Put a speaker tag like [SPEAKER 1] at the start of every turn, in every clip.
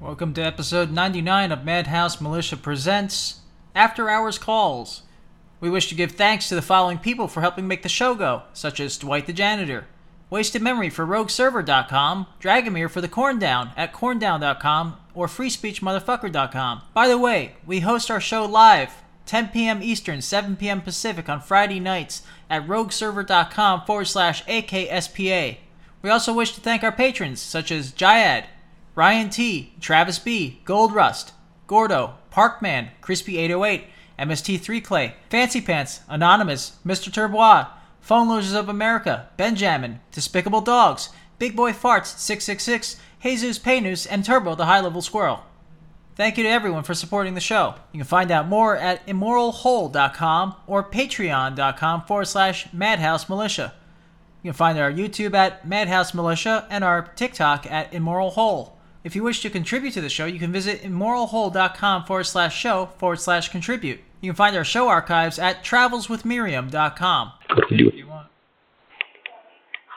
[SPEAKER 1] Welcome to episode 99 of Madhouse Militia Presents After Hours Calls. We wish to give thanks to the following people for helping make the show go, such as Dwight the Janitor, Wasted Memory for RogueServer.com, Dragomir for The Corn Down at CornDown.com, or FreeSpeechMotherfucker.com. By the way, we host our show live, 10 p.m. Eastern, 7 p.m. Pacific on Friday nights at RogueServer.com forward slash AKSPA. We also wish to thank our patrons, such as Jayad, Ryan T, Travis B, Gold Rust, Gordo, Parkman, Crispy808, MST3 Clay, Fancy Pants, Anonymous, Mr. Turbois, Phone Losers of America, Benjamin, Despicable Dogs, Big Boy Farts 666, Jesus Paynus, and Turbo the High Level Squirrel. Thank you to everyone for supporting the show. You can find out more at immoralhole.com or patreon.com forward slash madhouse militia. You can find our YouTube at Madhouse Militia and our TikTok at Immoral Hole. If you wish to contribute to the show, you can visit immoralhole.com forward slash show forward slash contribute. You can find our show archives at travelswithmiriam.com.
[SPEAKER 2] What can we do?
[SPEAKER 1] you want?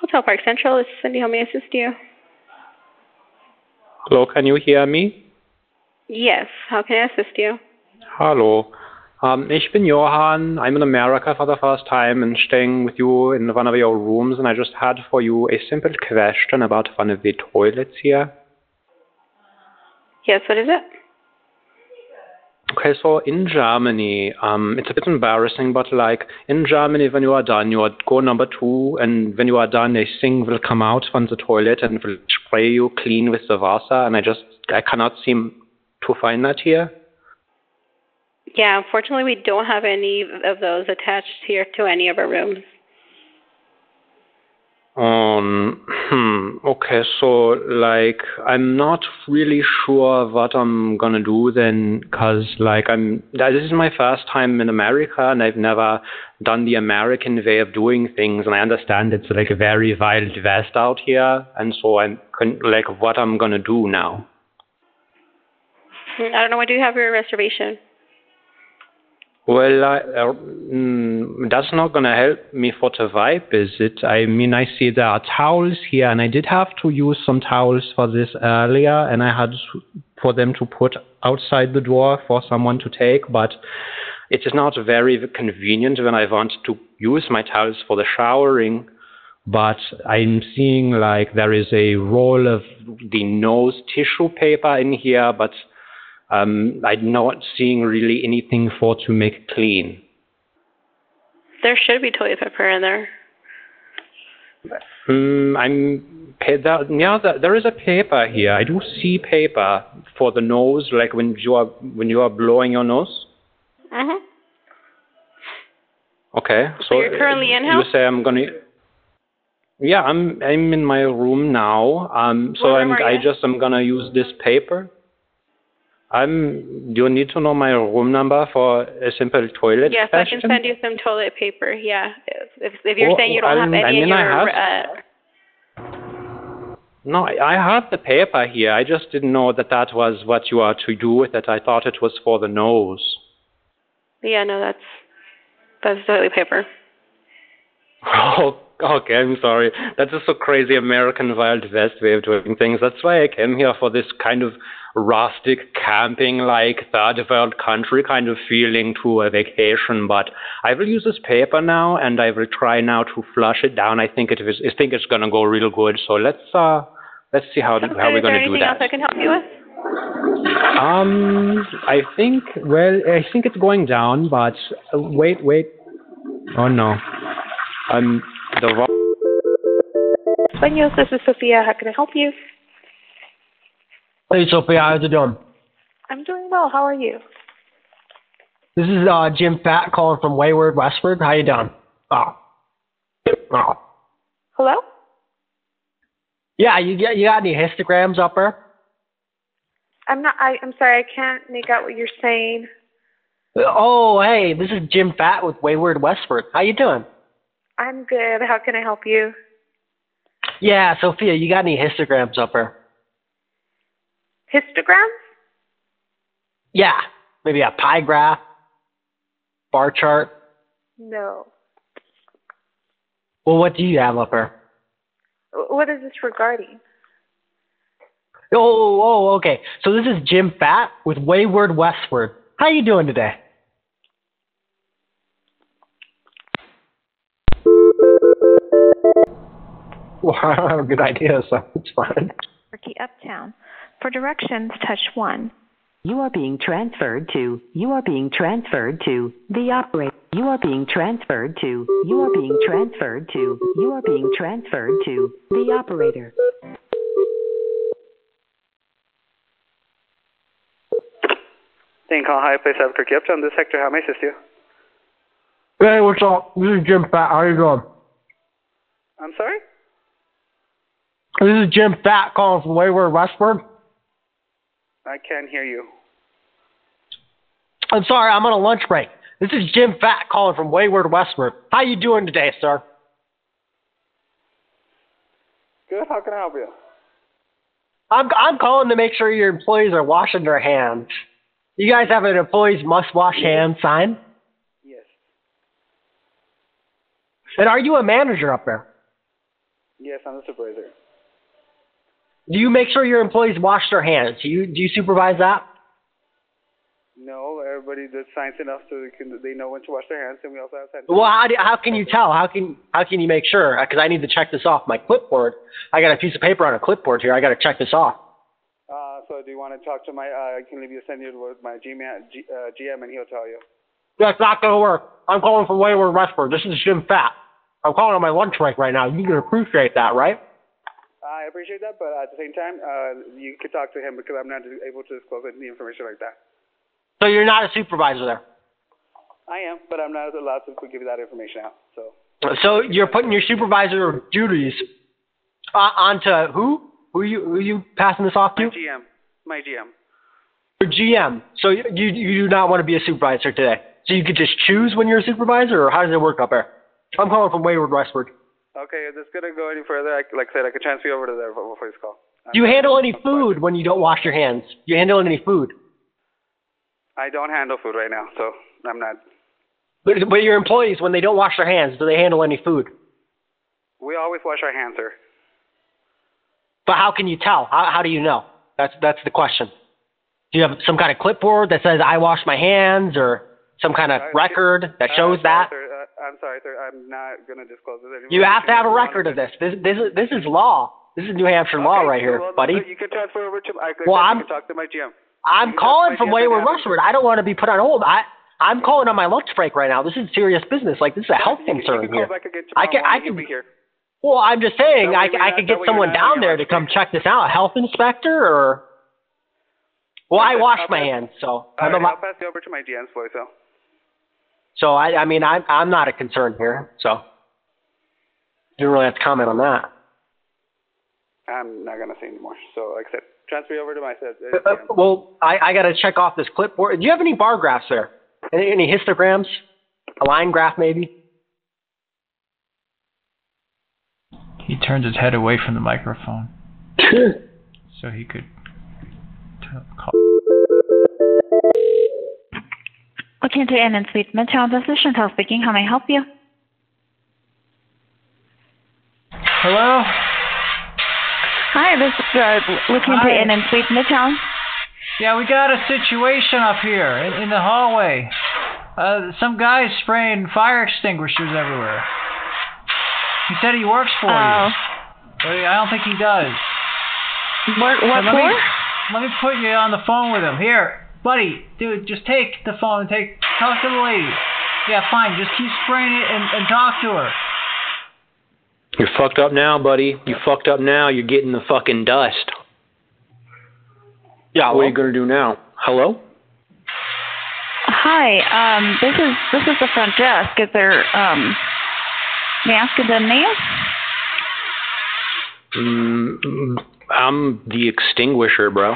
[SPEAKER 3] Hotel Park Central, this is Cindy. How may I assist you?
[SPEAKER 2] Hello, can you hear me?
[SPEAKER 3] Yes, how can I assist you?
[SPEAKER 2] Hello. Um, ich bin Johan. I'm in America for the first time and staying with you in one of your rooms. And I just had for you a simple question about one of the toilets here.
[SPEAKER 3] Yes, what is it?
[SPEAKER 2] Okay, so in Germany, um, it's a bit embarrassing, but like in Germany, when you are done, you are go number two, and when you are done, a thing will come out from the toilet and will spray you clean with the Wasser. And I just I cannot seem to find that here.
[SPEAKER 3] Yeah, unfortunately, we don't have any of those attached here to any of our rooms.
[SPEAKER 2] Um, hmm, okay, so like I'm not really sure what I'm gonna do then, cause like I'm th- this is my first time in America and I've never done the American way of doing things, and I understand it's like a very wild west out here, and so I'm con- like what I'm gonna do now.
[SPEAKER 3] Hmm, I don't know. Why do you have your reservation?
[SPEAKER 2] Well, I, uh, mm, that's not going to help me for the vibe, is it? I mean, I see there are towels here, and I did have to use some towels for this earlier, and I had for them to put outside the door for someone to take, but it is not very convenient when I want to use my towels for the showering. But I'm seeing like there is a roll of the nose tissue paper in here, but um, I'm not seeing really anything for to make clean.
[SPEAKER 3] There should be toilet paper in there.
[SPEAKER 2] Mm, I'm pa- there, yeah, there, there is a paper here. I do see paper for the nose, like when you are when you are blowing your nose.
[SPEAKER 3] Mm-hmm.
[SPEAKER 2] Okay, so,
[SPEAKER 3] you're currently
[SPEAKER 2] uh,
[SPEAKER 3] in-house?
[SPEAKER 2] You say I'm gonna. Yeah, I'm I'm in my room now. Um, so
[SPEAKER 3] What
[SPEAKER 2] I'm
[SPEAKER 3] room are
[SPEAKER 2] I
[SPEAKER 3] you in?
[SPEAKER 2] just I'm gonna use this paper. I'm. Do you need to know my room number for a simple toilet
[SPEAKER 3] Yes, I
[SPEAKER 2] question?
[SPEAKER 3] can send you some toilet paper. Yeah, if if you're
[SPEAKER 2] Oh,
[SPEAKER 3] saying you don't
[SPEAKER 2] I-
[SPEAKER 3] have any
[SPEAKER 2] I mean,
[SPEAKER 3] in
[SPEAKER 2] I
[SPEAKER 3] your
[SPEAKER 2] have-
[SPEAKER 3] uh,
[SPEAKER 2] No, I I have the paper here. I just didn't know that that was what you are to do with it. I thought it was for the nose.
[SPEAKER 3] yeah, no, that's that's toilet paper.
[SPEAKER 2] Oh, okay, I'm sorry. That's just so crazy American Wild West way of doing things. That's why I came here for this kind of rustic camping, like third world country kind of feeling to a vacation. But I will use this paper now, and I will try now to flush it down. I think it is. I think it's gonna go real good. So let's uh, let's see how
[SPEAKER 3] Okay,
[SPEAKER 2] how we're
[SPEAKER 3] is there
[SPEAKER 2] gonna do
[SPEAKER 3] anything
[SPEAKER 2] that.
[SPEAKER 3] else I can help you with?
[SPEAKER 2] Um, I think. Well, I think it's going down, but uh, wait, wait. Oh no. Um, the vo-
[SPEAKER 3] Español, this is Sophia. How can I help you?
[SPEAKER 4] Hey Sophia, how's it doing?
[SPEAKER 3] I'm doing well. How are you?
[SPEAKER 4] This is uh, Jim Fat calling from Wayward Westford. How you doing? Oh, oh.
[SPEAKER 3] Hello?
[SPEAKER 4] Yeah, you get you got any histograms up there?
[SPEAKER 3] I'm not. I, I'm sorry. I can't make out what you're saying.
[SPEAKER 4] Oh, hey, this is Jim Fat with Wayward Westford. How you doing?
[SPEAKER 3] I'm good. How can I help you?
[SPEAKER 4] Yeah, Sophia, you got any histograms up there?
[SPEAKER 3] Histogram?
[SPEAKER 4] Yeah, maybe a pie graph, bar chart.
[SPEAKER 3] No.
[SPEAKER 4] Well, what do you have up there?
[SPEAKER 3] Wh- What is this regarding?
[SPEAKER 4] Oh, oh, okay. So this is Jim Fat with Wayward Westward. How you doing today? Well, I don't have a good idea, so it's fine.
[SPEAKER 5] Turkey Uptown. For directions, touch 1.
[SPEAKER 6] You are being transferred to. You are being transferred to the operator. You are being transferred to. You are being transferred to. You are being transferred to the operator.
[SPEAKER 7] Think call high place after Gift on this sector. How may I assist you?
[SPEAKER 4] Hey, what's up? This is Jim Fat. How you doing?
[SPEAKER 7] I'm sorry.
[SPEAKER 4] This is Jim Fat calling from Wayward Westward.
[SPEAKER 7] I can't hear you.
[SPEAKER 4] I'm sorry, I'm on a lunch break. This is Jim Fat calling from Wayward Westward. How you doing today, sir?
[SPEAKER 7] Good. How can I help you?
[SPEAKER 4] I'm I'm calling to make sure your employees are washing their hands. You guys have an employees must wash hands sign?
[SPEAKER 7] Yes.
[SPEAKER 4] And are you a manager up there?
[SPEAKER 7] Yes, I'm the supervisor.
[SPEAKER 4] Do you make sure your employees wash their hands? Do you do you supervise that?
[SPEAKER 7] No, everybody does science enough so they, can, they know when to wash their hands, and we also have sanitizer.
[SPEAKER 4] Well, how do, how can you tell? How can how can you make sure? Because I need to check this off my clipboard. I got a piece of paper on a clipboard here. I got to check this off.
[SPEAKER 7] Uh, so do you want to talk to my? Uh, I can leave you send you with my GM, G, uh, GM, and he'll tell you.
[SPEAKER 4] That's not gonna work. I'm calling from Wayward Westward. This is Jim Fat. I'm calling on my lunch break right now. You can appreciate that, right?
[SPEAKER 7] I appreciate that, but at the same time, uh, you could talk to him because I'm not able to disclose any information like that.
[SPEAKER 4] So you're not a supervisor there.
[SPEAKER 7] I am, but I'm not allowed to give you that information out. So
[SPEAKER 4] So you're putting your supervisor duties uh, onto who? Who you who you passing this off
[SPEAKER 7] my
[SPEAKER 4] to?
[SPEAKER 7] GM, my GM.
[SPEAKER 4] Your GM. So you you do not want to be a supervisor today. So you could just choose when you're a supervisor, or how does it work up there? I'm calling from Wayward Westward.
[SPEAKER 7] Okay, if this gonna go any further, I, like I said, I could transfer you over to there before before this call.
[SPEAKER 4] Do you handle any food when you don't wash your hands? Do you handle any food?
[SPEAKER 7] I don't handle food right now, so I'm not.
[SPEAKER 4] But, but your employees, when they don't wash their hands, do they handle any food?
[SPEAKER 7] We always wash our hands, sir.
[SPEAKER 4] But how can you tell? How, how do you know? That's that's the question. Do you have some kind of clipboard that says I wash my hands, or some kind of
[SPEAKER 7] Uh,
[SPEAKER 4] record that
[SPEAKER 7] Uh,
[SPEAKER 4] shows
[SPEAKER 7] I'm
[SPEAKER 4] that?
[SPEAKER 7] sorry, Sir, uh, I'm sorry, sir. I'm not gonna disclose this anymore.
[SPEAKER 4] You have to have a
[SPEAKER 7] Okay,
[SPEAKER 4] record of this. This this is this is law. This is New Hampshire law right here,
[SPEAKER 7] well,
[SPEAKER 4] buddy.
[SPEAKER 7] You can transfer over to. I, I
[SPEAKER 4] Well, I'm-
[SPEAKER 7] can talk to my GM.
[SPEAKER 4] I'm
[SPEAKER 7] you
[SPEAKER 4] calling
[SPEAKER 7] have
[SPEAKER 4] from
[SPEAKER 7] to get
[SPEAKER 4] Wayward
[SPEAKER 7] that-
[SPEAKER 4] Westward. I don't want to be put on hold. I I'm calling on my lunch break right now. This is serious business. Like this is a health
[SPEAKER 7] you, can-
[SPEAKER 4] concern
[SPEAKER 7] you can
[SPEAKER 4] here.
[SPEAKER 7] Call back again
[SPEAKER 4] I can-
[SPEAKER 7] tomorrow
[SPEAKER 4] I
[SPEAKER 7] morning, he'll
[SPEAKER 4] can-
[SPEAKER 7] be here.
[SPEAKER 4] Well, I'm just saying
[SPEAKER 7] That
[SPEAKER 4] I,
[SPEAKER 7] way you're
[SPEAKER 4] I
[SPEAKER 7] not-
[SPEAKER 4] could
[SPEAKER 7] that
[SPEAKER 4] get
[SPEAKER 7] way you're
[SPEAKER 4] someone
[SPEAKER 7] not
[SPEAKER 4] down
[SPEAKER 7] being
[SPEAKER 4] there to come
[SPEAKER 7] arbitrary.
[SPEAKER 4] check this out. A health inspector or? Well, I
[SPEAKER 7] Okay,
[SPEAKER 4] wash
[SPEAKER 7] I'll
[SPEAKER 4] my
[SPEAKER 7] pass-
[SPEAKER 4] hands, so
[SPEAKER 7] All
[SPEAKER 4] I'm
[SPEAKER 7] right,
[SPEAKER 4] a,
[SPEAKER 7] I'll pass you over to my GM's voice. So.
[SPEAKER 4] so I I mean I'm I'm not a concern here, so you don't really have to comment on that.
[SPEAKER 7] I'm not gonna say anymore. So, like I said, transfer you over to my said.
[SPEAKER 4] Uh, uh, well, I I gotta check off this clipboard. Do you have any bar graphs there? Any, any histograms? A line graph maybe?
[SPEAKER 1] He turned his head away from the microphone so he could tell, call.
[SPEAKER 5] Looking into Ann and Suite Midtown, this is Chantel speaking. How may I help you?
[SPEAKER 1] Hello?
[SPEAKER 5] Hi, this is uh, looking into
[SPEAKER 1] Hi.
[SPEAKER 5] Ann and Suite Midtown.
[SPEAKER 1] Yeah, we got a situation up here in, in the hallway. Uh, some guy's spraying fire extinguishers everywhere. He said he works for
[SPEAKER 5] Oh,
[SPEAKER 1] you, but I don't think he does.
[SPEAKER 5] what, what
[SPEAKER 1] let
[SPEAKER 5] for?
[SPEAKER 1] Me, let me put you on the phone with him. Here, buddy, dude, just take the phone and take talk to the lady. Yeah, fine. Just keep spraying it and, and talk to her.
[SPEAKER 2] You're fucked up now, buddy. You fucked up now. You're getting the fucking dust.
[SPEAKER 4] Yeah,
[SPEAKER 2] What are you gonna do now? Hello?
[SPEAKER 5] Hi, um, this is this is the front desk. Is there um, may I ask you the name?
[SPEAKER 2] Mm, mm, I'm the extinguisher, bro.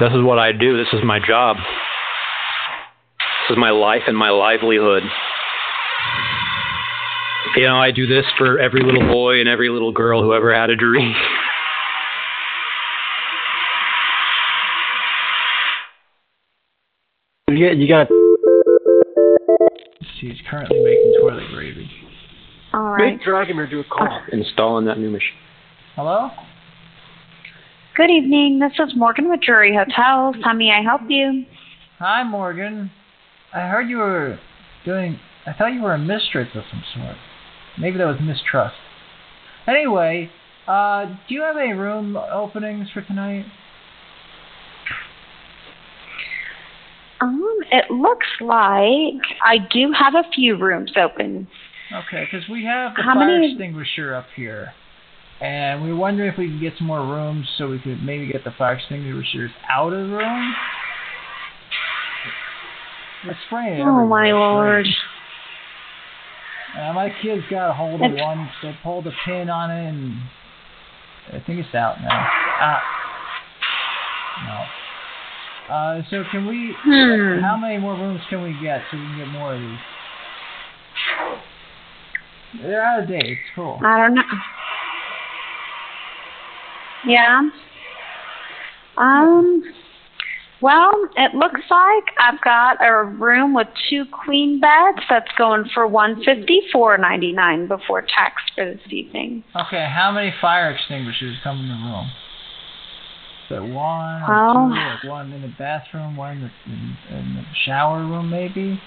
[SPEAKER 2] This is what I do. This is my job. This is my life and my livelihood. You know, I do this for every little boy and every little girl who ever had a dream.
[SPEAKER 4] you, you gotta
[SPEAKER 1] She's currently making toilet gravy.
[SPEAKER 5] All
[SPEAKER 4] make Dragomir do a call.
[SPEAKER 2] Installing that new machine.
[SPEAKER 1] Hello?
[SPEAKER 5] Good evening. This is Morgan with Drury Hotels. How may I help you?
[SPEAKER 8] Hi, Morgan. I heard you were doing. I thought you were a mistress of some sort. Maybe that was mistrust. Anyway, uh, do you have any room openings for tonight?
[SPEAKER 5] Um, it looks like I do have a few rooms open.
[SPEAKER 8] Okay, because we have the
[SPEAKER 5] How
[SPEAKER 8] fire
[SPEAKER 5] many-
[SPEAKER 8] extinguisher up here, and we were wondering if we could get some more rooms so we could maybe get the fire extinguishers out of the room. We're spraying it
[SPEAKER 5] Oh
[SPEAKER 8] everywhere,
[SPEAKER 5] my
[SPEAKER 8] it's
[SPEAKER 5] lord.
[SPEAKER 8] spraying. Uh, my kids got a hold of
[SPEAKER 5] It's-
[SPEAKER 8] one, so they pulled a pin on it, and I think it's out now. Ah, no. Uh, so can we?
[SPEAKER 5] Hmm.
[SPEAKER 8] How many more rooms can we get so we can get more of these? They're out of date. It's cool.
[SPEAKER 5] I don't know. Yeah. Um. Well, it looks like I've got a room with two queen beds that's going for one fifty four ninety nine before tax for this evening.
[SPEAKER 8] Okay, how many fire extinguishers come in the room? Is that one or
[SPEAKER 5] Well-
[SPEAKER 8] two? Like one in the bathroom, one in the, in, in the shower room, maybe.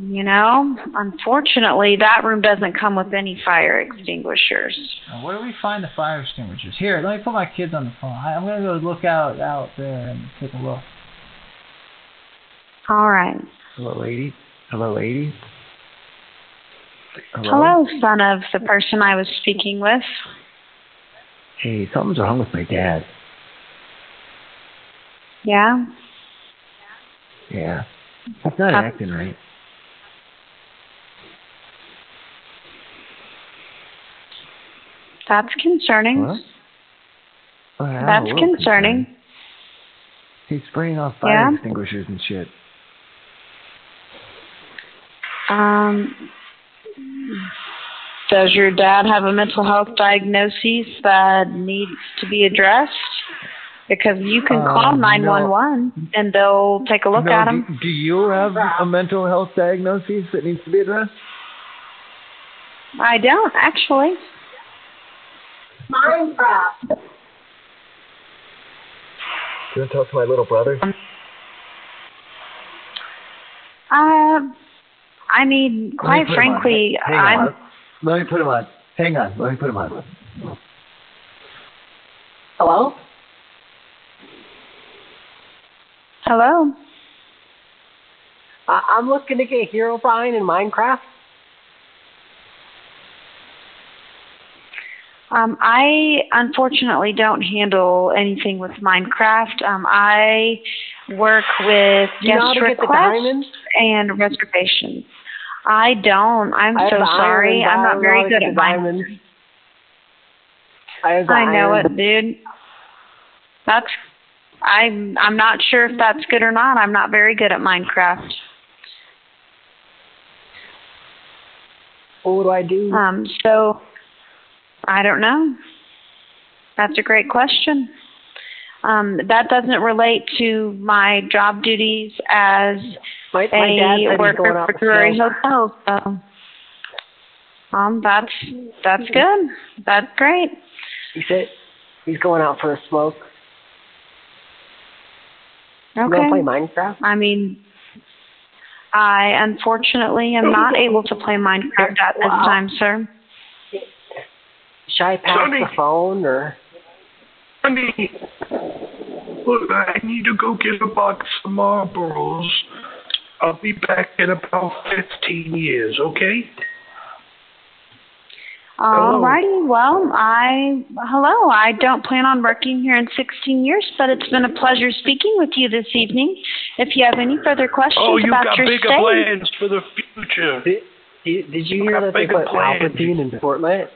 [SPEAKER 5] You know, unfortunately, that room doesn't come with any fire extinguishers.
[SPEAKER 8] Now, where do we find the fire extinguishers? Here, let me put my kids on the phone. I, I'm gonna go look out out there and take a look.
[SPEAKER 5] All right.
[SPEAKER 4] Hello, lady. Hello, lady.
[SPEAKER 5] Hello, son of the person I was speaking with.
[SPEAKER 4] Hey, something's wrong with my dad.
[SPEAKER 5] Yeah.
[SPEAKER 4] Yeah. He's not
[SPEAKER 5] Uh,
[SPEAKER 4] acting right.
[SPEAKER 5] That's concerning.
[SPEAKER 4] Hello? Oh, yeah, I'm a
[SPEAKER 5] That's
[SPEAKER 4] little
[SPEAKER 5] concerning.
[SPEAKER 4] concerned. He's spraying off fire
[SPEAKER 5] Yeah?
[SPEAKER 4] extinguishers and shit.
[SPEAKER 5] Um, does your dad have a mental health diagnosis that needs to be addressed? Because you can call
[SPEAKER 4] Um, no.
[SPEAKER 5] 911 and they'll take a look
[SPEAKER 4] No,
[SPEAKER 5] at
[SPEAKER 4] do-
[SPEAKER 5] him.
[SPEAKER 4] Do, you have a mental health diagnosis that needs to be addressed?
[SPEAKER 5] I don't actually.
[SPEAKER 4] Do you want to talk to my little brother?
[SPEAKER 5] Um, Uh, I mean,
[SPEAKER 4] Let
[SPEAKER 5] quite
[SPEAKER 4] me put him on.
[SPEAKER 5] frankly,
[SPEAKER 4] Hang
[SPEAKER 5] I'm.
[SPEAKER 4] on. Let me put him on. Hang on. Let me put him on.
[SPEAKER 9] Hello?
[SPEAKER 5] Hello.
[SPEAKER 10] I- I'm looking to get Hero Brian in Minecraft.
[SPEAKER 5] Um, I unfortunately don't handle anything with Minecraft. Um, I work with
[SPEAKER 10] Do you know how
[SPEAKER 5] guest
[SPEAKER 10] to get the
[SPEAKER 5] requests.
[SPEAKER 10] diamonds?
[SPEAKER 5] and reservations. I don't. I'm
[SPEAKER 10] I have
[SPEAKER 5] so
[SPEAKER 10] the iron,
[SPEAKER 5] sorry.
[SPEAKER 10] but
[SPEAKER 5] I'm
[SPEAKER 10] I don't
[SPEAKER 5] not
[SPEAKER 10] know how
[SPEAKER 5] very
[SPEAKER 10] to
[SPEAKER 5] good
[SPEAKER 10] get
[SPEAKER 5] at
[SPEAKER 10] the
[SPEAKER 5] mine.
[SPEAKER 10] diamonds. I have the
[SPEAKER 5] I know
[SPEAKER 10] iron.
[SPEAKER 5] it, dude. That's I'm I'm not sure if that's good or not. I'm not very good at Minecraft.
[SPEAKER 10] What do I do?
[SPEAKER 5] Um so I don't know. That's a great question. Um, that doesn't relate to my job duties as
[SPEAKER 10] my, my dad
[SPEAKER 5] a
[SPEAKER 10] said he's going
[SPEAKER 5] worker
[SPEAKER 10] out
[SPEAKER 5] for
[SPEAKER 10] with
[SPEAKER 5] Drury
[SPEAKER 10] Phil.
[SPEAKER 5] Hotel. So, um, that's that's good. That's great.
[SPEAKER 10] He said he's going out for a smoke. You
[SPEAKER 5] Okay.
[SPEAKER 10] wanna play Minecraft?
[SPEAKER 5] I mean, I unfortunately am not able to play Minecraft at this
[SPEAKER 10] Wow.
[SPEAKER 5] time, sir.
[SPEAKER 10] Should I pass
[SPEAKER 9] Johnny.
[SPEAKER 10] the phone or?
[SPEAKER 9] Honey, look, I need to go get a box of Marlboros. I'll be back in about 15 years, okay? Hello.
[SPEAKER 5] Alrighty, well, I hello. I don't plan on working here in 16 years, but it's been a pleasure speaking with you this evening. If you have any further questions
[SPEAKER 9] Oh, you've
[SPEAKER 5] about
[SPEAKER 9] got
[SPEAKER 5] your
[SPEAKER 9] bigger
[SPEAKER 5] stay,
[SPEAKER 9] plans for the future.
[SPEAKER 10] Did, did, did you hear
[SPEAKER 9] I
[SPEAKER 10] that they
[SPEAKER 9] think it
[SPEAKER 10] put
[SPEAKER 9] planned.
[SPEAKER 10] Palpatine in Fortnite?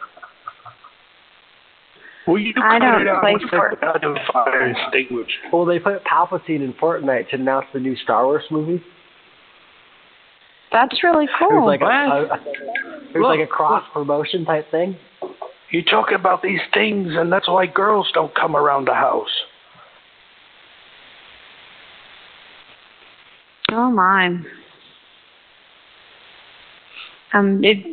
[SPEAKER 9] Will you
[SPEAKER 5] I
[SPEAKER 9] cut
[SPEAKER 5] don't
[SPEAKER 9] it out
[SPEAKER 5] play
[SPEAKER 9] with
[SPEAKER 5] sports.
[SPEAKER 9] that goddamn fire extinguisher?
[SPEAKER 10] Well, they put Palpatine in Fortnite to announce the new Star Wars movie.
[SPEAKER 5] that's really
[SPEAKER 10] It was
[SPEAKER 5] cool.
[SPEAKER 10] like a, a, it
[SPEAKER 9] What?
[SPEAKER 10] was like a
[SPEAKER 9] Look.
[SPEAKER 10] cross promotion type thing.
[SPEAKER 9] You talk about these things, and that's why girls don't come around the house.
[SPEAKER 5] oh my. Um, it,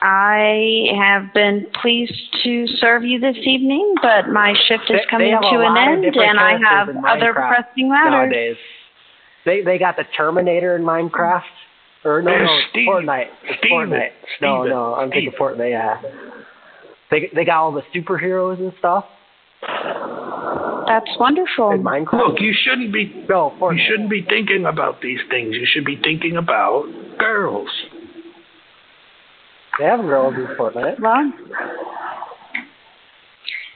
[SPEAKER 5] I have been pleased to serve you this evening, but my shift
[SPEAKER 4] They-
[SPEAKER 5] is
[SPEAKER 4] they
[SPEAKER 5] coming
[SPEAKER 4] have a
[SPEAKER 5] to an
[SPEAKER 4] lot of
[SPEAKER 5] end,
[SPEAKER 4] different
[SPEAKER 5] and I
[SPEAKER 4] characters
[SPEAKER 5] have
[SPEAKER 4] in
[SPEAKER 5] other
[SPEAKER 4] Minecraft
[SPEAKER 5] pressing matters.
[SPEAKER 4] nowadays. They they got the Terminator in Minecraft. Or no,
[SPEAKER 11] There's
[SPEAKER 4] no,
[SPEAKER 11] Steve.
[SPEAKER 4] Fortnite. It's
[SPEAKER 11] Steven.
[SPEAKER 4] Fortnite. No,
[SPEAKER 11] Steven.
[SPEAKER 4] no, I'm thinking Fortnite. Yeah. They they got all the superheroes and stuff
[SPEAKER 5] That's wonderful.
[SPEAKER 4] in Minecraft.
[SPEAKER 11] Look, you shouldn't be
[SPEAKER 4] no, Fortnite.
[SPEAKER 11] you shouldn't be thinking about these things. You should be thinking about girls.
[SPEAKER 4] They have girls in Fortnite.
[SPEAKER 5] Well,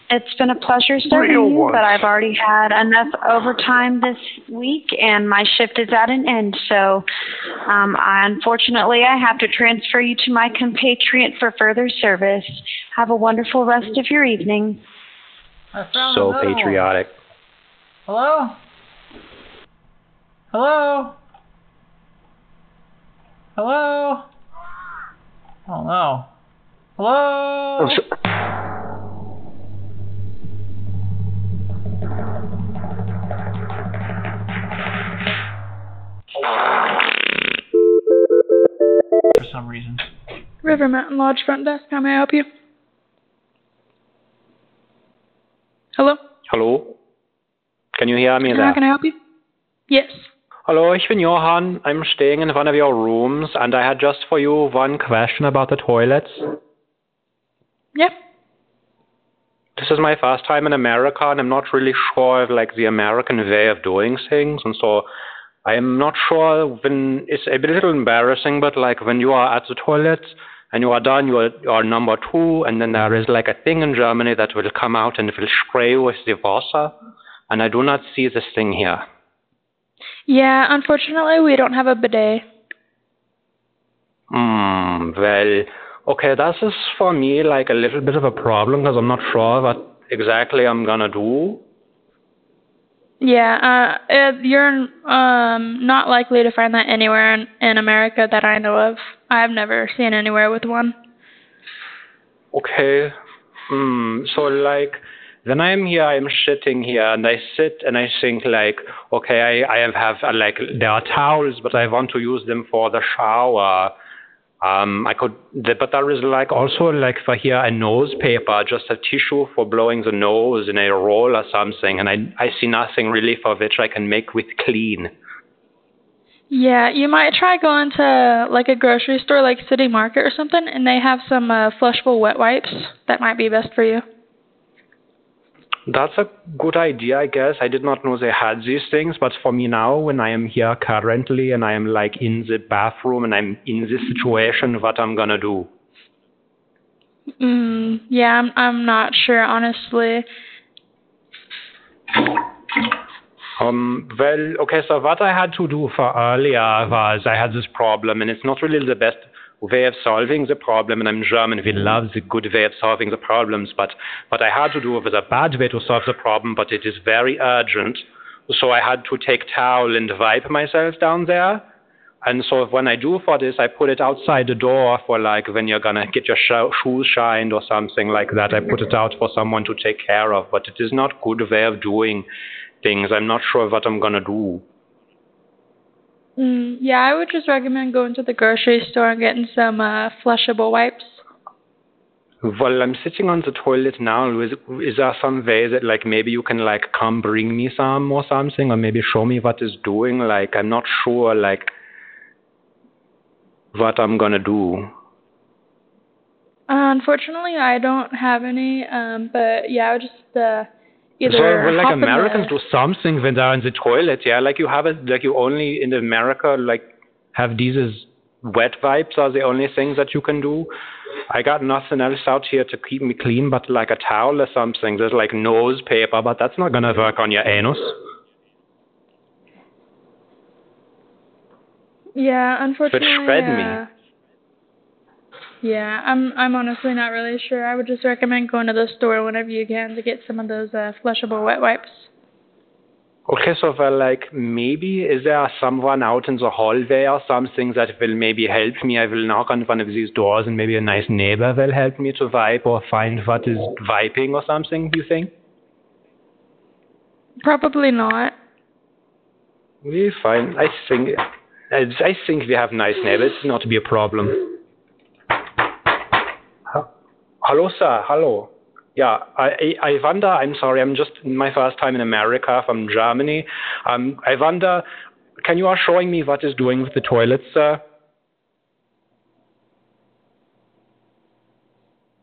[SPEAKER 5] it's been a pleasure serving
[SPEAKER 11] Real
[SPEAKER 5] you,
[SPEAKER 11] ones.
[SPEAKER 5] but I've already had enough overtime this week, and my shift is at an end. So, um, I, unfortunately, I have to transfer you to my compatriot for further service. Have a wonderful rest of your evening.
[SPEAKER 1] I found
[SPEAKER 2] So
[SPEAKER 1] another one.
[SPEAKER 2] patriotic.
[SPEAKER 1] Hello? Hello? Hello? Oh no. Hello?
[SPEAKER 4] I'm so-
[SPEAKER 1] For some reason.
[SPEAKER 12] River Mountain Lodge front desk. How may I help you? Hello.
[SPEAKER 2] Hallo? Can you hear me
[SPEAKER 12] How
[SPEAKER 2] there?
[SPEAKER 12] can I help you? Yes.
[SPEAKER 2] Hello, ich bin Johann. I'm staying in one of your rooms and I had just for you one question about the toilets.
[SPEAKER 12] Yeah.
[SPEAKER 2] This is my first time in America and I'm not really sure of like the American way of doing things and so I'm not sure when it's a little embarrassing but like when you are at the toilet and you are done you are, you are number two and then there is like a thing in Germany that will come out and it will spray you with the Wasser and I do not see this thing here.
[SPEAKER 12] Yeah. Unfortunately, we don't have a bidet.
[SPEAKER 2] Hmm, well, okay, this is for me like a little bit of a problem because I'm not sure what exactly I'm gonna do.
[SPEAKER 12] Yeah. Uh, uh, you're um not likely to find that anywhere in, in America that I know of. I've never seen anywhere with one.
[SPEAKER 2] Okay, hmm, so like when I'm here, I'm shitting here and I sit and I think like, okay, I, I have, have uh, like there are towels, but I want to use them for the shower. Um, I could, the, but there is like also like for here a nose paper, just a tissue for blowing the nose in a roll or something, and I I see nothing really for which I can make with clean.
[SPEAKER 12] Yeah, you might try going to like a grocery store, like City Market or something, and they have some uh, flushable wet wipes that might be best for you.
[SPEAKER 2] That's a good idea, I guess. I did not know they had these things, but for me now, when I am here currently and I am like in the bathroom and I'm in this situation, what I'm gonna do?
[SPEAKER 12] Mm, yeah, I'm I'm not sure honestly.
[SPEAKER 2] Um, well, okay, so what I had to do for earlier was I had this problem, and it's not really the best way of solving the problem, and I'm German, we love the good way of solving the problems, but what I had to do was a bad way to solve the problem, but it is very urgent. So I had to take towel and wipe myself down there. And so when I do for this, I put it outside the door for like when you're gonna get your sho- shoes shined or something like that. I put it out for someone to take care of, but it is not good way of doing things. I'm not sure what I'm gonna do.
[SPEAKER 12] Mm, yeah, I would just recommend going to the grocery store and getting some uh, flushable wipes.
[SPEAKER 2] Well, I'm sitting on the toilet now. Is, is there some way that like maybe you can like come bring me some or something, or maybe show me what is doing? Like I'm not sure like what I'm gonna do.
[SPEAKER 12] Uh, unfortunately, I don't have any. Um, but yeah, I would just uh, either
[SPEAKER 2] So, well, like
[SPEAKER 12] hop in
[SPEAKER 2] Americans
[SPEAKER 12] the-
[SPEAKER 2] do something when they're in the toilet, yeah. Like you have it, like you only in America like have these as wet wipes are the only things that you can do. I got nothing else out here to keep me clean, but like a towel or something. There's like nose paper, but that's not gonna work on your anus.
[SPEAKER 12] Yeah, unfortunately.
[SPEAKER 2] shred me.
[SPEAKER 12] uh, Yeah, I'm I'm honestly not really sure. I would just recommend going to the store whenever you can to get some of those uh, flushable wet wipes.
[SPEAKER 2] Okay, so well, like maybe is there someone out in the hallway or something that will maybe help me? I will knock on one of these doors, and maybe a nice neighbor will help me to wipe or find what is wiping or something. You think?
[SPEAKER 12] Probably not.
[SPEAKER 2] We fine. I think I I think we have nice neighbors. Not be a problem. Hello, sir. Hello. Yeah, I, I I wonder. I'm sorry. I'm just my first time in America from Germany. Um, I wonder. Can you are showing me what is doing with the toilets, sir?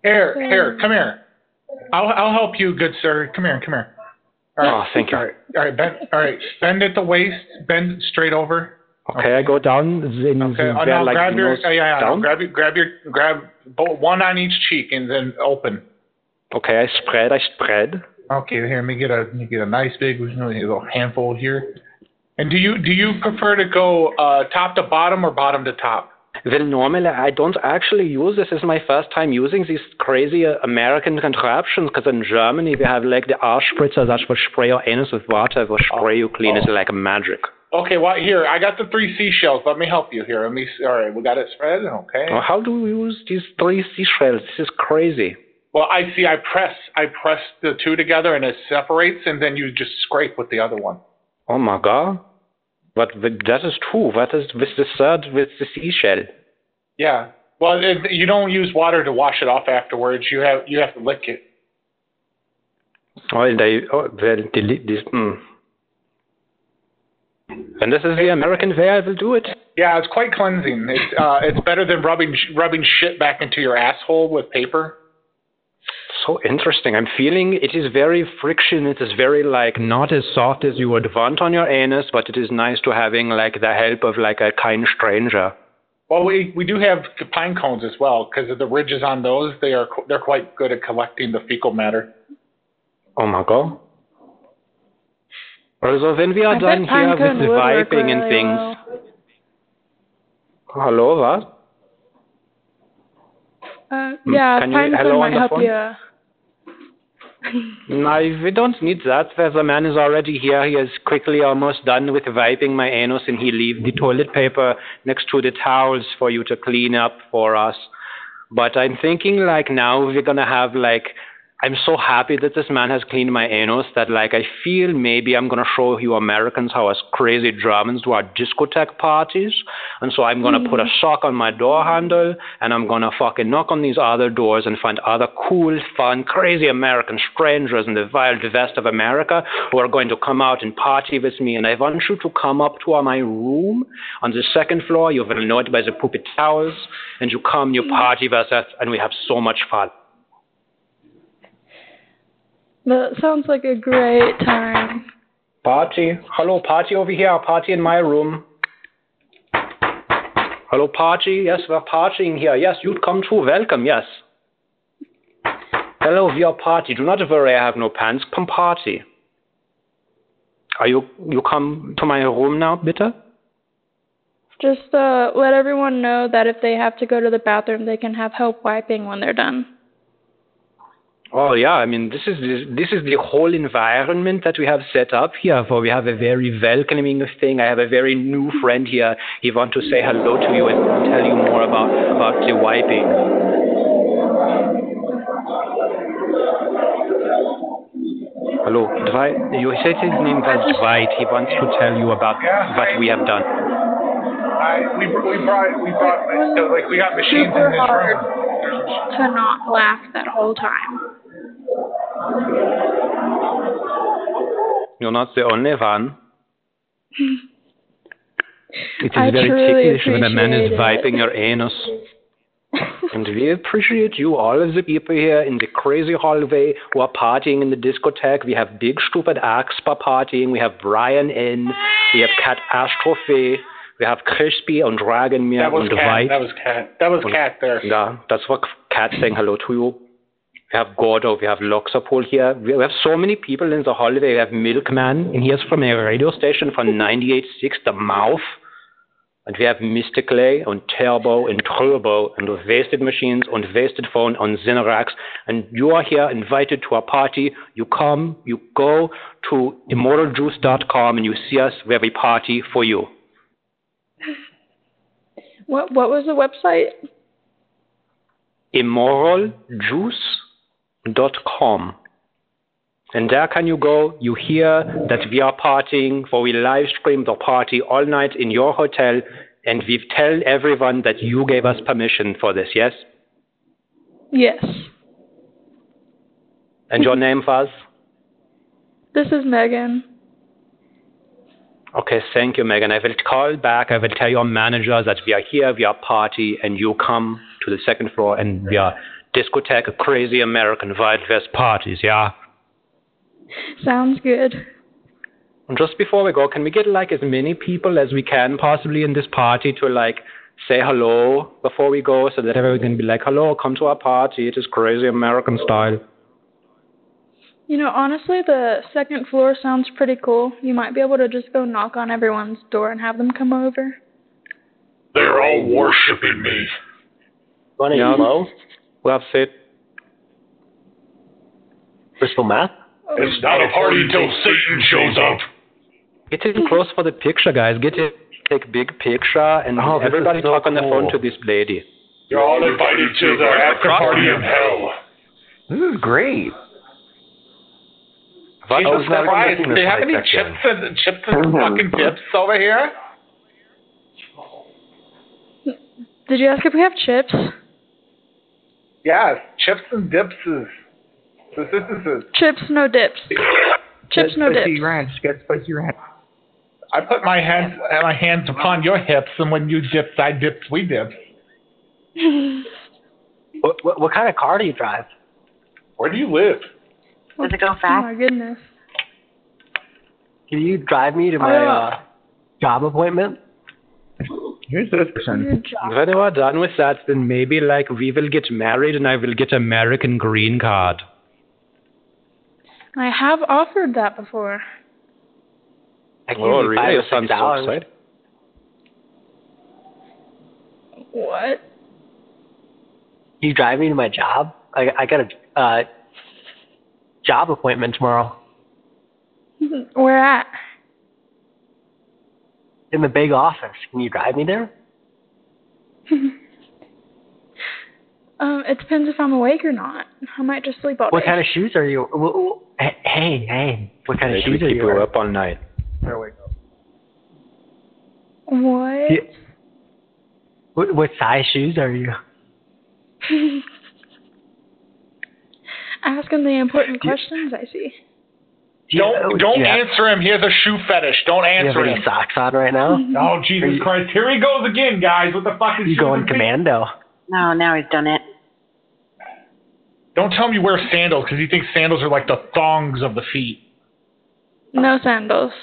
[SPEAKER 13] Here, here, come here. I'll I'll help you, good sir. Come here, come here. All right.
[SPEAKER 2] Oh, thank you.
[SPEAKER 13] All right, all right, bend, all right. Bend at the waist, bend straight over.
[SPEAKER 2] Okay, I go down. In
[SPEAKER 13] Okay,
[SPEAKER 2] the,
[SPEAKER 13] oh,
[SPEAKER 2] where,
[SPEAKER 13] no,
[SPEAKER 2] like,
[SPEAKER 13] grab your,
[SPEAKER 2] nose
[SPEAKER 13] yeah, yeah, yeah, no,
[SPEAKER 2] down.
[SPEAKER 13] grab your, grab your, grab bo- one on each cheek and then open.
[SPEAKER 2] Okay, I spread. I spread.
[SPEAKER 13] Okay, here, let me get a, let me get a nice big, you know, a little handful here. And do you, do you prefer to go uh, top to bottom or bottom to top?
[SPEAKER 2] Well, normally I don't actually use this. This is my first time using these crazy uh, American contraptions because in Germany we have like the Arschspritzer that will spray your anus with water, will spray you clean. It's like magic.
[SPEAKER 13] Okay, well, here, I got the three seashells. Let me help you here. Let me, see. all right, we got it spread. Okay.
[SPEAKER 2] Well, how do we use these three seashells? This is crazy.
[SPEAKER 13] Well, I see. I press, I press the two together, and it separates, and then you just scrape with the other one.
[SPEAKER 2] Oh my god. But th- that is true. That is with the third with the seashell.
[SPEAKER 13] Yeah. Well, it, you don't use water to wash it off afterwards. You have, you have to lick it.
[SPEAKER 2] Oh, they oh, well, delete this. Mm. And this is the American way I will do it.
[SPEAKER 13] Yeah, it's quite cleansing. It's, uh, it's better than rubbing, sh- rubbing shit back into your asshole with paper.
[SPEAKER 2] So interesting. I'm feeling it is very friction. It is very like not as soft as you would want on your anus, but it is nice to having like the help of like a kind stranger.
[SPEAKER 13] Well, we, we do have pine cones as well because of the ridges on those. They are qu- they're quite good at collecting the fecal matter.
[SPEAKER 2] Oh my god. Also, when we are
[SPEAKER 13] I bet
[SPEAKER 2] done here
[SPEAKER 13] pine cone
[SPEAKER 2] with the
[SPEAKER 13] would work
[SPEAKER 2] vibing and
[SPEAKER 13] really
[SPEAKER 2] things. Hello, what?
[SPEAKER 12] Uh,
[SPEAKER 2] Hmm,
[SPEAKER 12] yeah,
[SPEAKER 2] can you-
[SPEAKER 12] pine
[SPEAKER 2] hello
[SPEAKER 12] cone
[SPEAKER 2] on
[SPEAKER 12] might
[SPEAKER 2] the
[SPEAKER 12] help
[SPEAKER 2] phone?
[SPEAKER 12] you.
[SPEAKER 2] No, we don't need that. There's a man is already here. He is quickly almost done with wiping my anus, and he leave the toilet paper next to the towels for you to clean up for us. But I'm thinking like now we're gonna have like I'm so happy that this man has cleaned my anus that like I feel maybe I'm gonna show you Americans how us crazy Germans do our discotheque parties. And so I'm gonna put a sock on my door handle and I'm gonna fucking knock on these other doors and find other cool, fun, crazy American strangers in the wild west of America who are going to come out and party with me. And I want you to come up to my room on the second floor. You will know it by the poopy towels. And you come, you party with us, and we have so much fun.
[SPEAKER 12] That sounds like a great time.
[SPEAKER 2] Party. Hello, party over here. Party in my room. Hello, party. Yes, we're partying here. Yes, you'd come too. Welcome. Yes. Hello, we are party. Do not worry, I have no pants. Come party. Are you you come to my room now, bitte?
[SPEAKER 12] Just uh, let everyone know that if they have to go to the bathroom, they can have help wiping when they're done.
[SPEAKER 2] Oh yeah, I mean this is this is the whole environment that we have set up here. For we have a very welcoming thing. I have a very new friend here. He want to say hello to you and tell you more about about the wiping. Hello, Dwight. You said his name was Dwight. He wants to tell you about what we have done.
[SPEAKER 13] I, we, br- we brought we brought so, like we got machines in this room.
[SPEAKER 12] To not laugh that whole time.
[SPEAKER 2] You're not the only one. It is
[SPEAKER 12] I
[SPEAKER 2] very
[SPEAKER 12] truly
[SPEAKER 2] ticklish when a man is
[SPEAKER 12] appreciate it.
[SPEAKER 2] wiping your anus. and we appreciate you, all of the people here in the crazy hallway who are partying in the discotheque. We have Big Stupid Axe for partying. We have Brian in. We have Cat Astrophe. We have Crispy and Dragonmere
[SPEAKER 13] That was
[SPEAKER 2] and
[SPEAKER 13] cat.
[SPEAKER 2] White.
[SPEAKER 13] That was cat. That was cat there.
[SPEAKER 2] Yeah, that's what Cat saying hello to you. We have Gordo, we have Loxapol here. We have so many people in the hallway. We have Milkman, and he is from a radio station from 98.6, The Mouth. And we have Mr. Clay and Turbo and Turbo and Wasted Machines and Wasted Phone and Zinarax. And you are here invited to a party. You come, you go to immortaljuice.com and you see us where we party for you.
[SPEAKER 12] What What was the website?
[SPEAKER 2] immoraljuice.com. And there can you go. You hear that we are partying, for we live stream the party all night in your hotel, and we tell everyone that you gave us permission for this, yes?
[SPEAKER 12] Yes.
[SPEAKER 2] And your name was?
[SPEAKER 12] This is Megan.
[SPEAKER 2] Okay, thank you, Megan. I will call back. I will tell your manager that we are here, we are party, and you come to the second floor and we are discotheque, crazy American Wild West parties, yeah?
[SPEAKER 12] Sounds good.
[SPEAKER 2] And just before we go, can we get like as many people as we can possibly in this party to like say hello before we go so that everyone can be like, hello, come to our party. It is crazy American style.
[SPEAKER 12] You know, honestly, the second floor sounds pretty cool. You might be able to just go knock on everyone's door and have them come over.
[SPEAKER 11] They're all worshiping me.
[SPEAKER 4] Running
[SPEAKER 2] Yeah.
[SPEAKER 4] low?
[SPEAKER 2] That's it.
[SPEAKER 4] Crystal meth?
[SPEAKER 11] It's not a party till Satan shows up.
[SPEAKER 2] Get in close for the picture, guys. Get in, take big picture, and
[SPEAKER 11] Oh, this
[SPEAKER 2] everybody
[SPEAKER 11] is so
[SPEAKER 2] talk on the phone
[SPEAKER 11] cool.
[SPEAKER 2] to this lady.
[SPEAKER 11] You're all invited to the after party in hell.
[SPEAKER 2] This is great.
[SPEAKER 11] Jesus
[SPEAKER 13] Jesus Christ,
[SPEAKER 11] Christ,
[SPEAKER 13] do you have any chips and chips and fucking chips over here?
[SPEAKER 12] Did you ask if we have chips?
[SPEAKER 13] Yes, chips and dips is. This, this is a,
[SPEAKER 12] Chips, no dips. Chips, no dips.
[SPEAKER 13] spicy ranch. Get spicy ranch. I put my hands my hands upon your hips, and when you dipped, I dipped. We dipped.
[SPEAKER 12] Oh
[SPEAKER 4] What, what, what kind of car do you drive?
[SPEAKER 13] Where do you live?
[SPEAKER 4] Does it go fast?
[SPEAKER 12] Oh my goodness.
[SPEAKER 4] Can you drive me to my
[SPEAKER 13] Oh,
[SPEAKER 12] yeah.
[SPEAKER 4] uh, job appointment?
[SPEAKER 2] Here's this
[SPEAKER 12] When
[SPEAKER 2] we are done with that, then maybe like we will get married, and I will get American green card.
[SPEAKER 12] I have offered that before.
[SPEAKER 4] I can
[SPEAKER 2] oh,
[SPEAKER 4] give you
[SPEAKER 2] really?
[SPEAKER 4] five or
[SPEAKER 2] Your
[SPEAKER 4] six
[SPEAKER 2] son's so
[SPEAKER 4] dollars.
[SPEAKER 2] excited.
[SPEAKER 12] What?
[SPEAKER 4] Can you drive me to my job? I, I got a uh, job appointment tomorrow
[SPEAKER 12] Where at?
[SPEAKER 4] in the big office. Can you drive me there?
[SPEAKER 12] Um, it depends if I'm awake or not. I might just sleep all day.
[SPEAKER 4] What kind of shoes are you? w- w- Hey, hey, hey, what kind
[SPEAKER 2] They
[SPEAKER 4] of
[SPEAKER 2] can
[SPEAKER 4] shoes are
[SPEAKER 2] keep
[SPEAKER 4] you
[SPEAKER 2] you
[SPEAKER 4] wearing?
[SPEAKER 2] up all night.
[SPEAKER 12] What?
[SPEAKER 4] Yeah. What, what size shoes are you?
[SPEAKER 12] Asking the important questions, I see.
[SPEAKER 13] Don't don't answer him. He has a shoe fetish. Don't
[SPEAKER 4] Do oh, you have
[SPEAKER 13] answer
[SPEAKER 4] any
[SPEAKER 13] him.
[SPEAKER 4] socks on right now?
[SPEAKER 13] Oh Jesus Christ! Here he goes again, guys. What the fuck is
[SPEAKER 4] You
[SPEAKER 13] he
[SPEAKER 4] going commando?
[SPEAKER 8] No, now he's done it.
[SPEAKER 13] Don't tell him you wear sandals because he thinks sandals are like the thongs of the feet.
[SPEAKER 12] No sandals.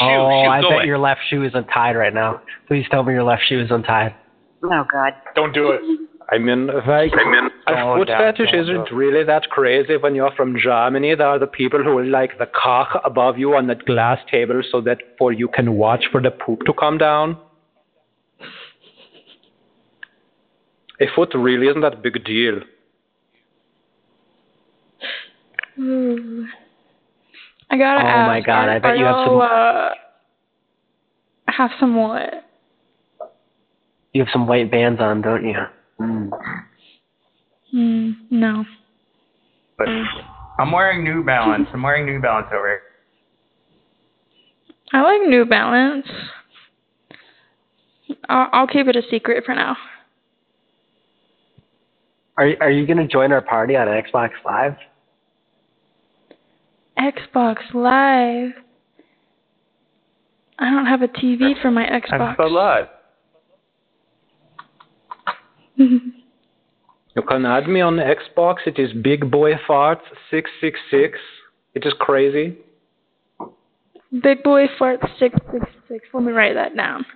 [SPEAKER 4] oh, I
[SPEAKER 13] shoe, go
[SPEAKER 4] bet
[SPEAKER 13] in.
[SPEAKER 4] your left shoe is untied right now. Please tell me your left shoe is untied.
[SPEAKER 8] Oh God.
[SPEAKER 13] Don't do it.
[SPEAKER 2] I mean, like, a
[SPEAKER 4] Don't
[SPEAKER 2] foot
[SPEAKER 4] doubt-
[SPEAKER 2] fetish
[SPEAKER 4] don't
[SPEAKER 2] isn't really that crazy when you're from Germany. There are the people who like the cock above you on that glass table so that for you can watch for the poop to come down. A foot really isn't that big a deal.
[SPEAKER 12] Ooh. I gotta
[SPEAKER 4] Oh
[SPEAKER 12] ask.
[SPEAKER 4] my God, I
[SPEAKER 12] are-
[SPEAKER 4] bet
[SPEAKER 12] are
[SPEAKER 4] you have some-
[SPEAKER 12] y'all, Uh, have some what?
[SPEAKER 4] You have some white bands on, don't you?
[SPEAKER 12] Mm, no.
[SPEAKER 14] But I'm wearing New Balance. I'm wearing New Balance over here.
[SPEAKER 12] I like New Balance. I'll, I'll keep it a secret for now.
[SPEAKER 4] Are you- are you gonna join our party on Xbox Live?
[SPEAKER 12] Xbox Live. I don't have a TV for my Xbox.
[SPEAKER 14] live.
[SPEAKER 2] You can add me on Xbox. It is Big Boy Farts 666. It is crazy.
[SPEAKER 12] Big boy fart six six six. Let me write that down.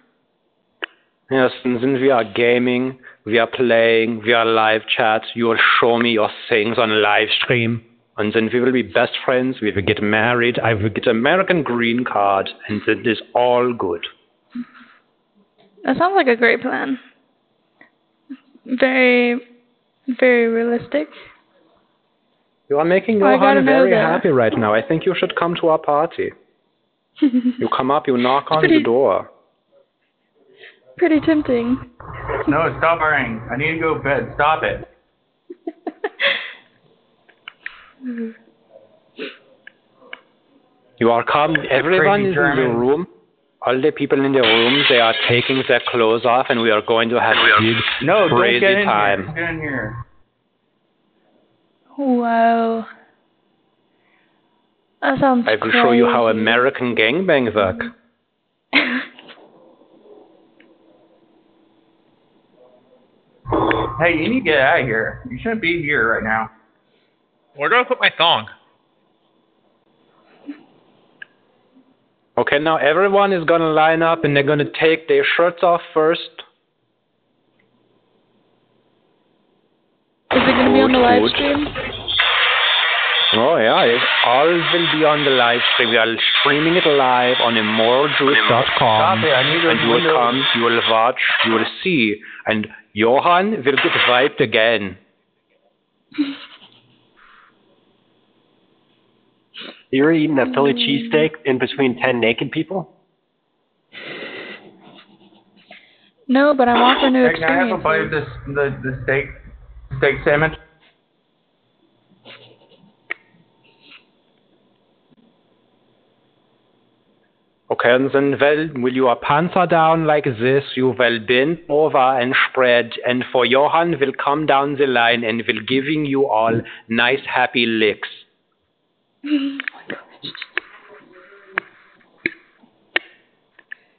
[SPEAKER 2] Yes, and then we are gaming, we are playing, we are live chats. You will show me your things on live stream, and then we will be best friends. We will get married. I will get American green card, and then it is all good.
[SPEAKER 12] That sounds like a great plan. Very, very realistic.
[SPEAKER 2] You are making
[SPEAKER 12] Oh, I gotta
[SPEAKER 2] Johan
[SPEAKER 12] know
[SPEAKER 2] very
[SPEAKER 12] that.
[SPEAKER 2] happy right now. I think you should come to our party. You come up, you knock on
[SPEAKER 12] Pretty-
[SPEAKER 2] the door.
[SPEAKER 12] Pretty tempting.
[SPEAKER 14] No, stop wearing. I need to go to bed. Stop it.
[SPEAKER 2] You are come. Everyone is in
[SPEAKER 14] German.
[SPEAKER 2] the room. All the people in the room, they are taking their clothes off, and we are going to have a big
[SPEAKER 14] No,
[SPEAKER 2] crazy
[SPEAKER 14] don't get in
[SPEAKER 2] time.
[SPEAKER 14] here. Don't get in here.
[SPEAKER 12] Whoa. That sounds
[SPEAKER 2] I will show you how American gangbangs work.
[SPEAKER 14] Hey, you need to get out of here. You shouldn't be here right now.
[SPEAKER 15] Where do I put my thong?
[SPEAKER 2] Okay, now everyone is gonna line up and they're gonna take their shirts off first.
[SPEAKER 12] Is it going to be on the live
[SPEAKER 2] Good.
[SPEAKER 12] stream?
[SPEAKER 2] Oh yeah, it all will be on the live stream. We are streaming it live on immoraljuice.com.
[SPEAKER 14] Copy, I need those
[SPEAKER 2] And you will
[SPEAKER 14] windows.
[SPEAKER 2] come, you will watch, you will see, and Johan will get wiped again.
[SPEAKER 4] You're eating a Philly cheesesteak in between 10 naked people?
[SPEAKER 12] No, but I'm offering new
[SPEAKER 14] Hey, can I have a
[SPEAKER 12] experience.
[SPEAKER 14] bite of this the, the steak steak sandwich?
[SPEAKER 2] Okay, and then well, will you are panther down like this, you will bend over and spread, and for Johan will come down the line and will giving you all nice happy licks.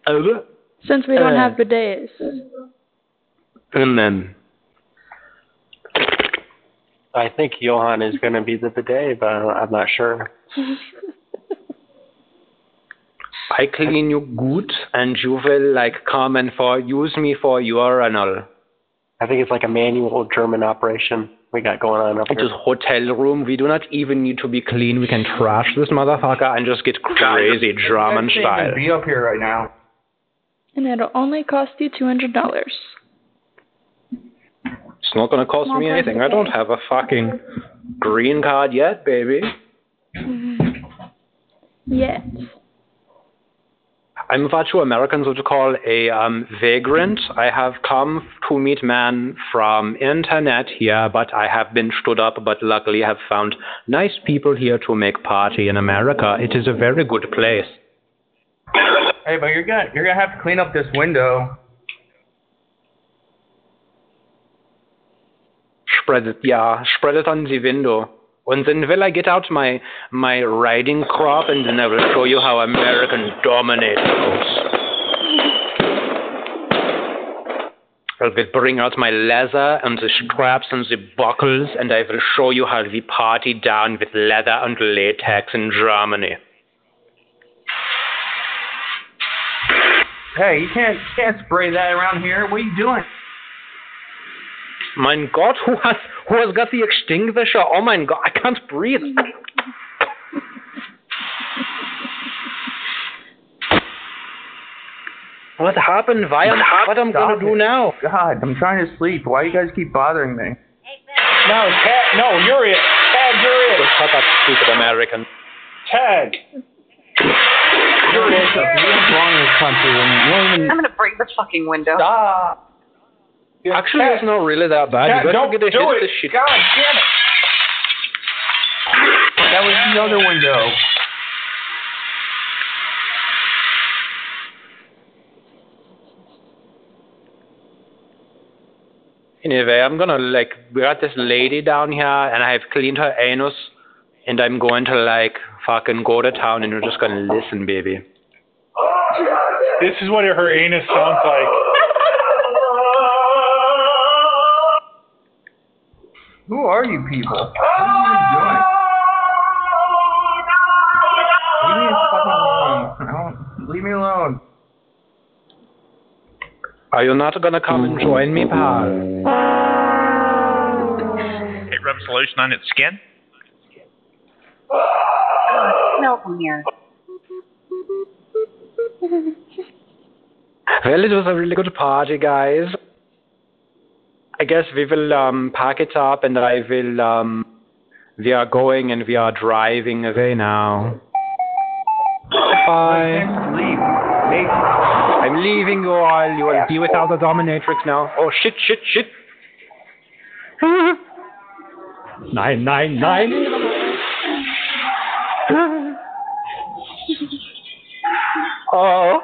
[SPEAKER 2] Over.
[SPEAKER 12] Since we don't
[SPEAKER 2] Uh.
[SPEAKER 12] have bidets.
[SPEAKER 2] And then
[SPEAKER 4] I think Johan is going to be the bidet, but I'm not sure.
[SPEAKER 2] I clean you good, and you will like come and for use me for urinal.
[SPEAKER 4] I think it's like a manual German operation we got going on up
[SPEAKER 2] It
[SPEAKER 4] here.
[SPEAKER 2] is hotel room. We do not even need to be clean. We can trash this motherfucker and just get crazy German
[SPEAKER 14] Shouldn't
[SPEAKER 2] style.
[SPEAKER 14] even Be up here right now.
[SPEAKER 12] And it'll only cost you $200.
[SPEAKER 2] It's not gonna cost
[SPEAKER 12] Small
[SPEAKER 2] me
[SPEAKER 12] price
[SPEAKER 2] anything.
[SPEAKER 12] to
[SPEAKER 2] I don't
[SPEAKER 12] pay.
[SPEAKER 2] have a fucking green card yet, baby.
[SPEAKER 12] Yes.
[SPEAKER 2] I'm what you Americans would call a um, vagrant. I have come to meet man from internet here, but I have been stood up, but luckily have found nice people here to make party in America. It is a very good place.
[SPEAKER 14] Hey, but you're gonna you're gonna have to clean up this window.
[SPEAKER 2] Spread it, yeah, spread it on the window. And oh. then will I get out my my riding crop and then I will show you how American dominates. I will bring out my leather and the straps and the buckles and I will show you how we party down with leather and latex in Germany.
[SPEAKER 14] Hey, you can't you can't spray that around here. What are you doing?
[SPEAKER 2] Mein Gott, who has who has got the extinguisher? Oh mein God, I can't breathe. What happened? Why am what I'm gonna do now?
[SPEAKER 14] God, I'm trying to sleep. Why you guys keep bothering me?
[SPEAKER 2] No, Ted, no, you're it. Ted, you're it. Shut up, stupid American.
[SPEAKER 14] Ted.
[SPEAKER 8] You're
[SPEAKER 14] it. You don't belong in this country. And you don't even.
[SPEAKER 8] I'm gonna break the fucking window.
[SPEAKER 14] Stop.
[SPEAKER 2] Actually, it's not really that bad. You
[SPEAKER 14] Ted,
[SPEAKER 2] got
[SPEAKER 14] don't
[SPEAKER 2] to get a
[SPEAKER 14] do
[SPEAKER 2] hit of
[SPEAKER 14] it.
[SPEAKER 2] this shit.
[SPEAKER 14] God damn it. That was the other window.
[SPEAKER 2] Anyway, I'm gonna like we got this lady down here, and I have cleaned her anus, and I'm going to like fucking go to town, and you're just gonna listen, baby.
[SPEAKER 13] This is what her anus sounds like.
[SPEAKER 14] Who are you people? Leave me fucking alone. I don't- Leave me alone.
[SPEAKER 2] Are you not gonna come and join me, pal?
[SPEAKER 15] It rubs lotion on its skin.
[SPEAKER 8] No, from here.
[SPEAKER 2] Well, it was a really good party, guys. I guess we will um, pack it up, and I will. Um, we are going, and we are driving away now. Bye.
[SPEAKER 14] Leave. Hey,
[SPEAKER 2] I'm leaving you all. You will be without the dominatrix now. Oh shit, shit, shit. Nine, nine, nine. Oh.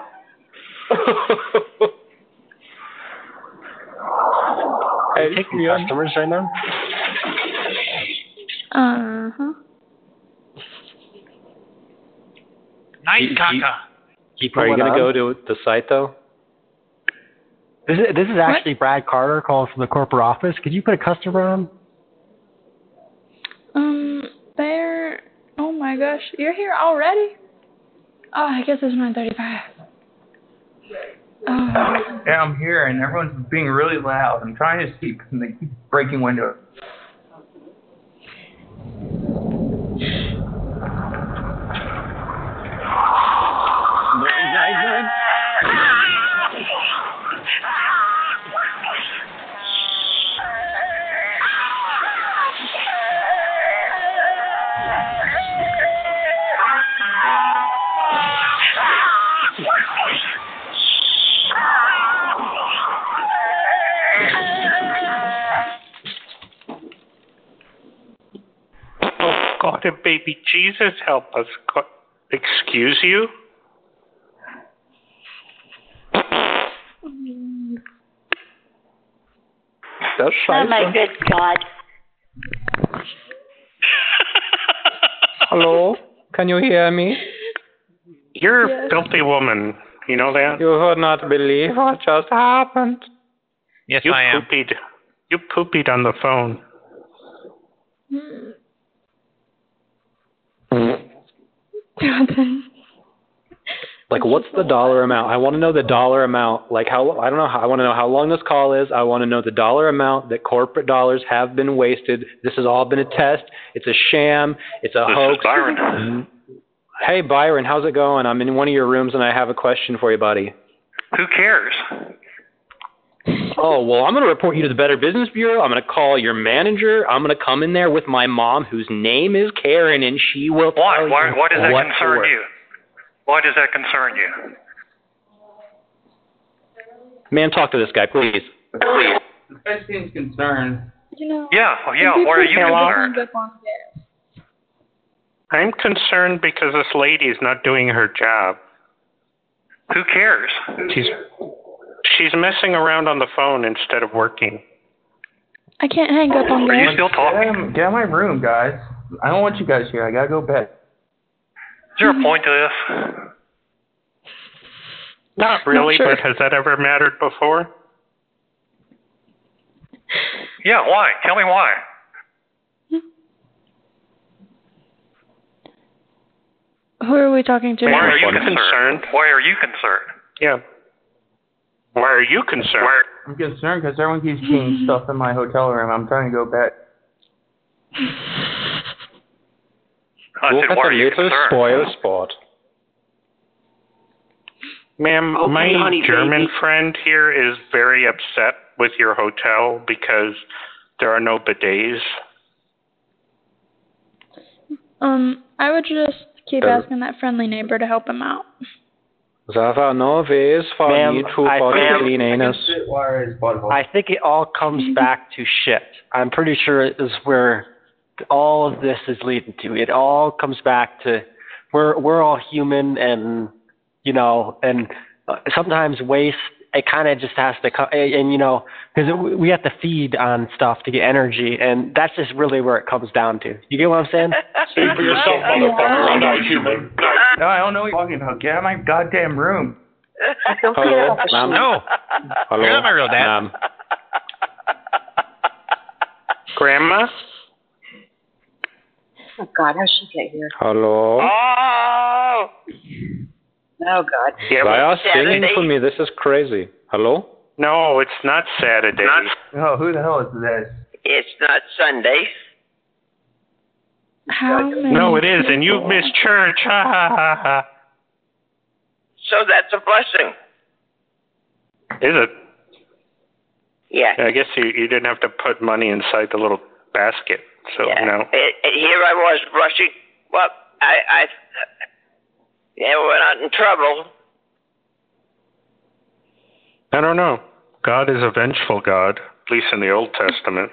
[SPEAKER 4] Are you taking customers right now?
[SPEAKER 12] Uh huh.
[SPEAKER 16] Nice caca.
[SPEAKER 2] Are you
[SPEAKER 4] Pulling
[SPEAKER 2] going to
[SPEAKER 4] on.
[SPEAKER 2] go to the site, though?
[SPEAKER 4] This is this is actually Brad Carter calling from the corporate office. Could you put a customer on?
[SPEAKER 12] Um, there. Oh my gosh, you're here already? Oh, I guess it's 9:35. Oh,
[SPEAKER 10] Yeah, I'm here, and everyone's being really loud. I'm trying to sleep, and they keep breaking windows.
[SPEAKER 9] Oh, God and baby Jesus, help us. God. Excuse you?
[SPEAKER 2] That's
[SPEAKER 17] Oh my good God.
[SPEAKER 2] Hello? Can you hear me?
[SPEAKER 9] You're a filthy woman. You know that?
[SPEAKER 2] You would not believe what just happened.
[SPEAKER 9] Yes, you
[SPEAKER 16] I am.
[SPEAKER 9] Poopied. You poopied on the phone.
[SPEAKER 12] Jonathan.
[SPEAKER 2] Like, what's the dollar amount? I want to know the dollar amount. Like, how, I don't know. How, I want to know how long this call is. I want to know the dollar amount that corporate dollars have been wasted. This has all been a test. It's a sham. It's a
[SPEAKER 9] This is
[SPEAKER 2] hoax.
[SPEAKER 9] Byron.
[SPEAKER 2] Hey, Byron, how's it going? I'm in one of your rooms and I have a question for you, buddy.
[SPEAKER 9] Who cares?
[SPEAKER 2] Oh, well, I'm going to report you to the Better Business Bureau. I'm going to call your manager. I'm going to come in there with my mom, whose name is Karen, and she will why, tell
[SPEAKER 13] Why,
[SPEAKER 2] you
[SPEAKER 13] why does that
[SPEAKER 2] what
[SPEAKER 13] concern
[SPEAKER 2] for.
[SPEAKER 13] you? Why does that concern you?
[SPEAKER 2] Man, talk to this guy, please.
[SPEAKER 10] The best thing's concerned.
[SPEAKER 12] You know.
[SPEAKER 9] Oh, Yeah,
[SPEAKER 12] people
[SPEAKER 9] you
[SPEAKER 12] can
[SPEAKER 9] concerned?
[SPEAKER 12] whip on gas.
[SPEAKER 9] I'm concerned because this lady is not doing her job.
[SPEAKER 13] Who cares?
[SPEAKER 9] She's she's messing around on the phone instead of working.
[SPEAKER 12] I can't hang up on
[SPEAKER 10] Are
[SPEAKER 12] gas.
[SPEAKER 10] you still talking? Get out of my room, guys. I don't want you guys here. I gotta go bed.
[SPEAKER 13] Is there a point to this?
[SPEAKER 9] Not really,
[SPEAKER 13] sure.
[SPEAKER 9] but has that ever mattered before?
[SPEAKER 13] Yeah, why? Tell me why.
[SPEAKER 12] Who are we talking to?
[SPEAKER 9] Why are you concerned?
[SPEAKER 13] Why are you concerned?
[SPEAKER 9] Yeah. Why are you concerned?
[SPEAKER 10] I'm concerned because everyone keeps seeing stuff in my hotel room. I'm trying to go bed.
[SPEAKER 13] I
[SPEAKER 2] Look
[SPEAKER 13] said,
[SPEAKER 2] at
[SPEAKER 13] why
[SPEAKER 2] the
[SPEAKER 13] are you
[SPEAKER 2] little
[SPEAKER 13] concerned?
[SPEAKER 2] spoil spot.
[SPEAKER 9] Ma'am,
[SPEAKER 13] Okay,
[SPEAKER 9] Um, my
[SPEAKER 13] honey
[SPEAKER 9] German friend here is very upset with your hotel because there are no bidets.
[SPEAKER 12] Um, I would just keep
[SPEAKER 2] Uh,
[SPEAKER 12] asking that friendly neighbor to help him out.
[SPEAKER 2] There are no ways for
[SPEAKER 4] Ma'am,
[SPEAKER 2] me to
[SPEAKER 4] I-
[SPEAKER 2] for
[SPEAKER 4] ma'am,
[SPEAKER 2] clean anus.
[SPEAKER 4] I think it all comes back to shit. I'm pretty sure it is where all of this is leading to. It all comes back to we're we're all human, and you know, and uh, sometimes waste. It kind of just has to come, and, and, you know, because we have to feed on stuff to get energy, and that's just really where it comes down to. You get what I'm saying?
[SPEAKER 9] Speak for yourself, motherfucker. I'm not human.
[SPEAKER 10] No, I don't know what you're talking about. Get out of my goddamn room.
[SPEAKER 2] Hello, ma'am.
[SPEAKER 16] No.
[SPEAKER 2] Hello,
[SPEAKER 16] You're not my real dad.
[SPEAKER 2] ma'am.
[SPEAKER 9] Grandma?
[SPEAKER 18] Oh God, how'd she get here?
[SPEAKER 2] Hello.
[SPEAKER 18] Oh. Oh God.
[SPEAKER 2] They are singing for me. This is crazy. Hello.
[SPEAKER 9] No, it's not Saturday.
[SPEAKER 10] Oh, who the hell is this?
[SPEAKER 19] It's not Sunday.
[SPEAKER 12] How many?
[SPEAKER 9] no, it is, and
[SPEAKER 15] Oh.
[SPEAKER 9] you've missed church. Ha ha ha ha.
[SPEAKER 19] So that's a blessing.
[SPEAKER 9] Is it?
[SPEAKER 19] Yeah.
[SPEAKER 9] I guess you, you didn't have to put money inside the little basket, so no.
[SPEAKER 19] It, it, here I was rushing. Well, I, I, yeah, we're not in trouble.
[SPEAKER 9] I don't know. God is a vengeful God, at least in the Old Testament.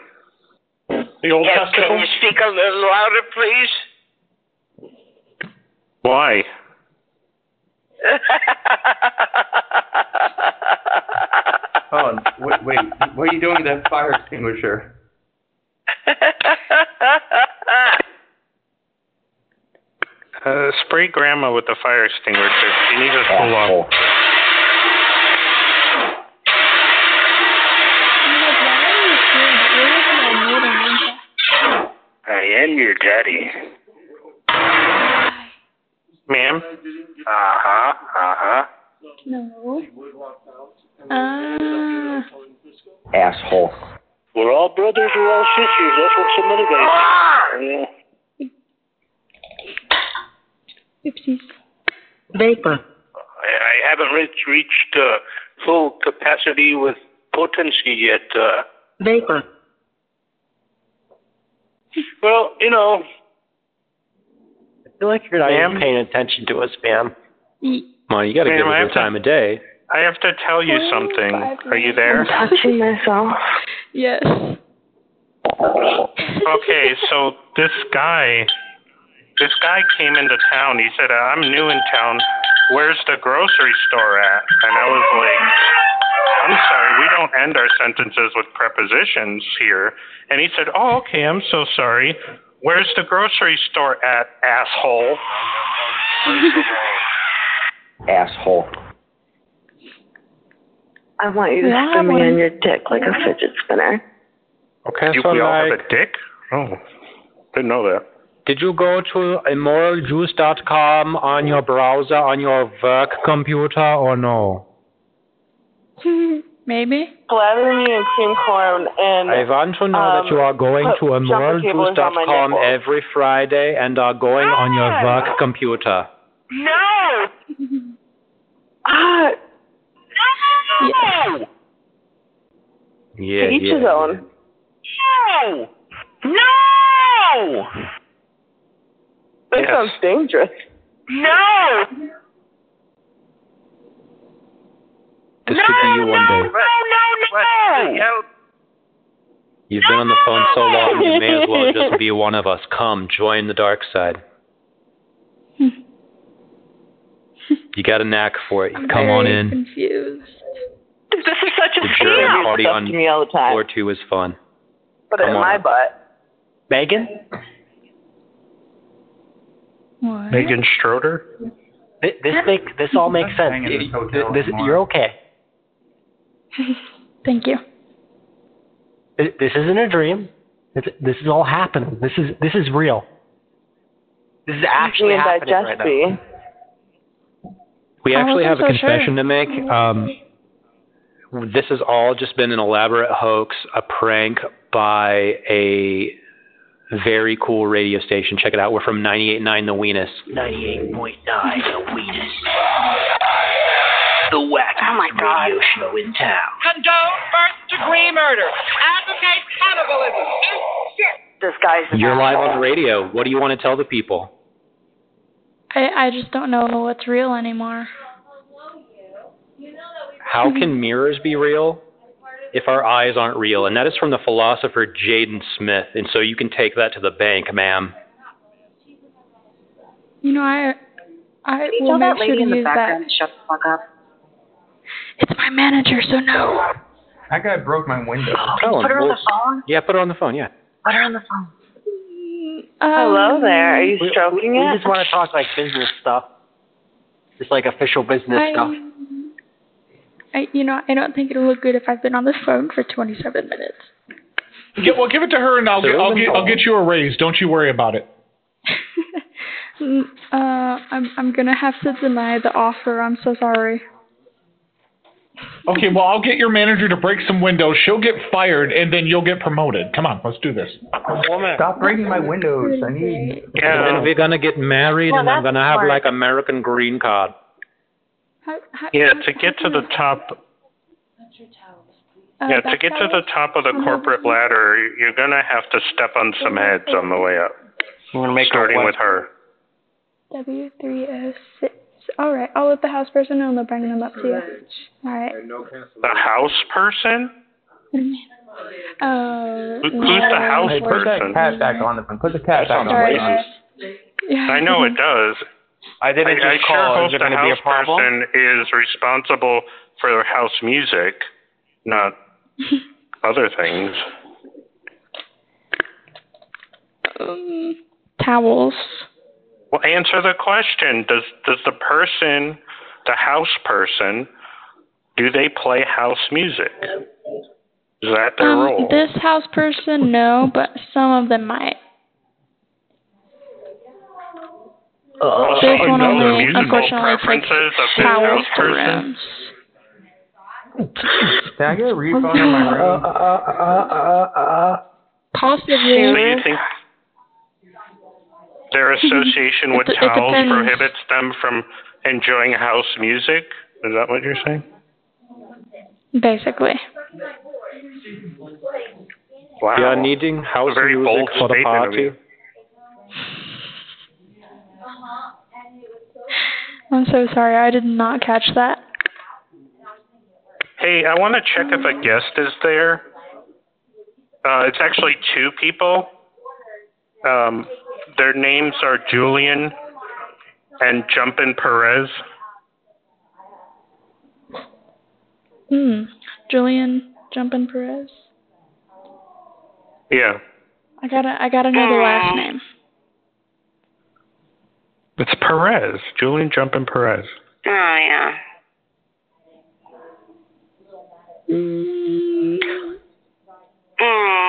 [SPEAKER 9] The Old
[SPEAKER 19] Yes, can you speak a little louder, please?
[SPEAKER 9] Why?
[SPEAKER 10] Oh, wait, wait. What are you doing with that fire extinguisher?
[SPEAKER 9] Uh, spray grandma with the fire extinguisher. She needs a cool off.
[SPEAKER 15] I am your daddy.
[SPEAKER 9] Ma'am?
[SPEAKER 15] Uh huh. Uh huh.
[SPEAKER 12] No. Uh,
[SPEAKER 20] Asshole.
[SPEAKER 15] We're all brothers. We're all sisters. That's what some other guys. Yeah.
[SPEAKER 12] oopsies.
[SPEAKER 20] Vapor.
[SPEAKER 21] I, I haven't reach, reached uh, full capacity with potency yet. Uh,
[SPEAKER 20] Vapor.
[SPEAKER 21] well, you know,
[SPEAKER 4] I feel like you're not
[SPEAKER 21] Ma'am?
[SPEAKER 4] even paying attention to us, ma'am.
[SPEAKER 12] Y-
[SPEAKER 2] Well, you got to
[SPEAKER 9] Ma'am,
[SPEAKER 2] give
[SPEAKER 9] I
[SPEAKER 2] it
[SPEAKER 9] have
[SPEAKER 2] your
[SPEAKER 9] to-
[SPEAKER 2] time of day.
[SPEAKER 9] I have to tell you something. Are you there?
[SPEAKER 12] touching myself. Yes.
[SPEAKER 9] okay, so this guy, this guy came into town. He said, "I'm new in town. Where's the grocery store at?" And I was like, "I'm sorry, we don't end our sentences with prepositions here." And he said, "Oh, okay. I'm so sorry. Where's the grocery store at, asshole?"
[SPEAKER 20] Asshole.
[SPEAKER 8] I want you to
[SPEAKER 9] Yeah,
[SPEAKER 8] spin me
[SPEAKER 9] why-
[SPEAKER 8] on your dick like a fidget spinner.
[SPEAKER 2] Okay,
[SPEAKER 9] Do
[SPEAKER 2] so
[SPEAKER 9] we all
[SPEAKER 2] like,
[SPEAKER 9] have a dick? Oh, didn't know that.
[SPEAKER 2] did you go to immoraljuice.com on your browser on your work computer or no?
[SPEAKER 12] Maybe.
[SPEAKER 8] Celebrity and cream corn and
[SPEAKER 2] I want to know
[SPEAKER 8] um,
[SPEAKER 2] that you are going
[SPEAKER 8] put
[SPEAKER 2] to
[SPEAKER 8] jumper cables on my
[SPEAKER 2] immoraljuice.com
[SPEAKER 8] nipples.
[SPEAKER 2] every Friday and are going on your
[SPEAKER 8] Ah!
[SPEAKER 2] work computer.
[SPEAKER 8] No. Ah. No.
[SPEAKER 2] Yeah,
[SPEAKER 8] to each
[SPEAKER 2] yeah.
[SPEAKER 8] his own. No. No. That
[SPEAKER 2] Yes.
[SPEAKER 8] sounds dangerous. No.
[SPEAKER 2] This could be you one day.
[SPEAKER 8] No. No.
[SPEAKER 2] You've been on the phone so long, you may as well just be one of us. Come, join the dark side. You got a knack for it. Come on
[SPEAKER 12] Very
[SPEAKER 2] in.
[SPEAKER 12] Confused.
[SPEAKER 8] This is such
[SPEAKER 2] The German party
[SPEAKER 8] stuff
[SPEAKER 2] on
[SPEAKER 8] to me all the time.
[SPEAKER 2] floor two is fun.
[SPEAKER 8] Put it in
[SPEAKER 2] Come on
[SPEAKER 8] my
[SPEAKER 2] up.
[SPEAKER 8] butt.
[SPEAKER 4] Megan?
[SPEAKER 12] What?
[SPEAKER 9] Uh-huh. Megan Schroeder.
[SPEAKER 4] Th- This make this all makes sense.
[SPEAKER 14] in this
[SPEAKER 4] Y-
[SPEAKER 14] hotel
[SPEAKER 4] y- this-
[SPEAKER 14] tomorrow.
[SPEAKER 4] you're okay.
[SPEAKER 12] Thank you.
[SPEAKER 4] Th- This isn't a dream. This, this is all happening. This is this is real. This is actually
[SPEAKER 8] and
[SPEAKER 4] happening right
[SPEAKER 8] digest me.
[SPEAKER 4] now.
[SPEAKER 2] We
[SPEAKER 8] I
[SPEAKER 2] actually have
[SPEAKER 8] wasn't
[SPEAKER 2] a
[SPEAKER 8] Oh, so
[SPEAKER 2] confession to make. Um, this has all just been an elaborate hoax, a prank by a very cool radio station. Check it out. We're from 98.9 The Weenus.
[SPEAKER 20] 98.9 The Weenus. The wacky radio show in town.
[SPEAKER 22] Condone first degree murder. Advocate cannibalism. Eat shit.
[SPEAKER 8] This guy's
[SPEAKER 2] You're live on the radio. What do you want to tell the people?
[SPEAKER 12] I I just don't know what's real anymore.
[SPEAKER 2] How
[SPEAKER 8] Mm-hmm.
[SPEAKER 2] can mirrors be real if our eyes aren't real? And that is from the philosopher Jaden Smith. And so you can take that to the bank, ma'am.
[SPEAKER 12] You know, I I
[SPEAKER 8] you
[SPEAKER 12] will
[SPEAKER 8] tell that
[SPEAKER 12] make sure
[SPEAKER 8] lady
[SPEAKER 12] to
[SPEAKER 8] in the
[SPEAKER 12] use that.
[SPEAKER 8] background to shut the fuck up?
[SPEAKER 12] It's my manager, so no.
[SPEAKER 14] That guy broke my window.
[SPEAKER 4] Oh,
[SPEAKER 2] Tell 'em.
[SPEAKER 8] Put her on
[SPEAKER 2] We'll-
[SPEAKER 8] the phone.
[SPEAKER 2] yeah, put her on the phone. Yeah.
[SPEAKER 8] Put her on the phone.
[SPEAKER 12] Mm, um,
[SPEAKER 9] Um,
[SPEAKER 12] Hello
[SPEAKER 8] there. Are you
[SPEAKER 4] We-
[SPEAKER 8] stroking
[SPEAKER 4] we,
[SPEAKER 8] it?
[SPEAKER 4] We just want to talk like business stuff. Just like official business
[SPEAKER 12] I-
[SPEAKER 4] stuff.
[SPEAKER 12] I you know I don't think it'll look good if I've been on the phone for 27 minutes.
[SPEAKER 13] Get, well, give it to her, and I'll get, I'll get I'll get you a raise. Don't you worry about it.
[SPEAKER 12] Mm, Uh, I'm I'm gonna have to deny the offer. I'm so sorry.
[SPEAKER 13] Okay, well, I'll get your manager to break some windows. She'll get fired, and then you'll get promoted. Come on, let's do this.
[SPEAKER 14] Stop breaking my windows. I need.
[SPEAKER 2] And then we're gonna get married,
[SPEAKER 12] Well,
[SPEAKER 2] and I'm
[SPEAKER 12] that's
[SPEAKER 2] gonna have
[SPEAKER 12] smart.
[SPEAKER 2] like American green card.
[SPEAKER 12] How, how,
[SPEAKER 9] Yeah, to get to the top
[SPEAKER 12] uh,
[SPEAKER 9] Yeah, to
[SPEAKER 12] that
[SPEAKER 9] get to
[SPEAKER 12] guy-
[SPEAKER 9] the top of the corporate ladder, you're gonna have to step on some heads on the way up.
[SPEAKER 4] You wanna make her
[SPEAKER 9] starting
[SPEAKER 4] what?
[SPEAKER 9] with her.
[SPEAKER 12] W306. All right, I'll let the house person know and they'll bring them up to you. All right.
[SPEAKER 9] The house person?
[SPEAKER 12] Uh,
[SPEAKER 9] Who- who's the house
[SPEAKER 14] Hey, put that
[SPEAKER 9] person?
[SPEAKER 14] cat back on the phone. Put the cat back on the
[SPEAKER 12] Sorry.
[SPEAKER 14] phone.
[SPEAKER 9] I know it does.
[SPEAKER 14] I didn't
[SPEAKER 9] I,
[SPEAKER 14] just
[SPEAKER 9] sure
[SPEAKER 14] call.
[SPEAKER 9] hope
[SPEAKER 14] Is there
[SPEAKER 9] the
[SPEAKER 14] gonna be a
[SPEAKER 9] house person is responsible for house music, not other things.
[SPEAKER 12] Um, towels.
[SPEAKER 9] Well, answer the question. Does does the person, the house person, do they play house music? Is that their
[SPEAKER 12] Um,
[SPEAKER 9] role?
[SPEAKER 12] this house person, no, but some of them might.
[SPEAKER 9] Also,
[SPEAKER 12] This one
[SPEAKER 9] know the
[SPEAKER 12] only,
[SPEAKER 9] musical
[SPEAKER 12] unfortunately, takes
[SPEAKER 9] preferences of this
[SPEAKER 12] showers
[SPEAKER 9] house
[SPEAKER 12] to
[SPEAKER 9] person.
[SPEAKER 12] rooms.
[SPEAKER 23] Can I get a refund on my room?
[SPEAKER 12] Possibly.
[SPEAKER 9] So you think their association with
[SPEAKER 12] Mm-hmm. It- it
[SPEAKER 9] towels
[SPEAKER 12] depends.
[SPEAKER 9] prohibits them from enjoying house music? Is that what you're saying?
[SPEAKER 12] Basically.
[SPEAKER 9] Wow.
[SPEAKER 2] We are needing house
[SPEAKER 9] very
[SPEAKER 2] music
[SPEAKER 9] bold
[SPEAKER 2] for the
[SPEAKER 9] statement of
[SPEAKER 2] party.
[SPEAKER 9] you.
[SPEAKER 12] I'm so sorry, I did not catch that.
[SPEAKER 9] Hey, I want to check if
[SPEAKER 12] Um.
[SPEAKER 9] a guest is there. Uh, it's actually two people. Um, their names are Julian and Jumpin' Perez.
[SPEAKER 12] Hmm. Julian Jumpin Perez.
[SPEAKER 9] Yeah.
[SPEAKER 12] I gotta I gotta know the
[SPEAKER 9] Mm.
[SPEAKER 12] last name.
[SPEAKER 9] It's Perez. Julian Jumpin' Perez.
[SPEAKER 24] Oh yeah.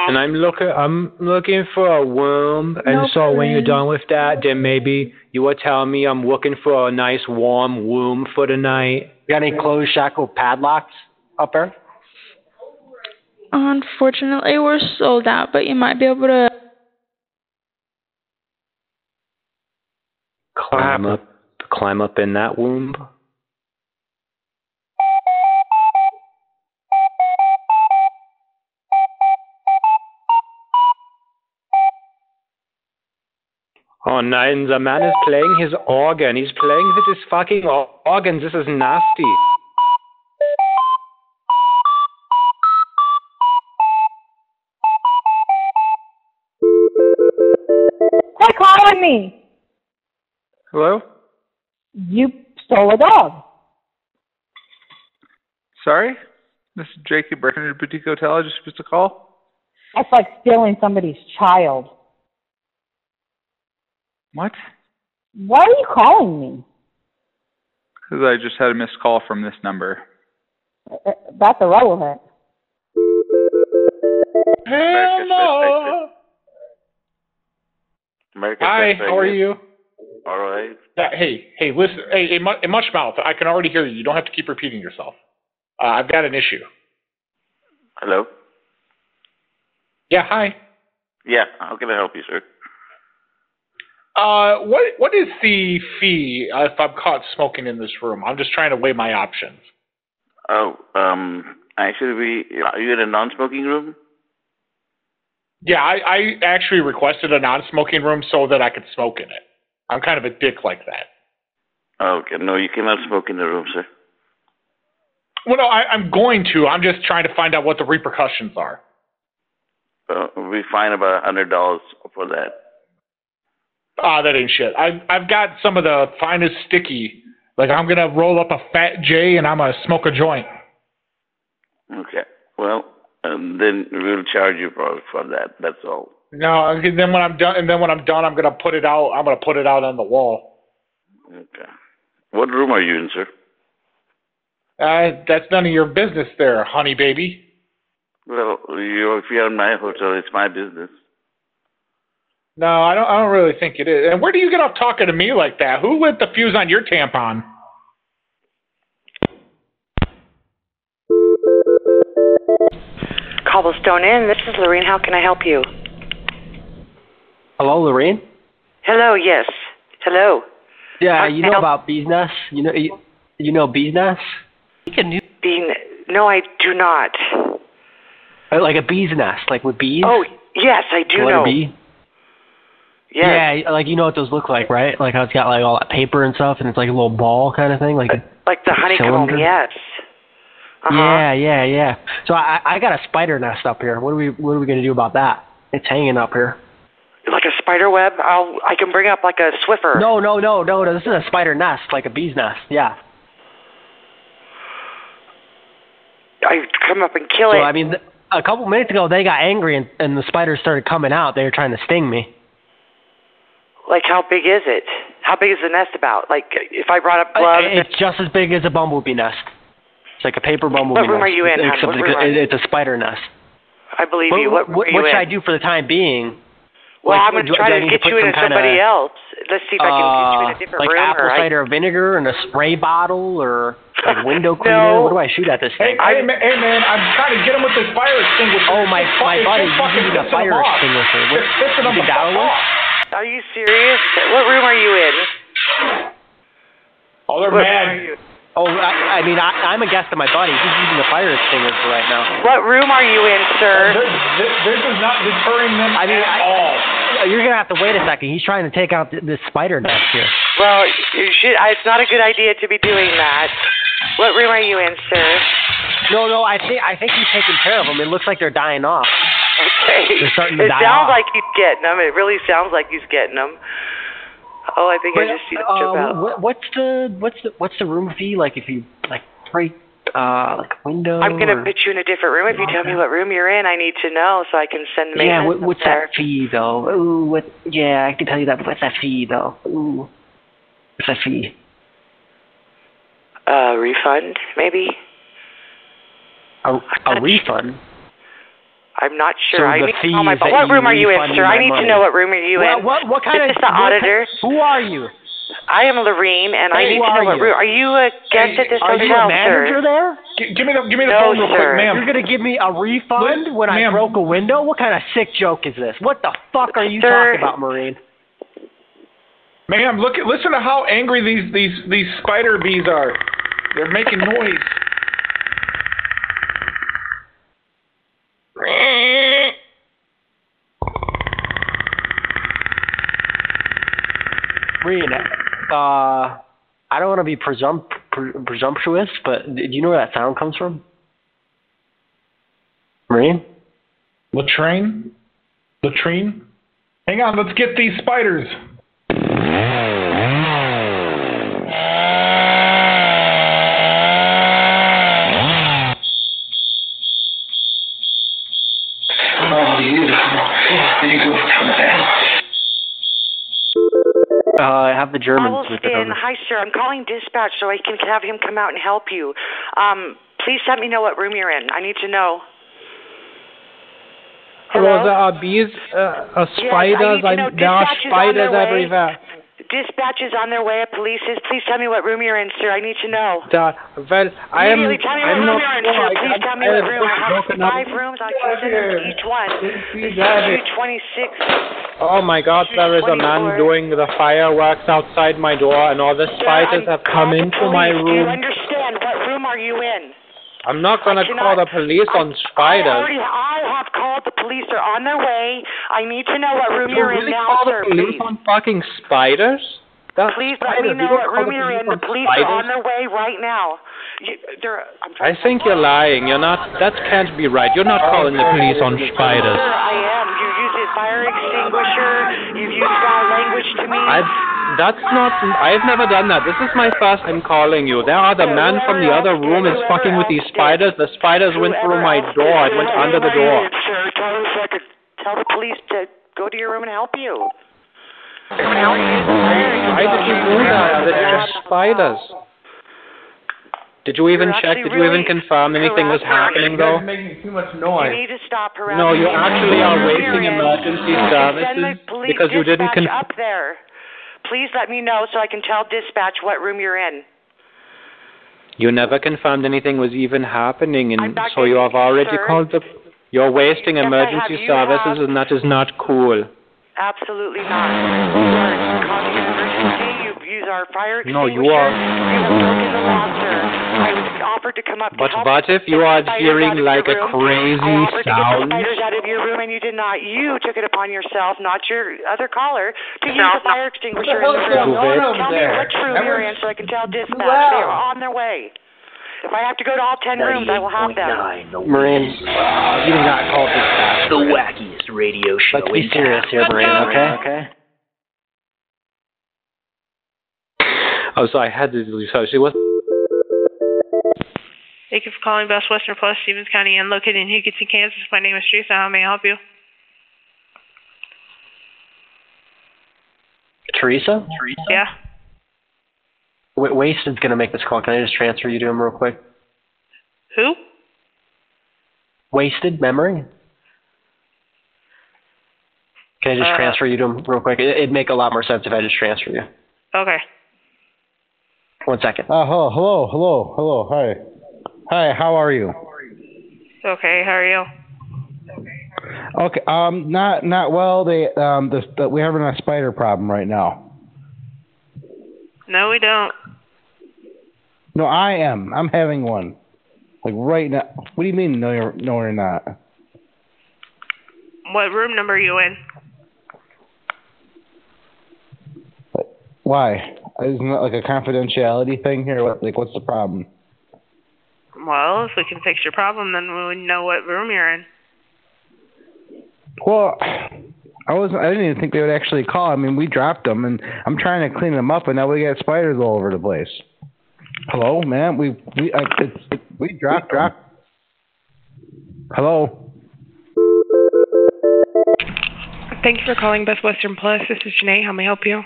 [SPEAKER 2] And I'm looking I'm looking for a warm and
[SPEAKER 12] No
[SPEAKER 2] so when you're
[SPEAKER 12] problem.
[SPEAKER 2] done with that then maybe you will tell me I'm looking for a nice warm room for the night.
[SPEAKER 25] Got any closed shackle padlocks up there?
[SPEAKER 12] Unfortunately we're sold out, but you might be able to
[SPEAKER 2] Climb up climb up in that womb. Oh nein, the man is playing his organ. He's playing with his fucking or- organ. This is nasty.
[SPEAKER 26] Quit calling me.
[SPEAKER 2] Hello?
[SPEAKER 26] You stole a dog.
[SPEAKER 7] Sorry? This is Jakey Bernard, Boutique Hotel. I just missed a call.
[SPEAKER 26] That's like stealing somebody's child.
[SPEAKER 7] What?
[SPEAKER 26] Why are you calling me?
[SPEAKER 7] Because I just had a missed call from this number.
[SPEAKER 26] Uh, That's irrelevant.
[SPEAKER 13] Hello.
[SPEAKER 10] American
[SPEAKER 13] Hi, how are you?
[SPEAKER 10] All right.
[SPEAKER 13] Yeah, hey, hey, listen, hey, hey, Mu- hey, Mushmouth, I can already hear you. You don't have to keep repeating yourself. Uh, I've got an issue.
[SPEAKER 10] Hello.
[SPEAKER 13] Yeah, hi.
[SPEAKER 10] Yeah. How can I help you, sir?
[SPEAKER 13] Uh, what what is the fee uh, if I'm caught smoking in this room? I'm just trying to weigh my options.
[SPEAKER 10] Oh, um, actually, we are you in a non-smoking room?
[SPEAKER 13] Yeah, I, I actually requested a non-smoking room so that I could smoke in it. I'm kind of a dick like that.
[SPEAKER 10] Okay. No, you cannot smoke in the room, sir.
[SPEAKER 13] Well, no, I, I'm going to. I'm just trying to find out what the repercussions are.
[SPEAKER 10] Uh, we fine about a hundred dollars for that.
[SPEAKER 13] Ah, that ain't shit. I've I've got some of the finest sticky. Like I'm gonna roll up a fat J and I'm gonna smoke a joint.
[SPEAKER 10] Okay. Well, um, then we'll charge you for for that. That's all.
[SPEAKER 13] No, and then when I'm done, and then when I'm done, I'm gonna put it out. I'm gonna put it out on the wall.
[SPEAKER 10] Okay. What room are you in, sir?
[SPEAKER 13] Uh, that's none of your business, there, honey baby.
[SPEAKER 10] Well, you if you're in my hotel, it's my business.
[SPEAKER 13] No, I don't. I don't really think it is. And where do you get off talking to me like that? Who lit the fuse on your tampon?
[SPEAKER 27] Cobblestone Inn. This is Lorraine. How can I help you?
[SPEAKER 4] Hello, Lorraine.
[SPEAKER 27] Hello. Yes. Hello.
[SPEAKER 4] Yeah,
[SPEAKER 27] Hi,
[SPEAKER 4] you know
[SPEAKER 27] hello.
[SPEAKER 4] about business. You know, you, you know business.
[SPEAKER 27] Bean. No, I do not.
[SPEAKER 4] Uh, Like a bee's nest, like with bees.
[SPEAKER 27] Oh, yes, I do
[SPEAKER 4] the letter
[SPEAKER 27] know.
[SPEAKER 4] B.
[SPEAKER 27] Yes.
[SPEAKER 4] Yeah, like you know what those look like, right? Like how it's got like all that paper and stuff, and it's like a little ball kind of thing, like
[SPEAKER 27] Like the
[SPEAKER 4] like a
[SPEAKER 27] honeycomb.
[SPEAKER 4] cylinder.
[SPEAKER 27] Yes. Uh-huh.
[SPEAKER 4] Yeah, yeah, yeah. So I I got a spider nest up here. What are we What are we gonna do about that? It's hanging up here.
[SPEAKER 27] Like a spider web. I'll. I can bring up like a Swiffer.
[SPEAKER 4] No, no, no, no, no. This is a spider nest, like a bee's nest. Yeah.
[SPEAKER 27] I come up and kill
[SPEAKER 4] so
[SPEAKER 27] it.
[SPEAKER 4] I mean, th- a couple minutes ago they got angry and, and the spiders started coming out. They were trying to sting me.
[SPEAKER 27] Like, how big is it? How big is the nest about? Like, if I brought
[SPEAKER 4] Uh,
[SPEAKER 27] up gloves,
[SPEAKER 4] It's just as big as a bumblebee nest. It's like a paper bumblebee
[SPEAKER 27] What room
[SPEAKER 4] nest,
[SPEAKER 27] are you in, hon?
[SPEAKER 4] Except
[SPEAKER 27] What
[SPEAKER 4] it's,
[SPEAKER 27] room are you in?
[SPEAKER 4] it's a spider nest.
[SPEAKER 27] I believe you. What,
[SPEAKER 4] What, what,
[SPEAKER 27] room are you
[SPEAKER 4] what should
[SPEAKER 27] in?
[SPEAKER 4] I do for the time being?
[SPEAKER 27] Well,
[SPEAKER 4] Like,
[SPEAKER 27] I'm gonna
[SPEAKER 4] do-
[SPEAKER 27] try
[SPEAKER 4] do I
[SPEAKER 27] to
[SPEAKER 4] need
[SPEAKER 27] get
[SPEAKER 4] put
[SPEAKER 27] you
[SPEAKER 4] some
[SPEAKER 27] into
[SPEAKER 4] kinda,
[SPEAKER 27] somebody else. Let's see if I can get you in
[SPEAKER 4] uh,
[SPEAKER 27] a different
[SPEAKER 4] like
[SPEAKER 27] room.
[SPEAKER 4] apple
[SPEAKER 27] or I-
[SPEAKER 4] cider vinegar and a spray bottle or like window cleaner. What do I shoot at this
[SPEAKER 13] Hey,
[SPEAKER 4] thing?
[SPEAKER 13] hey, man, hey, man, I'm trying to get him with this fire extinguisher.
[SPEAKER 4] oh my
[SPEAKER 13] It's
[SPEAKER 4] my
[SPEAKER 13] fucking-
[SPEAKER 4] buddy,
[SPEAKER 13] it's
[SPEAKER 4] you
[SPEAKER 13] fucking
[SPEAKER 4] need a
[SPEAKER 13] pissing him
[SPEAKER 4] fire
[SPEAKER 13] off.
[SPEAKER 4] extinguisher. What,
[SPEAKER 13] It's pissing
[SPEAKER 4] you
[SPEAKER 13] him
[SPEAKER 4] think
[SPEAKER 13] the
[SPEAKER 4] that
[SPEAKER 13] fuck
[SPEAKER 4] will work?
[SPEAKER 13] off.
[SPEAKER 27] Are you serious? What room are you in?
[SPEAKER 13] Oh,
[SPEAKER 4] they're mad. Oh, I, I mean, I, I'm a guest of my buddy. He's using the fire extinguisher right now.
[SPEAKER 27] What room are you in, sir?
[SPEAKER 13] This is not deterring them
[SPEAKER 4] I mean,
[SPEAKER 13] at
[SPEAKER 4] I-
[SPEAKER 13] all.
[SPEAKER 4] You're gonna have to wait a second. He's trying to take out th- this spider nest here.
[SPEAKER 27] Well, you should. I- It's not a good idea to be doing that. What room are you in, sir?
[SPEAKER 4] No, no, I think I think he's taking care of them. It looks like they're dying off.
[SPEAKER 27] Okay.
[SPEAKER 4] They're starting to
[SPEAKER 27] It
[SPEAKER 4] die
[SPEAKER 27] sounds
[SPEAKER 4] off.
[SPEAKER 27] like he's getting them. It really sounds like he's getting them. Oh, I think I just see the
[SPEAKER 4] uh,
[SPEAKER 27] jump out.
[SPEAKER 4] wh- what's the what's the what's the room fee like if you like break uh like a window?
[SPEAKER 27] I'm gonna
[SPEAKER 4] or-
[SPEAKER 27] put you in a different room if you tell me what room you're in. I need to know so I can send maintenance.
[SPEAKER 4] Yeah, what,
[SPEAKER 27] up
[SPEAKER 4] what's
[SPEAKER 27] there.
[SPEAKER 4] that fee though? Ooh, what? Yeah, I can tell you that. But what's that fee though? Ooh, what's that fee?
[SPEAKER 27] Uh, refund maybe.
[SPEAKER 4] A, a refund.
[SPEAKER 27] I'm not
[SPEAKER 4] So
[SPEAKER 27] sure. I
[SPEAKER 4] the
[SPEAKER 27] need to call my.
[SPEAKER 4] fees that
[SPEAKER 27] What
[SPEAKER 4] you
[SPEAKER 27] room are you in,
[SPEAKER 4] refund me
[SPEAKER 27] sir?
[SPEAKER 4] my
[SPEAKER 27] I need
[SPEAKER 4] money.
[SPEAKER 27] to know what room are you
[SPEAKER 4] Well,
[SPEAKER 27] in.
[SPEAKER 4] what- what kind of-
[SPEAKER 27] this is the
[SPEAKER 4] what ki-
[SPEAKER 27] auditor.
[SPEAKER 4] Who are you?
[SPEAKER 27] I am Lorene, and I
[SPEAKER 4] Hey,
[SPEAKER 27] need
[SPEAKER 4] who
[SPEAKER 27] to know
[SPEAKER 4] are
[SPEAKER 27] what
[SPEAKER 4] you?
[SPEAKER 27] room. Are you a guest at this
[SPEAKER 4] Are you
[SPEAKER 27] hotel,
[SPEAKER 4] a manager
[SPEAKER 27] sir?
[SPEAKER 4] there?
[SPEAKER 13] give me the give me
[SPEAKER 27] the No, phone real quick, sir. ma'am.
[SPEAKER 4] You're gonna give me a refund when I broke a window? What kind of sick joke is this? What the fuck are you
[SPEAKER 13] Sir.
[SPEAKER 4] talking about, Marine?
[SPEAKER 13] Ma'am, look at listen to how angry these these these spider bees are. They're making noise.
[SPEAKER 4] Marine, uh, I don't want to be presump- pre- presumptuous, but do you know where that sound comes from? Marine?
[SPEAKER 13] Latrine? Latrine? Hang on, let's get these spiders.
[SPEAKER 4] Uh, I have the Germans with it.
[SPEAKER 27] Austin, Oh, hi, sir. I'm calling dispatch so I can have him come out and help you. Um, please let me know what room you're in. I need to know.
[SPEAKER 2] Hello? There are bees, uh, uh,
[SPEAKER 27] Yes, I
[SPEAKER 2] spiders,
[SPEAKER 27] need to
[SPEAKER 2] and
[SPEAKER 27] know.
[SPEAKER 2] there are
[SPEAKER 27] Dispatch is on their
[SPEAKER 2] spiders
[SPEAKER 27] way.
[SPEAKER 2] everywhere.
[SPEAKER 27] Dispatch is on their way. Police is. Please tell me what room you're in, sir. I need to know.
[SPEAKER 2] The, well, I am.
[SPEAKER 27] Immediately tell me
[SPEAKER 2] I'm
[SPEAKER 27] what
[SPEAKER 2] not.
[SPEAKER 27] room you're in,
[SPEAKER 2] sure.
[SPEAKER 27] sir.
[SPEAKER 2] I
[SPEAKER 27] Please
[SPEAKER 2] can't-
[SPEAKER 27] tell me
[SPEAKER 2] I
[SPEAKER 27] what
[SPEAKER 2] have
[SPEAKER 27] room. I have
[SPEAKER 2] broken up.
[SPEAKER 27] five rooms. I can send them to each one. This
[SPEAKER 2] out of
[SPEAKER 27] is
[SPEAKER 2] here.
[SPEAKER 27] 26.
[SPEAKER 2] Oh my God! There is a man doing the fireworks outside my door, and all the spiders have come into my
[SPEAKER 27] Do you
[SPEAKER 2] room.
[SPEAKER 27] understand? What room are you in?
[SPEAKER 2] I'm not gonna call the police on
[SPEAKER 27] I
[SPEAKER 2] spiders.
[SPEAKER 27] already I have called the police. They're on their way. I need to know what room
[SPEAKER 2] You
[SPEAKER 27] you're
[SPEAKER 2] really
[SPEAKER 27] in now,
[SPEAKER 2] call
[SPEAKER 27] sir.
[SPEAKER 2] the police
[SPEAKER 27] please.
[SPEAKER 2] on fucking spiders? That's
[SPEAKER 27] Please let
[SPEAKER 2] spiders.
[SPEAKER 27] me
[SPEAKER 2] You
[SPEAKER 27] know
[SPEAKER 2] don't
[SPEAKER 27] what
[SPEAKER 2] call
[SPEAKER 27] room you're in. The police
[SPEAKER 2] spiders.
[SPEAKER 27] are on their way right now. You, they're, I'm Oh,
[SPEAKER 2] I think you're lying. You're not. That can't be right. You're not calling the police on spiders.
[SPEAKER 27] Sir, I am. You used a fire extinguisher. You've used foul language to me.
[SPEAKER 2] I. That's not. I've never done that. This is my first. I'm calling you. There are the man from the other room is fucking with these spiders. The spiders went through my door. It went under the door.
[SPEAKER 27] Sir, tell them so I could tell the police to go to your room and help you.
[SPEAKER 2] Why did you do that? They're just spiders. Did you even check? Did you even confirm anything was happening though?
[SPEAKER 28] making too much
[SPEAKER 2] noise.
[SPEAKER 27] You need to stop harassing
[SPEAKER 2] No, you
[SPEAKER 27] me.
[SPEAKER 2] actually are wasting
[SPEAKER 27] Period.
[SPEAKER 2] emergency
[SPEAKER 27] Send the
[SPEAKER 2] services
[SPEAKER 27] police
[SPEAKER 2] because you didn't
[SPEAKER 27] dispatch
[SPEAKER 2] confirm.
[SPEAKER 27] up there. Please let me know so I can tell dispatch what room you're in.
[SPEAKER 2] You never confirmed anything was even happening, and
[SPEAKER 27] not
[SPEAKER 2] so you have already
[SPEAKER 27] sir.
[SPEAKER 2] called the. You're wasting
[SPEAKER 27] Yes, I have.
[SPEAKER 2] emergency
[SPEAKER 27] You
[SPEAKER 2] services, and that is not cool.
[SPEAKER 27] Absolutely not. You are causing an emergency. You've used our fire
[SPEAKER 2] No,
[SPEAKER 27] extinguisher.
[SPEAKER 2] you are.
[SPEAKER 27] You have broken the law, sir. I was offered to come up
[SPEAKER 2] But
[SPEAKER 27] to help
[SPEAKER 2] what if you are
[SPEAKER 27] spiders out of
[SPEAKER 2] hearing
[SPEAKER 27] your
[SPEAKER 2] like a
[SPEAKER 27] room. I
[SPEAKER 2] crazy
[SPEAKER 27] offered to get
[SPEAKER 2] sound?
[SPEAKER 27] the spiders out of your room, and you did not. You took it upon yourself, not your other caller, to use the fire extinguisher in
[SPEAKER 2] What
[SPEAKER 27] the
[SPEAKER 2] the
[SPEAKER 27] room.
[SPEAKER 2] hell is going on
[SPEAKER 27] Tell
[SPEAKER 2] over
[SPEAKER 27] me
[SPEAKER 2] there?
[SPEAKER 27] what room you're in so I can tell dispatch. They are on their way. If I have to go to all ten rooms, I will have them.
[SPEAKER 4] Marine, you did not call this back.
[SPEAKER 29] The wackiest radio show
[SPEAKER 4] Let's be
[SPEAKER 29] in
[SPEAKER 4] serious
[SPEAKER 29] town.
[SPEAKER 4] here, Marine, okay? Okay.
[SPEAKER 2] Oh, so I had to do so. She was.
[SPEAKER 10] Thank you for calling Best Western Plus, Stevens County, and located in Hickinson, Kansas. My name is Teresa. How may I help you?
[SPEAKER 4] Teresa?
[SPEAKER 6] Yeah.
[SPEAKER 4] Wait, Wasted's gonna make this call. Can I just transfer you to him real quick?
[SPEAKER 6] Who?
[SPEAKER 4] Wasted memory. Can I just
[SPEAKER 6] Uh,
[SPEAKER 4] transfer you to him real quick? It, it'd make a lot more sense if I just transfer you.
[SPEAKER 6] Okay.
[SPEAKER 4] One second.
[SPEAKER 10] Uh, hello, hello, hello, hello. Hi. Hi, how are you?
[SPEAKER 6] Okay. How are you?
[SPEAKER 10] Okay, um not not well. They um the, the we're having a spider problem right now.
[SPEAKER 6] No, we don't.
[SPEAKER 10] No, I am. I'm having one. Like right now. What do you mean no you're no you're not?
[SPEAKER 6] What room number are you in?
[SPEAKER 10] Why? Isn't that like a confidentiality thing here? What like what's the problem?
[SPEAKER 6] Well, if we can fix your problem, then we would know what room you're in.
[SPEAKER 10] Well, I wasn't. I didn't even think they would actually call. I mean, we dropped them, and I'm trying to clean them up, and now we got spiders all over the place. Hello, ma'am. We we I, it's, we dropped dropped. Hello.
[SPEAKER 6] Thank you for calling Best Western Plus. This is Janae. How may I help you?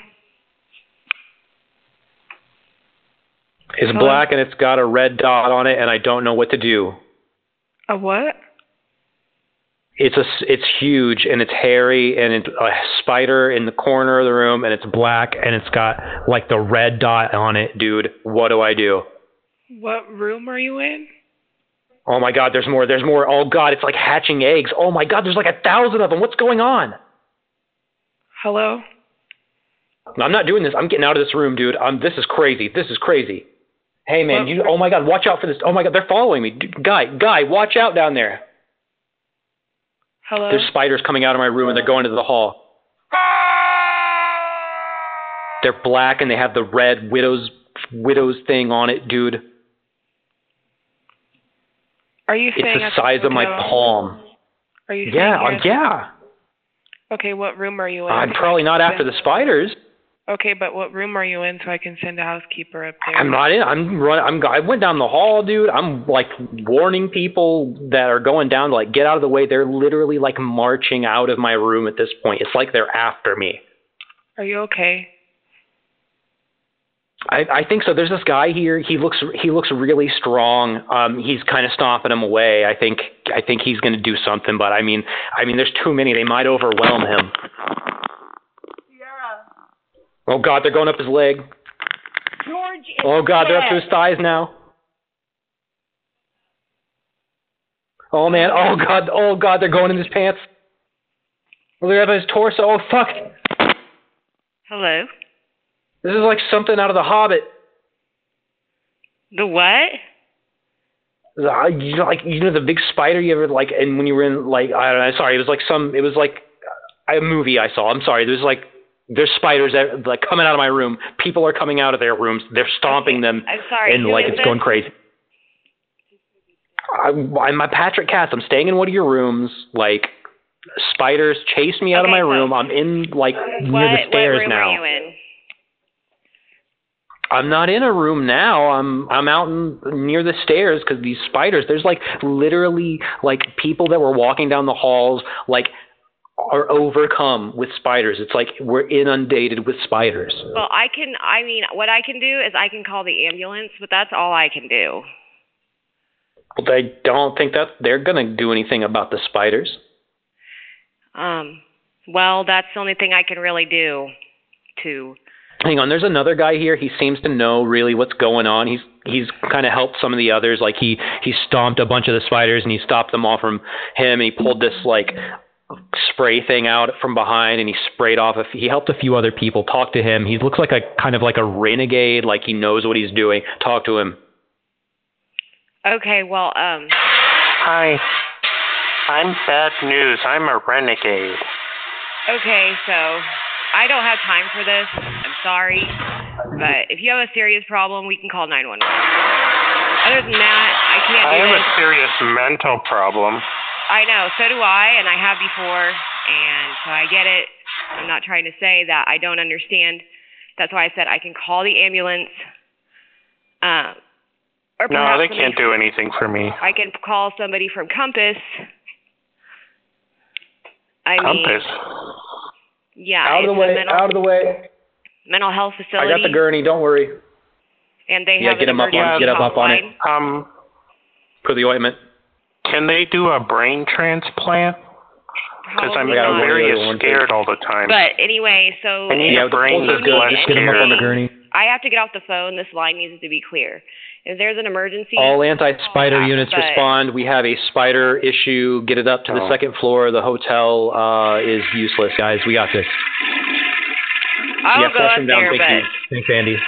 [SPEAKER 2] It's
[SPEAKER 6] Hello?
[SPEAKER 2] black and it's got a red dot on it, and I don't know what to do.
[SPEAKER 6] A what?
[SPEAKER 2] It's a s it's huge and it's hairy and it's a spider in the corner of the room and it's black and it's got like the red dot on it, dude. What do I do?
[SPEAKER 6] What room are you in?
[SPEAKER 2] Oh my god, there's more. There's more. Oh god, it's like hatching eggs. Oh my god, there's like a thousand of them. What's going on?
[SPEAKER 6] Hello?
[SPEAKER 2] I'm not doing this. I'm getting out of this room, dude. I'm, this is crazy. This is crazy. Hey man, you. Oh my god, watch out for this. Oh my god, they're following me. Dude, guy, guy, watch out down there.
[SPEAKER 6] Hello?
[SPEAKER 2] There's spiders coming out of my room and they're going into the hall.
[SPEAKER 6] Ah!
[SPEAKER 2] They're black and they have the red widow's widow's thing on it, dude.
[SPEAKER 6] Are you
[SPEAKER 2] It's
[SPEAKER 6] saying
[SPEAKER 2] the size of my palm.
[SPEAKER 6] Are you
[SPEAKER 2] Yeah,
[SPEAKER 6] staying
[SPEAKER 2] I'm,
[SPEAKER 6] here?
[SPEAKER 2] yeah.
[SPEAKER 6] Okay, what room are you in?
[SPEAKER 2] I'm probably not after the spiders.
[SPEAKER 6] Okay, but what room are you in so I can send a housekeeper up there?
[SPEAKER 2] I'm not in. I'm run. I'm. go- I went down the hall, dude. I'm like warning people that are going down to like get out of the way. They're literally like marching out of my room at this point. It's like they're after me.
[SPEAKER 6] Are you okay?
[SPEAKER 2] I, I think so. There's this guy here. He looks he looks really strong. Um, he's kind of stomping him away. I think I think he's going to do something. But I mean, I mean, there's too many. They might overwhelm him. Oh God, they're going up his leg.
[SPEAKER 26] George is
[SPEAKER 2] Oh God, they're up to
[SPEAKER 26] dead.
[SPEAKER 2] his thighs now. Oh man. Oh God. Oh God, they're going in his pants. Oh, they're up his torso. Oh fuck.
[SPEAKER 6] Hello?
[SPEAKER 2] This is like something out of The Hobbit.
[SPEAKER 6] The what?
[SPEAKER 2] Uh, you know, like you know the big spider you ever like, and when you were in like I don't know, sorry, it was like some, it was like uh, a movie I saw. I'm sorry, there's like there's spiders that like coming out of my room. People are coming out of their rooms. They're stomping them,
[SPEAKER 6] I'm sorry,
[SPEAKER 2] and
[SPEAKER 6] who
[SPEAKER 2] like
[SPEAKER 6] is
[SPEAKER 2] it's
[SPEAKER 6] this?
[SPEAKER 2] going crazy. I, I'm a Patrick Katz. I'm staying in one of your rooms. Like spiders chase me out of my room. I'm in like near the
[SPEAKER 6] What, what
[SPEAKER 2] stairs
[SPEAKER 6] room
[SPEAKER 2] now.
[SPEAKER 6] are you in?
[SPEAKER 2] I'm not in a room now. I'm I'm out in, near the stairs because these spiders. There's like literally like people that were walking down the halls like are overcome with spiders. It's like we're inundated with spiders.
[SPEAKER 3] Well, I can. I mean, what I can do is I can call the ambulance, but that's all I can do.
[SPEAKER 2] But I don't think that they're gonna do anything about the spiders.
[SPEAKER 3] Um, well, that's the only thing I can really do. To
[SPEAKER 2] Hang on, there's another guy here. He seems to know really what's going on. He's he's kind of helped some of the others. Like he he stomped a bunch of the spiders and he stopped them all from him. And he pulled this like spray thing out from behind and he sprayed off. A f- he helped a few other people. Talk to him. He looks like a kind of like a renegade. Like he knows what he's doing. Talk to him.
[SPEAKER 3] okay, well, um,
[SPEAKER 4] Hi.
[SPEAKER 9] I'm bad news. I'm a renegade.
[SPEAKER 3] okay, so I don't have time for this. I'm sorry, but if you have a serious problem, we can call 911. Other than that, I can't
[SPEAKER 9] I
[SPEAKER 3] do
[SPEAKER 9] have a
[SPEAKER 3] this.
[SPEAKER 9] serious mental problem.
[SPEAKER 3] I know, so do I, and I have before, and so I get it. I'm not trying to say that I don't understand. That's why I said I can call the ambulance. Um, or
[SPEAKER 9] No,
[SPEAKER 3] perhaps
[SPEAKER 9] they
[SPEAKER 3] somebody
[SPEAKER 9] can't do anything for me.
[SPEAKER 3] I can call somebody from Compass. I mean,
[SPEAKER 9] Compass.
[SPEAKER 3] yeah,
[SPEAKER 10] out of the
[SPEAKER 3] it's a
[SPEAKER 10] way.
[SPEAKER 3] mental-
[SPEAKER 10] Out of the way.
[SPEAKER 3] mental health
[SPEAKER 2] I
[SPEAKER 3] facility.
[SPEAKER 2] got the gurney. Don't worry.
[SPEAKER 3] And they
[SPEAKER 2] yeah,
[SPEAKER 3] have
[SPEAKER 2] get
[SPEAKER 3] an
[SPEAKER 2] him up on.
[SPEAKER 3] emergency
[SPEAKER 2] Get him up on it.
[SPEAKER 3] hotline.
[SPEAKER 9] Um,
[SPEAKER 2] put the ointment.
[SPEAKER 9] Can they do a brain transplant? Because I'm
[SPEAKER 3] Probably not.
[SPEAKER 9] very
[SPEAKER 3] Yeah, one
[SPEAKER 9] scared all the time.
[SPEAKER 3] But anyway, so
[SPEAKER 9] I need a brain
[SPEAKER 3] if you
[SPEAKER 9] transplant.
[SPEAKER 3] need
[SPEAKER 9] Get him up on the
[SPEAKER 3] anything-
[SPEAKER 9] gurney.
[SPEAKER 3] I have to get off the phone. This line needs to be clear. If there's an emergency,
[SPEAKER 2] All anti-spider units
[SPEAKER 3] but-
[SPEAKER 2] respond. We have a spider issue. Get it up to the
[SPEAKER 3] Oh.
[SPEAKER 2] second floor. The hotel uh, is useless, guys. We got this.
[SPEAKER 3] I'll
[SPEAKER 2] yeah,
[SPEAKER 3] go
[SPEAKER 2] flush
[SPEAKER 3] up
[SPEAKER 2] him down.
[SPEAKER 3] there,
[SPEAKER 2] Thank
[SPEAKER 3] but
[SPEAKER 2] you. Thanks, Andy.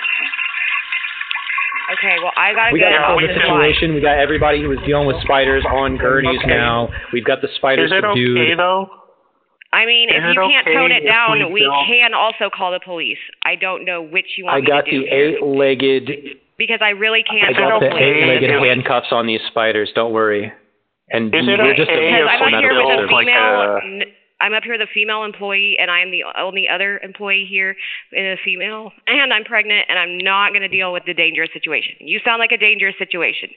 [SPEAKER 3] okay. Well, I gotta
[SPEAKER 2] We
[SPEAKER 3] go.
[SPEAKER 2] got
[SPEAKER 3] off
[SPEAKER 2] out of the
[SPEAKER 3] this line.
[SPEAKER 2] situation. We got everybody who was dealing with spiders on gurneys
[SPEAKER 9] Okay.
[SPEAKER 2] now. We've got the spiders
[SPEAKER 9] Is it
[SPEAKER 2] subdued.
[SPEAKER 9] okay though?
[SPEAKER 3] I mean, if
[SPEAKER 2] Is
[SPEAKER 3] you
[SPEAKER 2] it
[SPEAKER 3] can't
[SPEAKER 2] okay
[SPEAKER 3] tone it
[SPEAKER 2] if
[SPEAKER 3] down,
[SPEAKER 2] we
[SPEAKER 3] we
[SPEAKER 2] don't-
[SPEAKER 3] can also call the police. I don't know which you want
[SPEAKER 2] I
[SPEAKER 3] me
[SPEAKER 2] got
[SPEAKER 3] to do
[SPEAKER 2] the
[SPEAKER 3] here,
[SPEAKER 2] eight-legged.
[SPEAKER 3] because I really
[SPEAKER 2] I
[SPEAKER 3] can't.
[SPEAKER 2] got the
[SPEAKER 3] help you.
[SPEAKER 2] eight-legged handcuffs on these spiders. Don't worry. And
[SPEAKER 9] Is it
[SPEAKER 2] we're just
[SPEAKER 9] okay
[SPEAKER 2] a
[SPEAKER 3] Because I'm up here
[SPEAKER 2] medical
[SPEAKER 3] with a
[SPEAKER 2] center.
[SPEAKER 3] female. n- I'm up here with a female employee, and I am the only other employee here is a female, and I'm pregnant, and I'm not going to deal with the dangerous situation. You sound like a dangerous situation.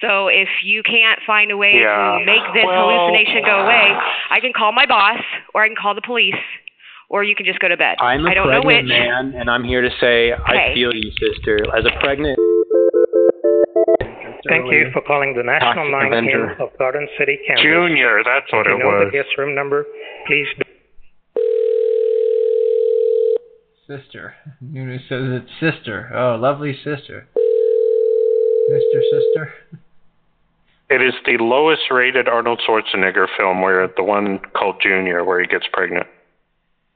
[SPEAKER 3] So if you can't find a way
[SPEAKER 10] Yeah.
[SPEAKER 3] to make this
[SPEAKER 10] Well-
[SPEAKER 3] hallucination go away, I can call my boss, or I can call the police, or you can just go to bed.
[SPEAKER 2] I'm a
[SPEAKER 3] I don't know
[SPEAKER 2] pregnant
[SPEAKER 3] which.
[SPEAKER 2] man, and I'm here to say
[SPEAKER 3] Okay.
[SPEAKER 2] I feel you, sister. As a pregnant.
[SPEAKER 6] Thank you for calling the National
[SPEAKER 2] Toxic
[SPEAKER 6] Line
[SPEAKER 2] Avenger.
[SPEAKER 6] Care of Garden City Campus.
[SPEAKER 9] Junior, that's what
[SPEAKER 6] If
[SPEAKER 9] it
[SPEAKER 6] you know
[SPEAKER 9] was.
[SPEAKER 6] the guest room number, please
[SPEAKER 8] Sister. Nunu says it's sister. Oh, lovely sister. Mr. Sister.
[SPEAKER 9] It is the lowest rated Arnold Schwarzenegger film where the one called Junior where he gets pregnant.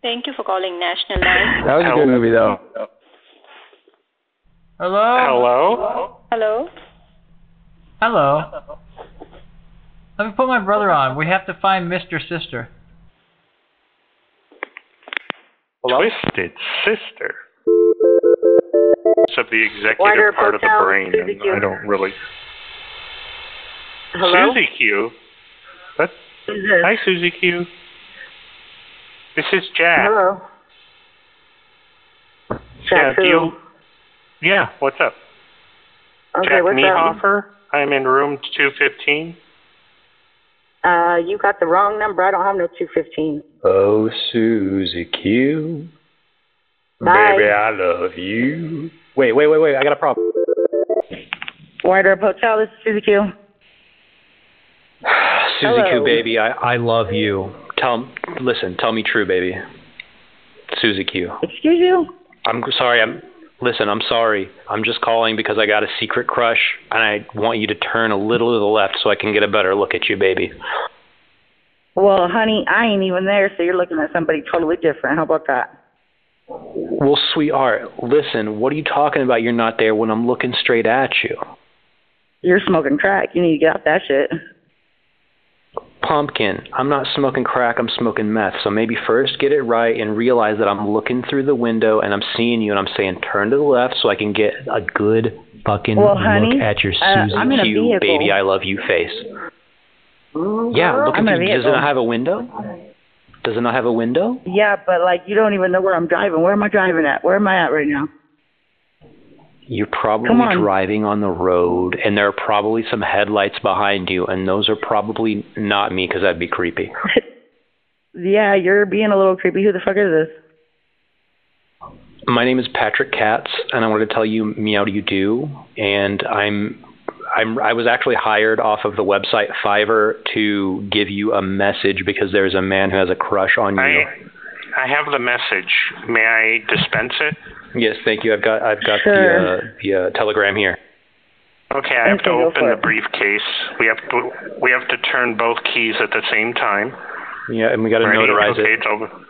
[SPEAKER 26] Thank you for calling National Line.
[SPEAKER 9] That was a good movie though.
[SPEAKER 8] Hello?
[SPEAKER 9] Hello?
[SPEAKER 26] Hello.
[SPEAKER 8] Hello. Let me put my brother on. We have to find Mr. Sister.
[SPEAKER 9] Twisted Sister. Except the executive
[SPEAKER 10] Wider
[SPEAKER 9] part of the
[SPEAKER 10] Hotel,
[SPEAKER 9] brain,
[SPEAKER 10] Suzy
[SPEAKER 9] and
[SPEAKER 10] Q.
[SPEAKER 9] I don't really.
[SPEAKER 10] Hello?
[SPEAKER 9] Suzy Q. What? Hi, Suzy Q. This is Jack.
[SPEAKER 10] Hello.
[SPEAKER 9] Jack,
[SPEAKER 10] Jack who?
[SPEAKER 9] you. Yeah, what's up?
[SPEAKER 26] Okay,
[SPEAKER 9] Jack
[SPEAKER 26] what's up?
[SPEAKER 9] Niehoffer. I'm in room 215.
[SPEAKER 26] Uh, you got the wrong number. I don't have no 215.
[SPEAKER 2] Oh, Susie Q.
[SPEAKER 26] Bye.
[SPEAKER 2] Baby, I love you. Wait, wait, wait, wait. I got a problem.
[SPEAKER 26] White Herb Hotel, this is Suzy Q.
[SPEAKER 2] Susie Q,
[SPEAKER 26] Hello.
[SPEAKER 2] baby, I, I love you. Tell, listen, tell me true, baby. Susie Q.
[SPEAKER 26] Excuse you?
[SPEAKER 2] I'm sorry. I'm listen. I'm sorry. I'm just calling because I got a secret crush, and I want you to turn a little to the left so I can get a better look at you, baby.
[SPEAKER 26] Well, honey, I ain't even there, so you're looking at somebody totally different. How about that?
[SPEAKER 2] Well, sweetheart, listen. What are you talking about? You're not there when I'm looking straight at you.
[SPEAKER 26] You're smoking crack. You need to get off that shit.
[SPEAKER 2] Pumpkin, I'm not smoking crack, I'm smoking meth. So maybe first get it right and realize that I'm looking through the window and I'm seeing you and I'm saying turn to the left so I can get a good fucking
[SPEAKER 26] Well,
[SPEAKER 2] look
[SPEAKER 26] honey,
[SPEAKER 2] at your
[SPEAKER 26] uh,
[SPEAKER 2] Susie
[SPEAKER 26] I'm in a
[SPEAKER 2] Q
[SPEAKER 26] vehicle.
[SPEAKER 2] baby I love you face.
[SPEAKER 26] Mm-hmm.
[SPEAKER 2] Yeah, look
[SPEAKER 26] I'm
[SPEAKER 2] at
[SPEAKER 26] in a
[SPEAKER 2] you. Does it
[SPEAKER 26] vehicle.
[SPEAKER 2] not have a window? Does it not have a window?
[SPEAKER 26] Yeah, but like you don't even know where I'm driving. Where am I driving at? Where am I at right now?
[SPEAKER 2] You're probably
[SPEAKER 26] Come on.
[SPEAKER 2] driving on the road and there are probably some headlights behind you and those are probably not me because that'd be creepy.
[SPEAKER 26] Yeah, you're being a little creepy. Who the fuck is this?
[SPEAKER 2] My name is Patrick Katz, and I wanted to tell you meow do you do, and I'm. I'm, I was actually hired off of the website Fiverr to give you a message because there's a man who has a crush on you.
[SPEAKER 9] I, I have the message. May I dispense it?
[SPEAKER 2] yes, thank you. I've got I've got
[SPEAKER 9] Sure.
[SPEAKER 2] the uh, the uh, telegram here.
[SPEAKER 9] Okay, I have
[SPEAKER 2] Okay,
[SPEAKER 9] to
[SPEAKER 2] go
[SPEAKER 9] open
[SPEAKER 2] for
[SPEAKER 9] the
[SPEAKER 2] it.
[SPEAKER 9] briefcase. We have to we have to turn both keys at the same time.
[SPEAKER 2] Yeah, and we got to
[SPEAKER 9] Ready?
[SPEAKER 2] notarize
[SPEAKER 9] okay,
[SPEAKER 2] it.
[SPEAKER 9] It's open.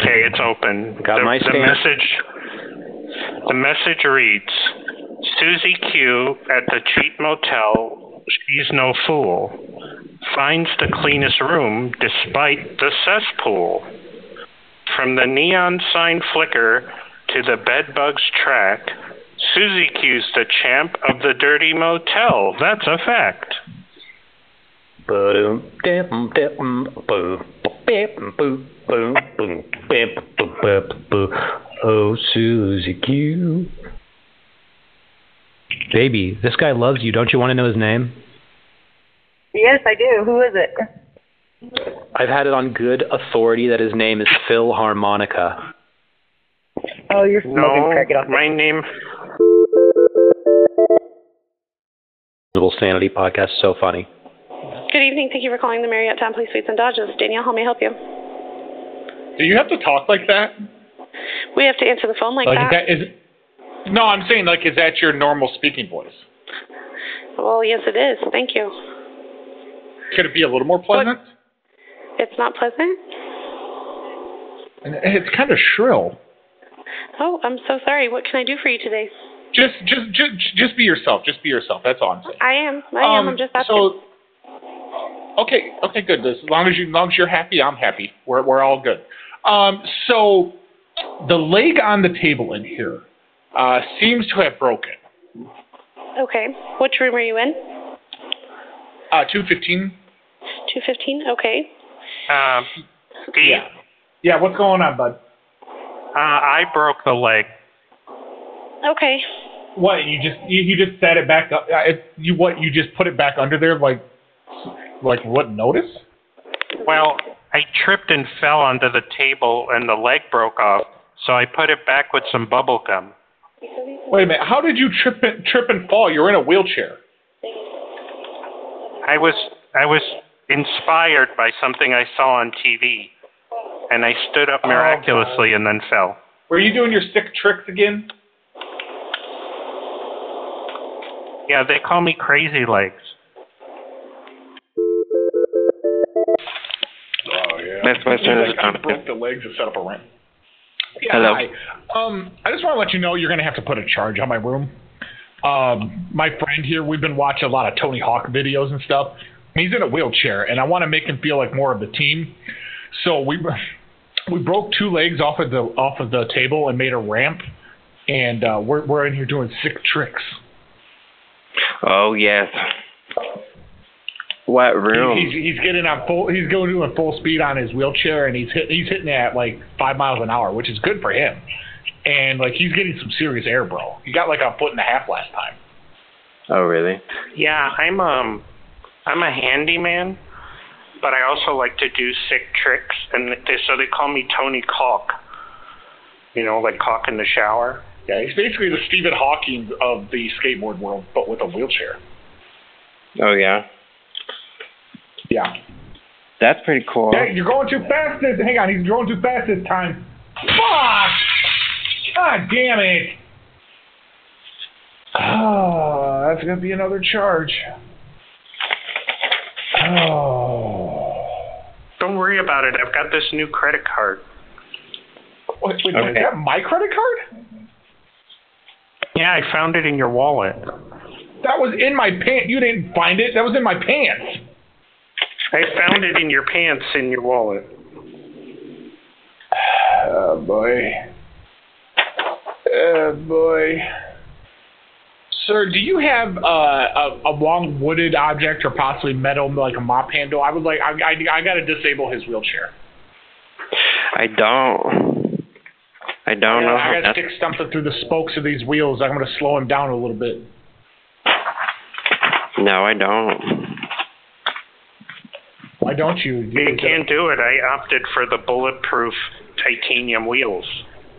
[SPEAKER 9] Okay, it's open.
[SPEAKER 2] Got
[SPEAKER 9] the,
[SPEAKER 2] my
[SPEAKER 9] the
[SPEAKER 2] stamp.
[SPEAKER 9] message. The message reads: Susie Q at the cheap motel. She's no fool. Finds the cleanest room despite the cesspool. From the neon sign flicker to the bedbug's track, Susie Q's the champ of the dirty motel. That's a fact.
[SPEAKER 2] Boom, dim, dim, boom, bim, boom, boom, boom, bim, boom, bim, boom. Oh, Susie Q. Baby, this guy loves you. Don't you want to know his name?
[SPEAKER 26] Yes, I do. Who is it?
[SPEAKER 2] I've had it on good authority that his name is Phil Harmonica.
[SPEAKER 15] Oh, you're smoking
[SPEAKER 9] No,
[SPEAKER 15] crack it off.
[SPEAKER 9] my name.
[SPEAKER 5] Little Sanity podcast, so funny.
[SPEAKER 3] Good evening. Thank you for calling the Marriott Town Police Suites and Dodges. Danielle, how may I help you?
[SPEAKER 13] Do you have to talk like that?
[SPEAKER 3] We have to answer the phone like,
[SPEAKER 13] Like,
[SPEAKER 3] that.
[SPEAKER 13] is Uh, that is. No, I'm saying like, is that your normal speaking voice?
[SPEAKER 3] Well, yes, it is. Thank you.
[SPEAKER 13] Could it be a little more pleasant?
[SPEAKER 3] It's not pleasant.
[SPEAKER 13] And it's kind of shrill.
[SPEAKER 3] Oh, I'm so sorry. What can I do for you today?
[SPEAKER 13] Just, just, just, just be yourself. Just be yourself. That's all I'm saying.
[SPEAKER 3] I am. I am.
[SPEAKER 13] Um,
[SPEAKER 3] I'm just asking.
[SPEAKER 13] so- Okay, okay, good. As long as you, as long as you're happy, I'm happy. We're, we're all good. Um, so the leg on the table in here uh, seems to have broken.
[SPEAKER 3] okay. Which room are you in?
[SPEAKER 13] Uh, two fifteen.
[SPEAKER 3] 215. Okay.
[SPEAKER 9] Um, Pete,
[SPEAKER 13] Yeah, what's going on, bud?
[SPEAKER 9] uh, I broke the leg.
[SPEAKER 3] Okay.
[SPEAKER 13] What you just you, you just set it back up? uh, It, you what you just put it back under there like like what notice?
[SPEAKER 9] Well, I tripped and fell onto the table, and the leg broke off. So I put it back with some bubble gum.
[SPEAKER 13] Wait a minute. How did you trip and, trip and fall? You're in a wheelchair.
[SPEAKER 9] I was I was inspired by something I saw on TV, and I stood
[SPEAKER 13] Oh.
[SPEAKER 9] up miraculously and then fell.
[SPEAKER 13] Were you doing your sick tricks again?
[SPEAKER 9] Yeah, they call me Crazy Legs.
[SPEAKER 13] Oh yeah.
[SPEAKER 9] That's my service comment.
[SPEAKER 13] broke the legs and set up a rent. Yeah,
[SPEAKER 9] Hello.
[SPEAKER 13] Hi. Um, I just want to let you know you're gonna have to put a charge on my room. Um, my friend here, we've been watching a lot of Tony Hawk videos and stuff. And he's in a wheelchair, and I want to make him feel like more of the team. So we we broke two legs off of the off of the table and made a ramp, and uh, we're we're in here doing sick tricks.
[SPEAKER 30] Oh yes. What room?
[SPEAKER 13] He's, he's getting on full. He's going doing full speed on his wheelchair, and he's hit, he's hitting it at like five miles an hour, which is good for him. And like he's getting some serious air, bro. He got like a foot and a half last time.
[SPEAKER 30] Oh really?
[SPEAKER 9] Yeah, I'm um I'm a handyman, but I also like to do sick tricks, and they, so they call me Tony Caulk. You know, like caulk in the shower.
[SPEAKER 13] Yeah, he's basically the Stephen Hawking of the skateboard world, but with a wheelchair.
[SPEAKER 30] Oh yeah.
[SPEAKER 13] Yeah.
[SPEAKER 30] That's pretty cool.
[SPEAKER 13] Hey, you're going too fast. This, hang on, he's going too fast this time. Fuck! God damn it! Oh, that's gonna be another charge. Oh.
[SPEAKER 9] Don't worry about it. I've got this new credit card.
[SPEAKER 13] Wait, wait, Is that my credit card?
[SPEAKER 9] Yeah, I found it in your wallet.
[SPEAKER 13] That was in my pants. You didn't find it. That was in my pants.
[SPEAKER 9] I found it in your pants in your wallet.
[SPEAKER 13] Oh boy. Oh boy. Sir, do you have uh, a a long wooded object or possibly metal like a mop handle? I would like. I I, I gotta disable his wheelchair.
[SPEAKER 30] I don't. I don't know.
[SPEAKER 13] I
[SPEAKER 30] how
[SPEAKER 13] gotta
[SPEAKER 30] that's
[SPEAKER 13] stick something through the spokes of these wheels. I'm gonna slow him down a little bit.
[SPEAKER 30] No, I don't.
[SPEAKER 13] Why don't you?
[SPEAKER 9] You can't do it. I opted for the bulletproof titanium wheels.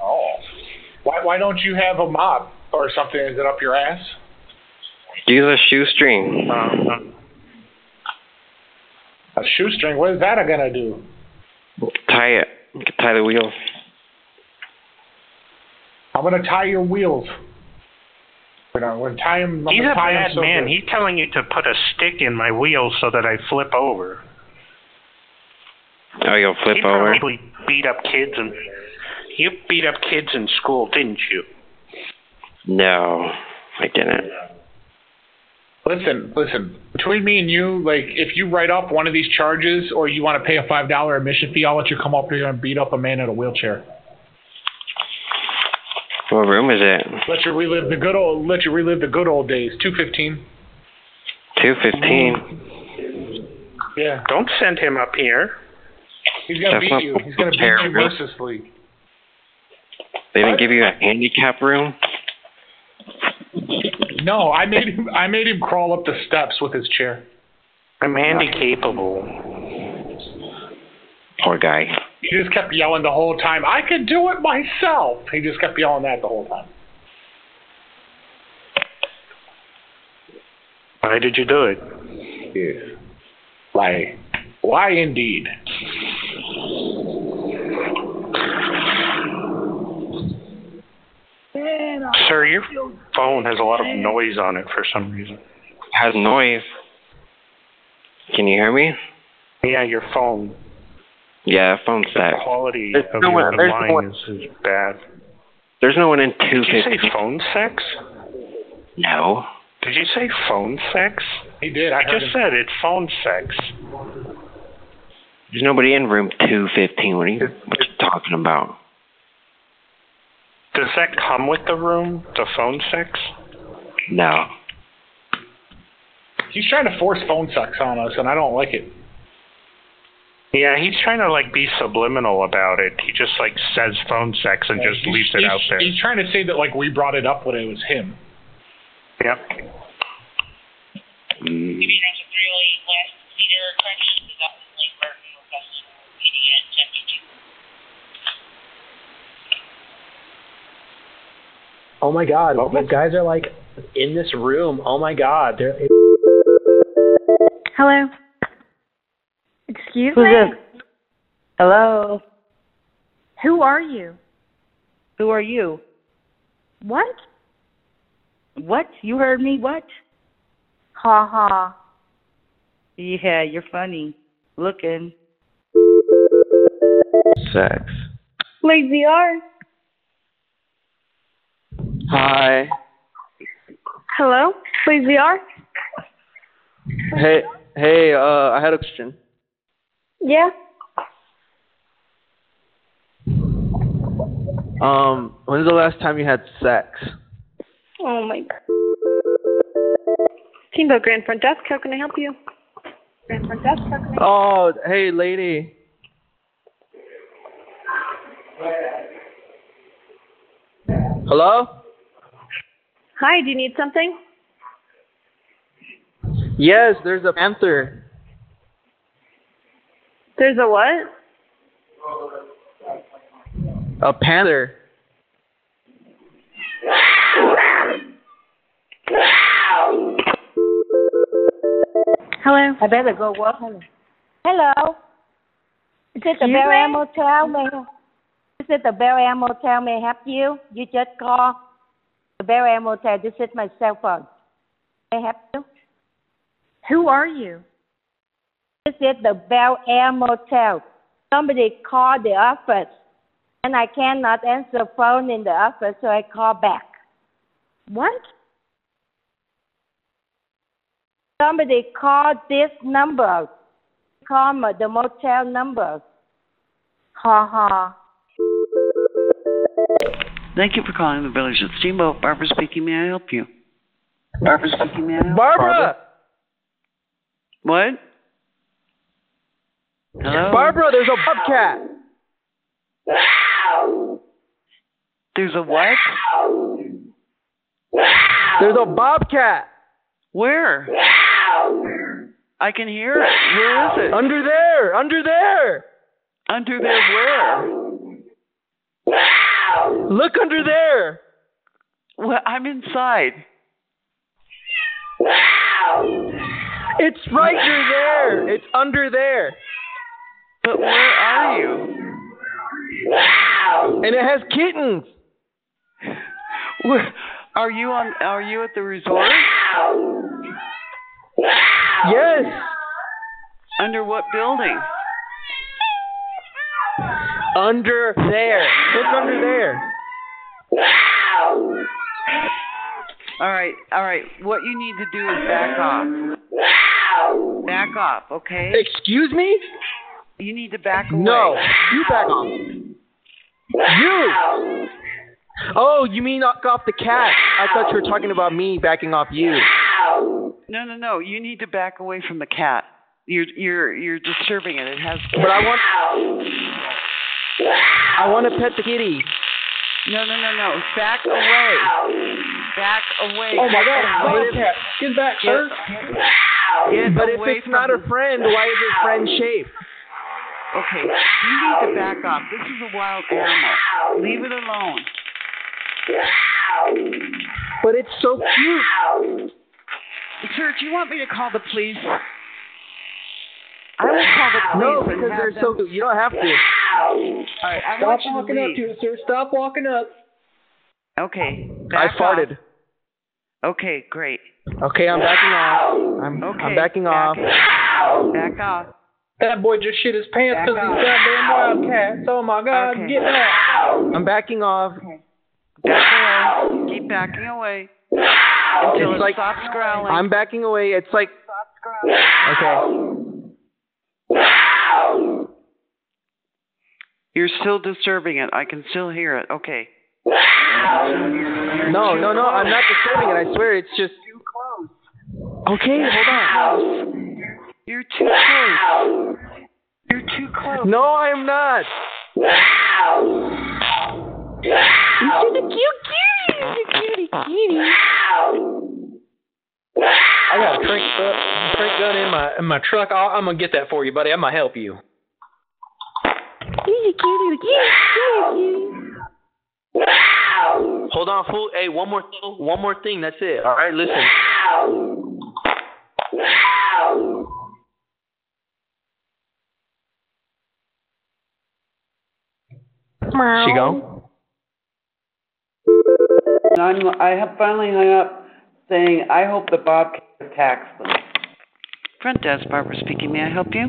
[SPEAKER 13] Oh. Why Why don't you have a mop or something? Is it up your ass?
[SPEAKER 30] Use a shoestring.
[SPEAKER 13] A shoestring. What is that gonna do?
[SPEAKER 30] Tie it. You can tie the wheel.
[SPEAKER 13] I'm gonna tie your wheels. You know, I'm gonna tie him. I'm
[SPEAKER 9] He's
[SPEAKER 13] gonna
[SPEAKER 9] a
[SPEAKER 13] tie him
[SPEAKER 9] bad
[SPEAKER 13] so
[SPEAKER 9] man.
[SPEAKER 13] good.
[SPEAKER 9] He's telling you to put a stick in my wheels so that I flip over.
[SPEAKER 30] Oh, you'll flip
[SPEAKER 9] he
[SPEAKER 30] over.
[SPEAKER 9] probably beat up kids and you beat up kids in school, didn't you?
[SPEAKER 30] No, I didn't.
[SPEAKER 13] Listen, listen. Between me and you, like, if you write off one of these charges or you want to pay a five dollar admission fee, I'll let you come up here and beat up a man in a wheelchair.
[SPEAKER 30] What room is it?
[SPEAKER 13] Let you relive the good old. Let you relive the good old days. Two fifteen.
[SPEAKER 30] Two fifteen.
[SPEAKER 13] Yeah.
[SPEAKER 9] Don't send him up here.
[SPEAKER 13] He's gonna
[SPEAKER 30] That's not
[SPEAKER 13] beat you. He's gonna beat you
[SPEAKER 30] fair, really.
[SPEAKER 13] mercilessly.
[SPEAKER 30] They didn't give you a handicap room.
[SPEAKER 13] No, I made him. I made him crawl up the steps with his chair.
[SPEAKER 9] I'm handicapable.
[SPEAKER 31] Poor guy.
[SPEAKER 13] He just kept yelling the whole time, I could do it myself. He just kept yelling that the whole time.
[SPEAKER 9] Why did you do it?
[SPEAKER 13] Yeah. Why? Why indeed?
[SPEAKER 9] Sir, your phone has a lot of noise on it for some reason.
[SPEAKER 32] Has noise. Can you hear me?
[SPEAKER 9] Yeah, your phone.
[SPEAKER 32] Yeah, phone's
[SPEAKER 9] The
[SPEAKER 32] back.
[SPEAKER 9] quality
[SPEAKER 32] There's
[SPEAKER 9] of
[SPEAKER 32] no
[SPEAKER 9] your
[SPEAKER 32] one- there's no
[SPEAKER 9] line
[SPEAKER 32] one-
[SPEAKER 9] is, is bad.
[SPEAKER 32] There's no one in
[SPEAKER 9] Did you say
[SPEAKER 32] 250.
[SPEAKER 9] phone sex?
[SPEAKER 32] No.
[SPEAKER 9] Did you say phone sex?
[SPEAKER 13] He did.
[SPEAKER 9] I,
[SPEAKER 32] heard
[SPEAKER 9] just
[SPEAKER 32] him.
[SPEAKER 9] said it's phone sex.
[SPEAKER 32] There's nobody in room 215. What are you, what you talking about?
[SPEAKER 9] Does that come with the room? The phone sex?
[SPEAKER 32] No.
[SPEAKER 13] He's trying to force phone sex on us, and I don't like it.
[SPEAKER 9] Yeah, he's trying to like be subliminal about it. He just like says phone sex and just leaves it
[SPEAKER 13] he's,
[SPEAKER 9] out there.
[SPEAKER 13] He's trying to say that like we brought it up when it was him.
[SPEAKER 9] Yep.
[SPEAKER 2] Oh my God! These guys are like in this room. Oh my God! They're.
[SPEAKER 5] Hello. Excuse
[SPEAKER 17] Who's
[SPEAKER 5] me.
[SPEAKER 17] this? Hello.
[SPEAKER 5] Who are you?
[SPEAKER 17] Who are you?
[SPEAKER 5] What?
[SPEAKER 17] What? You heard me? What?
[SPEAKER 5] Ha ha.
[SPEAKER 17] Yeah, you're funny. Looking.
[SPEAKER 32] Sex.
[SPEAKER 5] Like ZR.
[SPEAKER 32] Hi.
[SPEAKER 5] Hello. Please ZR.
[SPEAKER 4] Hey, hey, uh, I had a question.
[SPEAKER 5] Yeah.
[SPEAKER 4] Um, when's the last time you had sex?
[SPEAKER 5] Oh my. Teamboat Grand Front Desk. How can I help you? Grand Front Desk. How can
[SPEAKER 4] Oh, hey, lady. Hello?
[SPEAKER 5] Hi. Do you need something?
[SPEAKER 4] Yes, there's a panther.
[SPEAKER 5] There's a what?
[SPEAKER 4] A panther.
[SPEAKER 17] Hello. I better go walk. in. Hello. Is it the
[SPEAKER 5] Excuse
[SPEAKER 17] Bear
[SPEAKER 5] me?
[SPEAKER 17] Motel? May is it the Bear Motel? May I help you? You just call the Bear Motel. This is my cell phone. May I help you?
[SPEAKER 5] Who are you?
[SPEAKER 17] This is the Bel Air Motel. Somebody called the office, and I cannot answer phone in the office, so I call back.
[SPEAKER 5] What?
[SPEAKER 17] Somebody called this number. Call my- uh, the motel number.
[SPEAKER 5] Ha ha.
[SPEAKER 10] Thank you for calling the Village of Steamboat. Barbara speaking. May I help you? Barbara speaking. May I help
[SPEAKER 4] Barbara!
[SPEAKER 10] What? Hello?
[SPEAKER 4] Barbara, there's a bobcat.
[SPEAKER 10] There's a what?
[SPEAKER 4] There's a bobcat.
[SPEAKER 10] Where? I can hear it. Where is it?
[SPEAKER 4] Under there. Under there.
[SPEAKER 10] Under there where?
[SPEAKER 4] Look under there.
[SPEAKER 10] Well, I'm inside.
[SPEAKER 4] It's right under there. It's under there.
[SPEAKER 10] But where are you?
[SPEAKER 4] And it has kittens.
[SPEAKER 10] Where, are you on are you at the resort?
[SPEAKER 4] Yes.
[SPEAKER 10] Under what building?
[SPEAKER 4] Under there. Look under there.
[SPEAKER 10] All right, all right. What you need to do is back off. Back off, okay?
[SPEAKER 4] Excuse me?
[SPEAKER 10] You need to back away.
[SPEAKER 4] No. You back off. You. Oh, you mean knock off the cat? I thought you were talking about me backing off you.
[SPEAKER 10] No, no, no. You need to back away from the cat. You're you're you're disturbing it. It has.
[SPEAKER 4] But I want. I want to pet the kitty.
[SPEAKER 10] No, no, no, no. Back away. Back away.
[SPEAKER 4] Oh my God!
[SPEAKER 10] Away.
[SPEAKER 4] Wait a sec. Get back,
[SPEAKER 10] Get-
[SPEAKER 4] sir.
[SPEAKER 10] get
[SPEAKER 4] but if
[SPEAKER 10] away
[SPEAKER 4] it's not a friend, why is it friend shaped?
[SPEAKER 10] Okay, you need to back off. This is a wild animal. Leave it alone.
[SPEAKER 32] But it's so cute.
[SPEAKER 10] Sir, do you want me to call the police? I will call the police.
[SPEAKER 32] No,
[SPEAKER 10] and
[SPEAKER 32] because
[SPEAKER 10] have
[SPEAKER 32] they're
[SPEAKER 10] them-
[SPEAKER 32] so cute. You don't have to.
[SPEAKER 10] All right, I
[SPEAKER 32] Stop
[SPEAKER 10] want you to
[SPEAKER 32] walking up
[SPEAKER 10] leave.
[SPEAKER 32] to it, sir. Stop walking up.
[SPEAKER 10] Okay.
[SPEAKER 32] I
[SPEAKER 10] back off.
[SPEAKER 32] farted.
[SPEAKER 10] Okay, great.
[SPEAKER 32] Okay, I'm backing off. I'm,
[SPEAKER 10] Okay,
[SPEAKER 32] I'm backing off.
[SPEAKER 10] Back off.
[SPEAKER 32] That boy just shit his pants
[SPEAKER 10] Back
[SPEAKER 32] because
[SPEAKER 10] off.
[SPEAKER 32] he's goddamn wildcats. Oh my god,
[SPEAKER 10] Okay.
[SPEAKER 32] get back. I'm backing off.
[SPEAKER 10] Back away. Keep backing away. Until
[SPEAKER 32] It's
[SPEAKER 10] it
[SPEAKER 32] like-
[SPEAKER 10] stops growling.
[SPEAKER 32] I'm backing away. It's like. Okay.
[SPEAKER 10] You're still disturbing it. I can still hear it. Okay.
[SPEAKER 32] No, no, no. I'm not disturbing it. I swear. It's just. Okay, hold on.
[SPEAKER 10] You're too close. You're too close.
[SPEAKER 32] No, I am not. I got a crank, gu- crank gun in my in my truck. I'll, I'm gonna get that for you, buddy. I'm gonna help you.
[SPEAKER 33] Hold on, fool. Hey, one more, one more thing. That's it. All right, listen.
[SPEAKER 32] She gone?
[SPEAKER 34] And I'm, I have finally hung up saying, I hope the Bobcat attacks them.
[SPEAKER 10] Front desk, Barbara speaking. May I help you?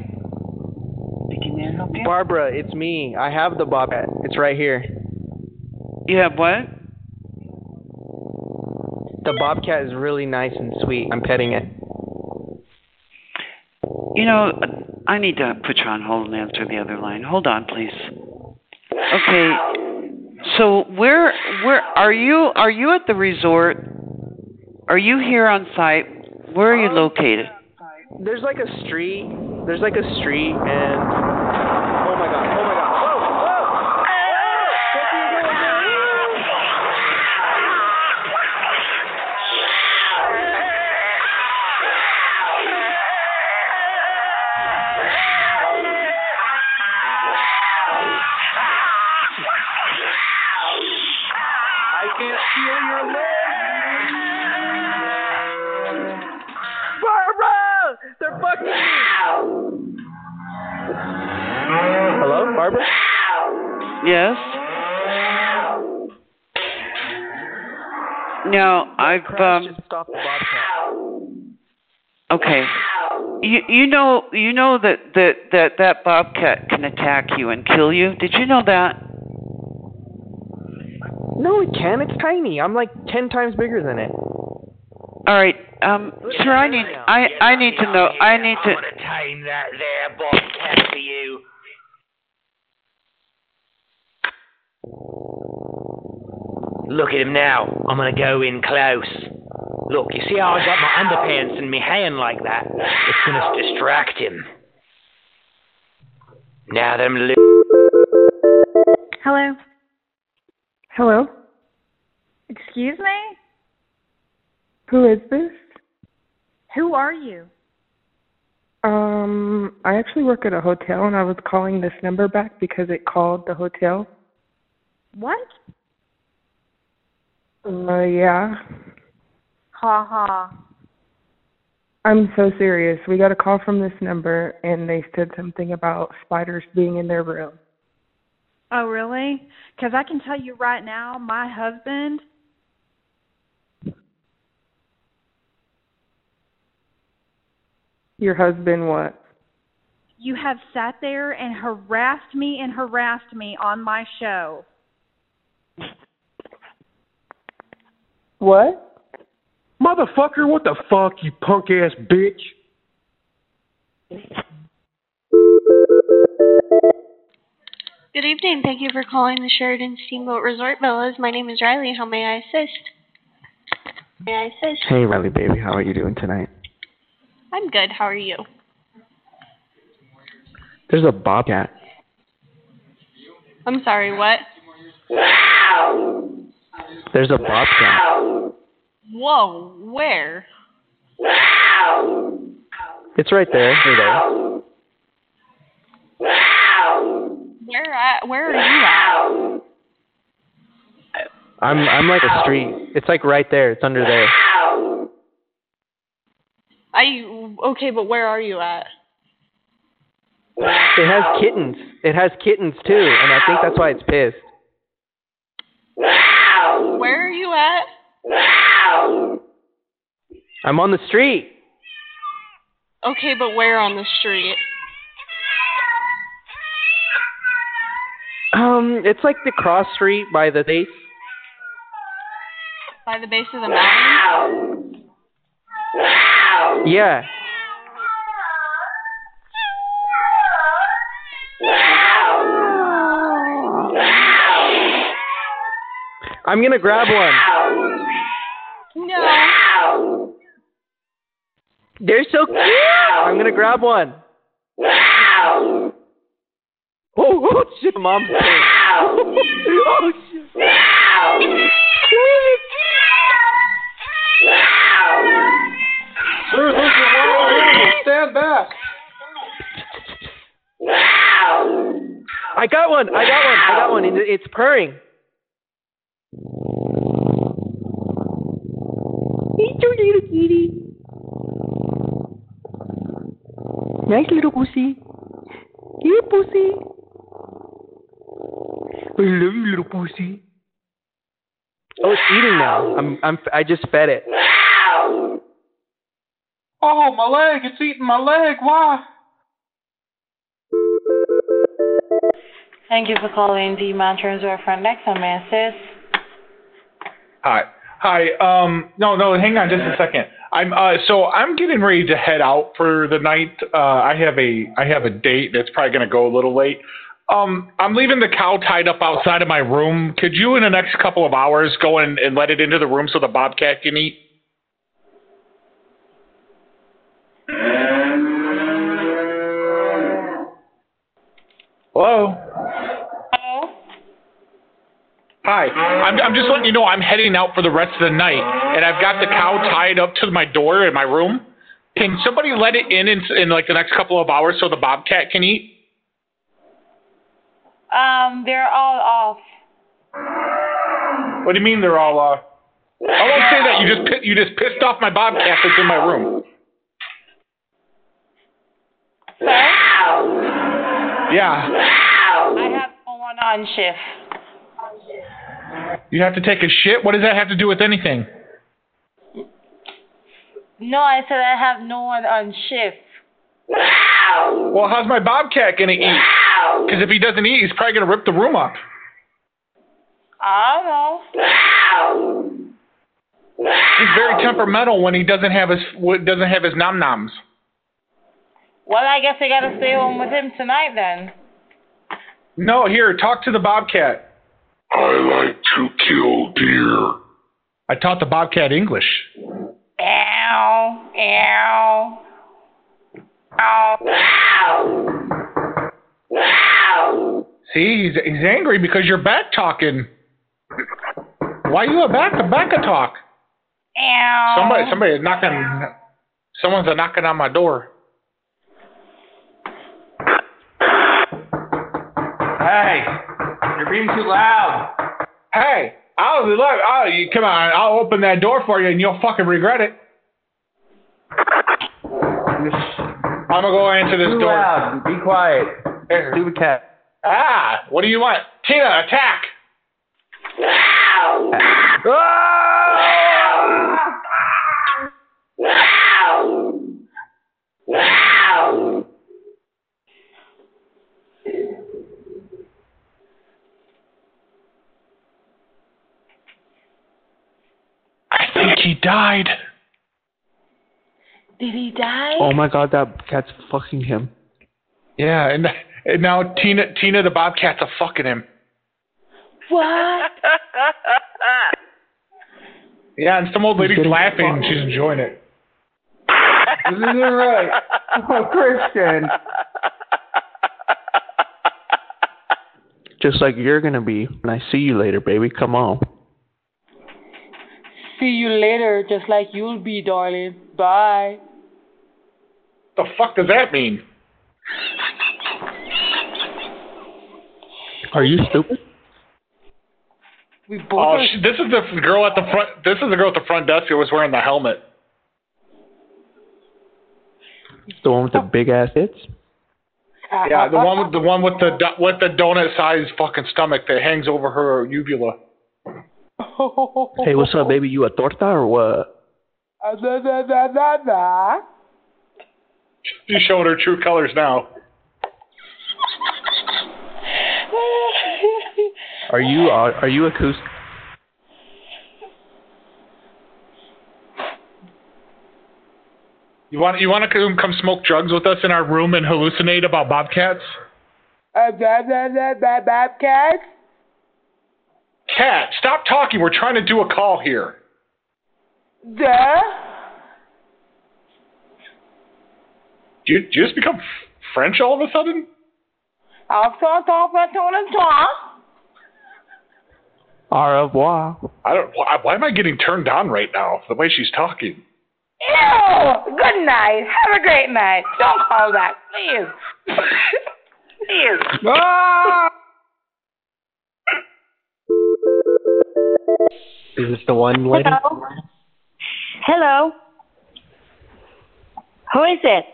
[SPEAKER 10] Speaking. May I help you?
[SPEAKER 32] Barbara, it's me. I have the bobcat. It's right here.
[SPEAKER 10] You have what?
[SPEAKER 32] The bobcat is really nice and sweet. I'm petting it.
[SPEAKER 10] You know, I need to put you on hold and answer the other line. Hold on, please. Okay. So where where are you? Are you at the resort? Are you here on site? Where are
[SPEAKER 23] Uh-huh.
[SPEAKER 10] you located?
[SPEAKER 32] There's like a street. There's like a street, and oh my god, oh my god.
[SPEAKER 23] I can't feel your legs. Barbara! They're fucking me!
[SPEAKER 32] Hello, Barbara.
[SPEAKER 10] Yes. Now I've um.
[SPEAKER 32] Stop the bobcat.
[SPEAKER 10] Okay. You you know you know that that that that bobcat can attack you and kill you. Did you know that?
[SPEAKER 32] No, it can. It's tiny. I'm like ten times bigger than it.
[SPEAKER 10] All right. Um, sir, I need I I need to know. I need to.
[SPEAKER 2] Tame that there bobcat for you. Look at him now. I'm gonna go in close. Look, you see how I got my underpants in my hand like that? It's gonna distract him. Now them li-
[SPEAKER 22] Hello. Hello. Excuse me? Who is this? Who are you?
[SPEAKER 6] Um, I actually work at a hotel, and I was calling this number back because it called the hotel.
[SPEAKER 22] What?
[SPEAKER 6] Uh, yeah.
[SPEAKER 22] Ha ha.
[SPEAKER 6] I'm so serious. We got a call from this number, and they said something about spiders being in their room.
[SPEAKER 22] Oh, really? Because I can tell you right now, my husband.
[SPEAKER 6] Your husband, what?
[SPEAKER 22] You have sat there and harassed me and harassed me on my show.
[SPEAKER 6] What?
[SPEAKER 30] Motherfucker, what the fuck, you punk ass bitch?
[SPEAKER 5] Good evening. Thank you for calling the Sheridan Steamboat Resort Villas. My name is Riley. How may I assist? May I assist?
[SPEAKER 32] Hey, Riley, baby, how are you doing tonight?
[SPEAKER 5] I'm good. How are you?
[SPEAKER 32] There's a bobcat.
[SPEAKER 5] I'm sorry, what?
[SPEAKER 32] There's a bobcat.
[SPEAKER 5] Whoa, where?
[SPEAKER 32] It's right there. Here they are.
[SPEAKER 8] Where
[SPEAKER 5] uh,
[SPEAKER 8] at, where are you at?
[SPEAKER 32] I'm I'm like a street. It's like right there. It's under there.
[SPEAKER 8] I okay, but where are you at?
[SPEAKER 32] It has kittens. It has kittens too, and I think that's why it's pissed.
[SPEAKER 8] Where are you at?
[SPEAKER 32] I'm on the street.
[SPEAKER 8] Okay, but where on the street?
[SPEAKER 32] Um, it's like the cross street by the base.
[SPEAKER 8] By the base of the mountain?
[SPEAKER 32] Yeah. I'm gonna grab one.
[SPEAKER 8] No.
[SPEAKER 32] They're so cute. I'm gonna grab one. Oh, oh shit, mom. oh shit.
[SPEAKER 23] Sir, this is a wild animal. Stand back.
[SPEAKER 32] I got one. I got one. I got one. and It's purring.
[SPEAKER 23] He's your little kitty.
[SPEAKER 32] Nice little pussy.
[SPEAKER 23] You pussy.
[SPEAKER 32] I love you, little pussy. Oh, it's eating now. I'm, I'm, I just fed it.
[SPEAKER 23] Oh, my leg. It's eating my leg. Why?
[SPEAKER 10] Thank you for calling the Montrose Riverfront Next. How may I assist?
[SPEAKER 13] Hi. Hi. Um, no, no, hang on just a second. I'm uh, so I'm getting ready to head out for the night. Uh, I have a I have a date that's probably gonna go a little late. Um, I'm leaving the cow tied up outside of my room. Could you, in the next couple of hours, go in and let it into the room so the bobcat can eat? Hello. Hi. I'm, I'm just letting you know I'm heading out for the rest of the night, and I've got the cow tied up to my door in my room. Can somebody let it in in, in like the next couple of hours so the bobcat can eat?
[SPEAKER 10] Um, they're all off.
[SPEAKER 13] What do you mean they're all uh? I won't say that. You just pi- you just pissed off my bobcat that's in my room. Yeah.
[SPEAKER 10] I have someone on shift.
[SPEAKER 13] You have to take a shit. What does that have to do with anything?
[SPEAKER 10] No, I said I have no one on shift.
[SPEAKER 13] Well, how's my bobcat gonna eat? Because if he doesn't eat, he's probably gonna rip the room up.
[SPEAKER 10] I don't know.
[SPEAKER 13] He's very temperamental when he doesn't have his when- doesn't have his nom noms.
[SPEAKER 10] Well, I guess I gotta stay home with him tonight then.
[SPEAKER 13] No, here, talk to the bobcat. I like to kill deer. I taught the bobcat English.
[SPEAKER 10] Ow, ow, ow.
[SPEAKER 13] See, he's, he's angry because you're back talking. Why you a back a back a talk?
[SPEAKER 10] Ow.
[SPEAKER 13] Somebody somebody is knocking. Someone's a knocking on my door. Hey, you're being too loud. Hey, I'll look. Oh, you, come on, I'll open that door for you, and you'll fucking regret it. I'm gonna go answer this
[SPEAKER 23] Too
[SPEAKER 13] door.
[SPEAKER 23] loud.
[SPEAKER 13] Be quiet. Stupid cat. Ah, what do you want? Tina, attack! I think he died.
[SPEAKER 10] Did he die?
[SPEAKER 4] Oh my god, that cat's fucking him.
[SPEAKER 13] Yeah, and, and now Tina, Tina the Bobcat's a fucking him.
[SPEAKER 10] What?
[SPEAKER 13] Yeah, and some old lady's laughing and she's enjoying it.
[SPEAKER 23] This isn't right. Oh, Christian.
[SPEAKER 4] Just like you're gonna be when I see you later, baby. Come on.
[SPEAKER 10] See you later, just like you'll be, darling. Bye.
[SPEAKER 13] The fuck does that mean?
[SPEAKER 4] Are you stupid?
[SPEAKER 10] We both
[SPEAKER 13] Oh,
[SPEAKER 10] are-
[SPEAKER 13] sh- this is the girl at the front. This is the girl at the front desk who was wearing the helmet.
[SPEAKER 4] The one with the big ass hits?
[SPEAKER 13] Yeah, the one with the one with the do- with the donut-sized fucking stomach that hangs over her uvula.
[SPEAKER 4] Hey, what's up, baby? You a torta or what?
[SPEAKER 10] Na, na, na, na, na.
[SPEAKER 13] She's showing her true colors now.
[SPEAKER 4] Are you are, are you a coos?
[SPEAKER 13] You want you want to come, come smoke drugs with us in our room and hallucinate about bobcats?
[SPEAKER 10] Uh, na, na, na, na, Bobcat?
[SPEAKER 13] Cat, stop talking. We're trying to do a call here.
[SPEAKER 10] Duh.
[SPEAKER 13] Do you, do you just become French all of a sudden?
[SPEAKER 10] I'll talk, talk, talk, talk, talk.
[SPEAKER 4] Au revoir.
[SPEAKER 13] I don't. Why, why am I getting turned on right now? The way she's talking.
[SPEAKER 35] Ew! Good night. Have a great night. Don't call that, please. please.
[SPEAKER 4] Is this the one lady?
[SPEAKER 17] Hello. Hello. Who is it?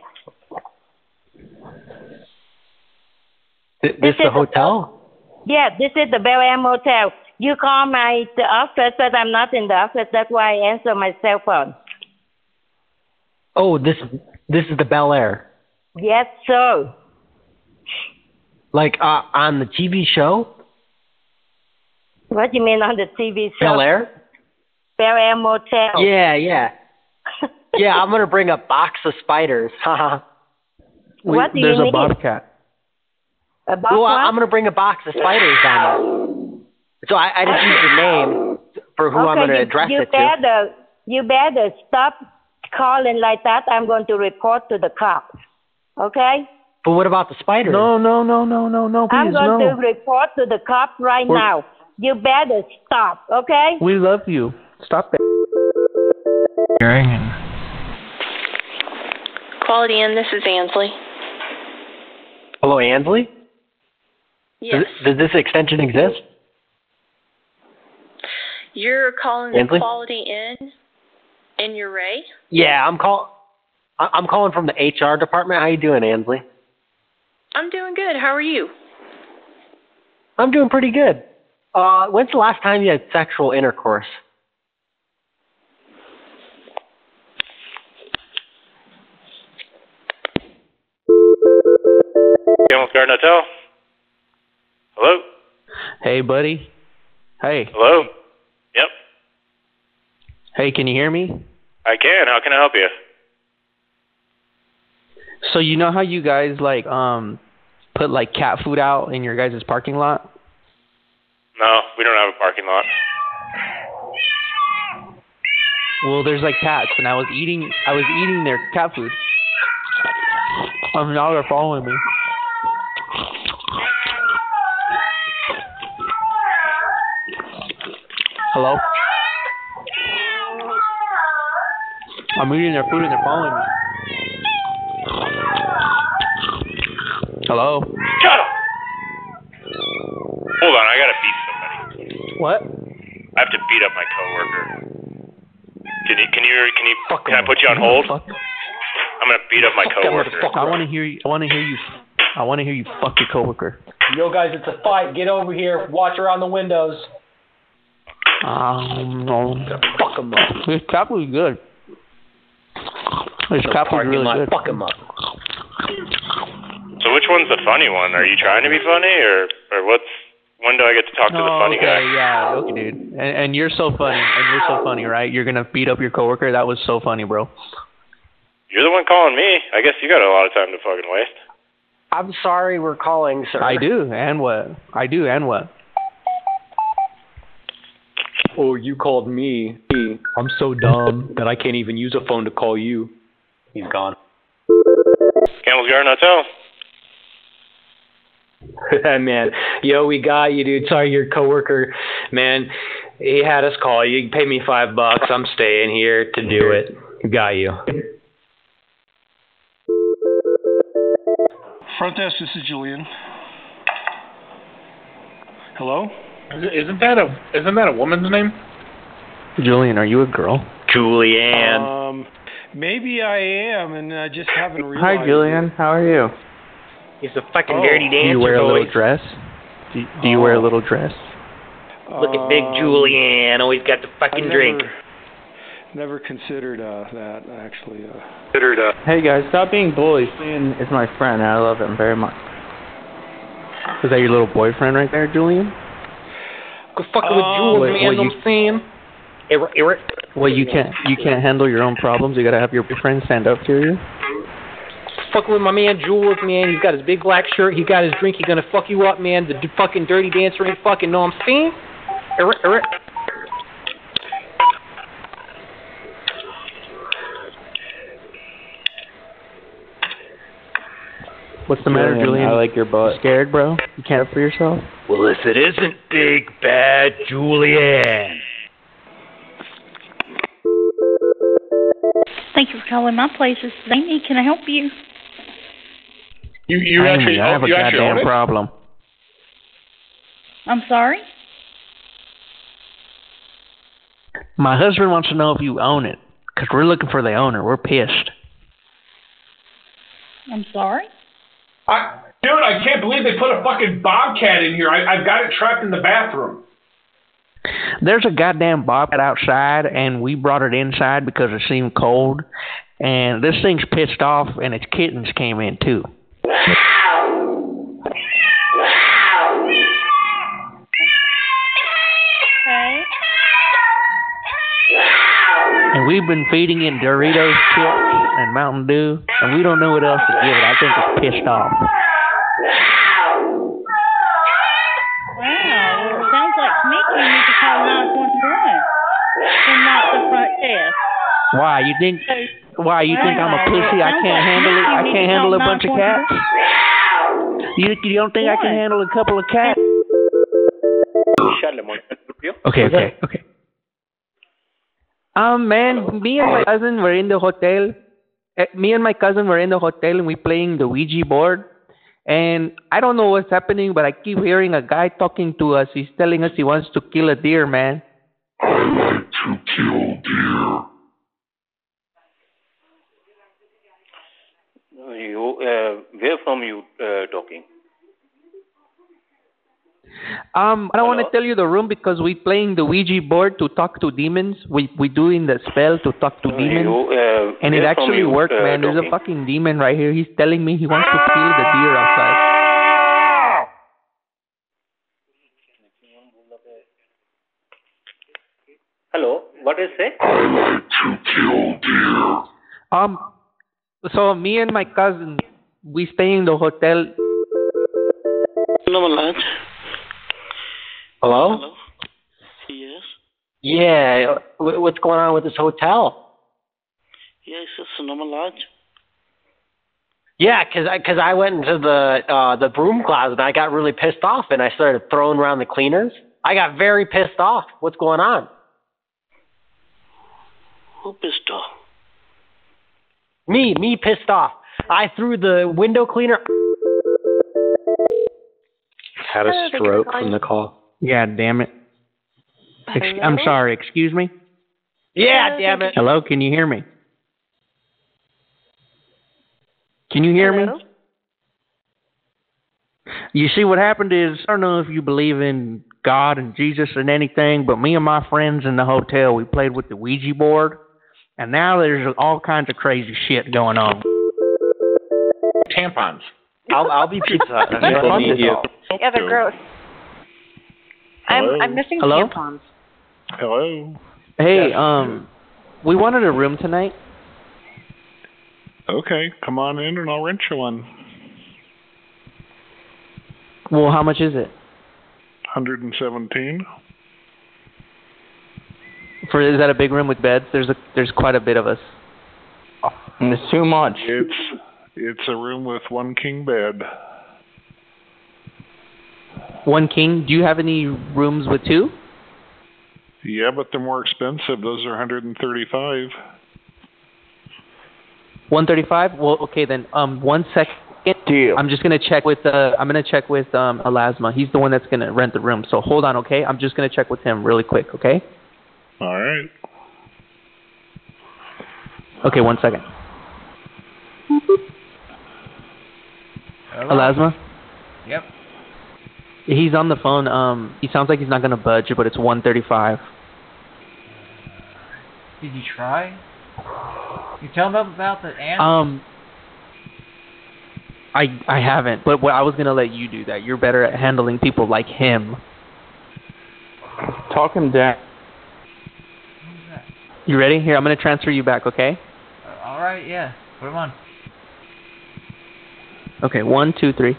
[SPEAKER 4] Th- this the hotel?
[SPEAKER 17] Yeah, this is the Bel Air Motel. You call my the office, but I'm not in the office. That's why I answer my cell phone.
[SPEAKER 4] Oh, this this is the Bel Air.
[SPEAKER 17] Yes, sir.
[SPEAKER 4] Like uh, on the TV show
[SPEAKER 17] What do you mean on the TV show?
[SPEAKER 4] Bel Air?
[SPEAKER 17] Bel Air Motel.
[SPEAKER 4] Yeah, yeah, yeah. I'm gonna bring a box of spiders. Haha.
[SPEAKER 17] We- What do you
[SPEAKER 4] There's a
[SPEAKER 17] mean?
[SPEAKER 4] bobcat.
[SPEAKER 17] A box
[SPEAKER 4] Well,
[SPEAKER 17] what?
[SPEAKER 4] I, I'm gonna bring a box of spiders down there. So I, I just use your name for who I'm
[SPEAKER 17] Okay,
[SPEAKER 4] gonna
[SPEAKER 17] you-
[SPEAKER 4] address
[SPEAKER 17] you
[SPEAKER 4] it to.
[SPEAKER 17] better, You better stop calling like that. I'm going to report to the cops. Okay?
[SPEAKER 4] But what about the spiders?
[SPEAKER 17] No,
[SPEAKER 4] no, no, no, no, no.
[SPEAKER 17] I'm going to report to the cops right
[SPEAKER 4] We're-
[SPEAKER 17] now. You better stop. Okay?
[SPEAKER 4] We love you. Stop that.
[SPEAKER 12] Quality Inn, this is Ansley.
[SPEAKER 4] Hello, Ansley.
[SPEAKER 12] Yes.
[SPEAKER 4] Does, does this extension exist?
[SPEAKER 12] You're calling the
[SPEAKER 4] Ansley?
[SPEAKER 12] Quality Inn and you're Ray?
[SPEAKER 4] Yeah, I'm call. I- I'm calling from the HR department. How you doing, Ansley?
[SPEAKER 12] I'm doing good. How are you?
[SPEAKER 4] I'm doing pretty good. Uh, when's the last time you had sexual intercourse?
[SPEAKER 9] Dealing with Garden Hotel. Hello?
[SPEAKER 32] Hey, buddy. Hey.
[SPEAKER 9] Hello? Yep,
[SPEAKER 32] Hey, can you hear me?
[SPEAKER 9] I can. How can I help you?
[SPEAKER 32] So you know how you guys like um put like cat food out in your guys' parking lot?
[SPEAKER 9] No, we don't have a parking lot.
[SPEAKER 32] Well, there's like cats, and I was eating I was eating their cat food. Um, now they're following me. Hello? I'm eating their food and they're following me. Hello?
[SPEAKER 9] Shut up! Hold on, I gotta beat somebody.
[SPEAKER 32] What?
[SPEAKER 9] I have to beat up my coworker. Can you, can you, can you, can I put you on hold? I'm gonna beat up my coworker.
[SPEAKER 32] I want to hear you. I want to hear you. I want to hear you fuck your coworker.
[SPEAKER 4] Yo, guys, it's a fight. Get over here. Watch around the windows.
[SPEAKER 32] Um, no. Fuck him up. This cap was good. This cap was really good. Fuck him up.
[SPEAKER 9] So which one's the funny one? Are you trying to be funny, or, or what's, when do I get to talk to the
[SPEAKER 32] No,
[SPEAKER 9] funny
[SPEAKER 32] okay,
[SPEAKER 9] guy?
[SPEAKER 32] yeah, okay, dude. And, and you're so funny. And you're so funny, right? You're gonna beat up your coworker. That was so funny, bro.
[SPEAKER 9] You're the one calling me. I guess you got a lot of time to fucking waste.
[SPEAKER 4] I'm sorry we're calling, sir.
[SPEAKER 32] I do, and what? I do, and what? Oh, you called me. I'm so dumb that I can't even use a phone to call you. He's gone.
[SPEAKER 9] Campbell's Garden Hotel.
[SPEAKER 32] man, yo, we got you, dude. Sorry, your coworker,
[SPEAKER 2] Man, he had us call you. Pay me five bucks. I'm staying here to do it. Got you.
[SPEAKER 36] Front desk, this is Julian.
[SPEAKER 13] Hello?
[SPEAKER 14] Isn't that a isn't that a woman's name?
[SPEAKER 32] Julian, are you a girl?
[SPEAKER 37] Julianne.
[SPEAKER 2] Um, maybe I am, and I just haven't realized.
[SPEAKER 9] Hi, Julian. How are you?
[SPEAKER 37] He's a fucking
[SPEAKER 2] Oh.
[SPEAKER 37] dirty
[SPEAKER 9] Do
[SPEAKER 37] dancer,
[SPEAKER 9] you wear a
[SPEAKER 37] boys.
[SPEAKER 9] little dress? Do, do you wear a little dress?
[SPEAKER 37] Look at Big Julianne. Always got the fucking
[SPEAKER 2] Um, never-
[SPEAKER 37] drink.
[SPEAKER 2] Never considered uh, that actually. Uh,
[SPEAKER 9] Hey guys, stop being bullies. Julian is my friend, and I love him very much. Is that your little boyfriend right there, Julian?
[SPEAKER 37] Go fucking with Jules,
[SPEAKER 9] Wait,
[SPEAKER 37] man.
[SPEAKER 9] "Oh, what
[SPEAKER 37] I'm
[SPEAKER 9] you-
[SPEAKER 37] saying. Eric, Eric.
[SPEAKER 9] Well, you can't you can't handle your own problems. You gotta have your friend stand up to you.
[SPEAKER 37] Fucking with my man Jules, man. He's got his big black shirt. He got his drink. He gonna fuck you up, man. The d- fucking dirty dancer ain't fucking know I'm saying. Er, Eric, Eric.
[SPEAKER 9] What's the matter,
[SPEAKER 37] Julian,
[SPEAKER 9] Julian?
[SPEAKER 37] I
[SPEAKER 9] like your butt. scared, bro? You can't for yourself?
[SPEAKER 38] Well, if it isn't Big Bad Julianne.
[SPEAKER 12] Thank you for calling my place. This is Amy. Can I help you?
[SPEAKER 14] You you
[SPEAKER 9] Hey,
[SPEAKER 14] actually
[SPEAKER 9] I have a
[SPEAKER 14] you actually own
[SPEAKER 9] goddamn
[SPEAKER 14] it?
[SPEAKER 9] problem.
[SPEAKER 12] I'm sorry.
[SPEAKER 32] My husband wants to know if you own it, because we're looking for the owner. We're pissed.
[SPEAKER 12] I'm sorry.
[SPEAKER 14] I, dude, I can't believe they put a fucking bobcat in here. I, I've got it trapped in the bathroom.
[SPEAKER 32] There's a goddamn bobcat outside, and we brought it inside because it seemed cold. And this thing's pissed off, and its kittens came in too.
[SPEAKER 12] Okay.
[SPEAKER 32] And we've been feeding it Doritos, chips, and Mountain Dew, and we don't know what else to give it. I think it's pissed off.
[SPEAKER 12] Wow. Well, it sounds like to me you need to call 911 and not the front desk.
[SPEAKER 32] Why you think? Why you think I'm a
[SPEAKER 12] Wow.
[SPEAKER 32] pussy? I
[SPEAKER 12] Sounds
[SPEAKER 32] can't
[SPEAKER 12] like
[SPEAKER 32] handle it.
[SPEAKER 12] you
[SPEAKER 32] I
[SPEAKER 12] need
[SPEAKER 32] can't
[SPEAKER 12] to
[SPEAKER 32] handle a
[SPEAKER 12] call
[SPEAKER 32] bunch of cats. You, you don't think I can handle a couple of cats? Okay, okay, okay. Um,
[SPEAKER 10] Oh.
[SPEAKER 32] man, me and my cousin were in the hotel. Eh, Me and my cousin were in the hotel and we playing the Ouija board. And I don't know what's happening, but I keep hearing a guy talking to us. He's telling us he wants to kill a deer, man.
[SPEAKER 10] You, uh, where from you uh, talking?
[SPEAKER 32] Um, I don't want to tell you the room because we playing the Ouija board to talk to demons. We we doing the spell to talk to demons.
[SPEAKER 10] You, uh,
[SPEAKER 32] And it
[SPEAKER 10] where from
[SPEAKER 32] actually
[SPEAKER 10] you,
[SPEAKER 32] worked,
[SPEAKER 10] uh,
[SPEAKER 32] man. There's a
[SPEAKER 10] talking?
[SPEAKER 32] fucking demon right here. He's telling me he wants to kill the deer outside.
[SPEAKER 10] Hello, what is it?
[SPEAKER 32] Um, so me and my cousin, we stay in the hotel.
[SPEAKER 4] Hello?
[SPEAKER 10] Yes.
[SPEAKER 4] Yeah, wh- what's going on with this hotel?
[SPEAKER 10] Yeah, it's a Sonoma Lodge.
[SPEAKER 4] Yeah, 'cause I, cause I went into the uh, the broom closet and I got really pissed off and I started throwing around the cleaners. I got very pissed off. What's going on?
[SPEAKER 10] Who pissed off?
[SPEAKER 4] Me, me pissed off. I threw the window cleaner.
[SPEAKER 37] Had
[SPEAKER 4] a stroke from the
[SPEAKER 37] call.
[SPEAKER 32] Yeah, damn it. Ex- I'm
[SPEAKER 4] Hello?
[SPEAKER 32] sorry. Excuse me.
[SPEAKER 4] Yeah, damn it.
[SPEAKER 32] Hello, can you hear me? Can you hear me? You see, what happened is I don't know if you believe in God and Jesus and anything, but me and my friends in the hotel we played with the Ouija board, and now there's all kinds of crazy shit going on.
[SPEAKER 14] Tampons.
[SPEAKER 4] I'll I'll be pizza. Hut.
[SPEAKER 32] That's what I need you.
[SPEAKER 5] Yeah, they're gross. I'm I'm missing
[SPEAKER 32] Hello?
[SPEAKER 5] tampons.
[SPEAKER 14] Hello.
[SPEAKER 32] Hey, um, we wanted a room tonight.
[SPEAKER 14] Okay, come on in and I'll rent you one.
[SPEAKER 32] Well, how much is it?
[SPEAKER 14] 117.
[SPEAKER 32] For is that a big room with beds? There's a there's quite a bit of us. And it's too much.
[SPEAKER 14] It's it's a room with one king bed.
[SPEAKER 32] One king. Do you have any rooms with two?
[SPEAKER 14] Yeah, but they're more expensive. Those are 135.
[SPEAKER 32] One thirty-five. Well, okay then. Um, one sec. I'm just gonna check with uh, I'm gonna check with um, Elasma. He's the one that's gonna rent the room. So hold on, okay? I'm just gonna check with him really quick, okay?
[SPEAKER 13] All right.
[SPEAKER 32] Okay, one second. Elasma,
[SPEAKER 8] Yep.
[SPEAKER 32] he's on the phone. Um, he sounds like he's not gonna budge, but it's 1:35.
[SPEAKER 8] Did you try? You tell them about the ant.
[SPEAKER 32] Um, I I haven't, but what I was gonna let you do that. You're better at handling people like him.
[SPEAKER 10] Talk him down.
[SPEAKER 32] You ready? Here, I'm gonna transfer you back, okay?
[SPEAKER 8] All right, yeah. Put him on.
[SPEAKER 32] Okay, one, two, three.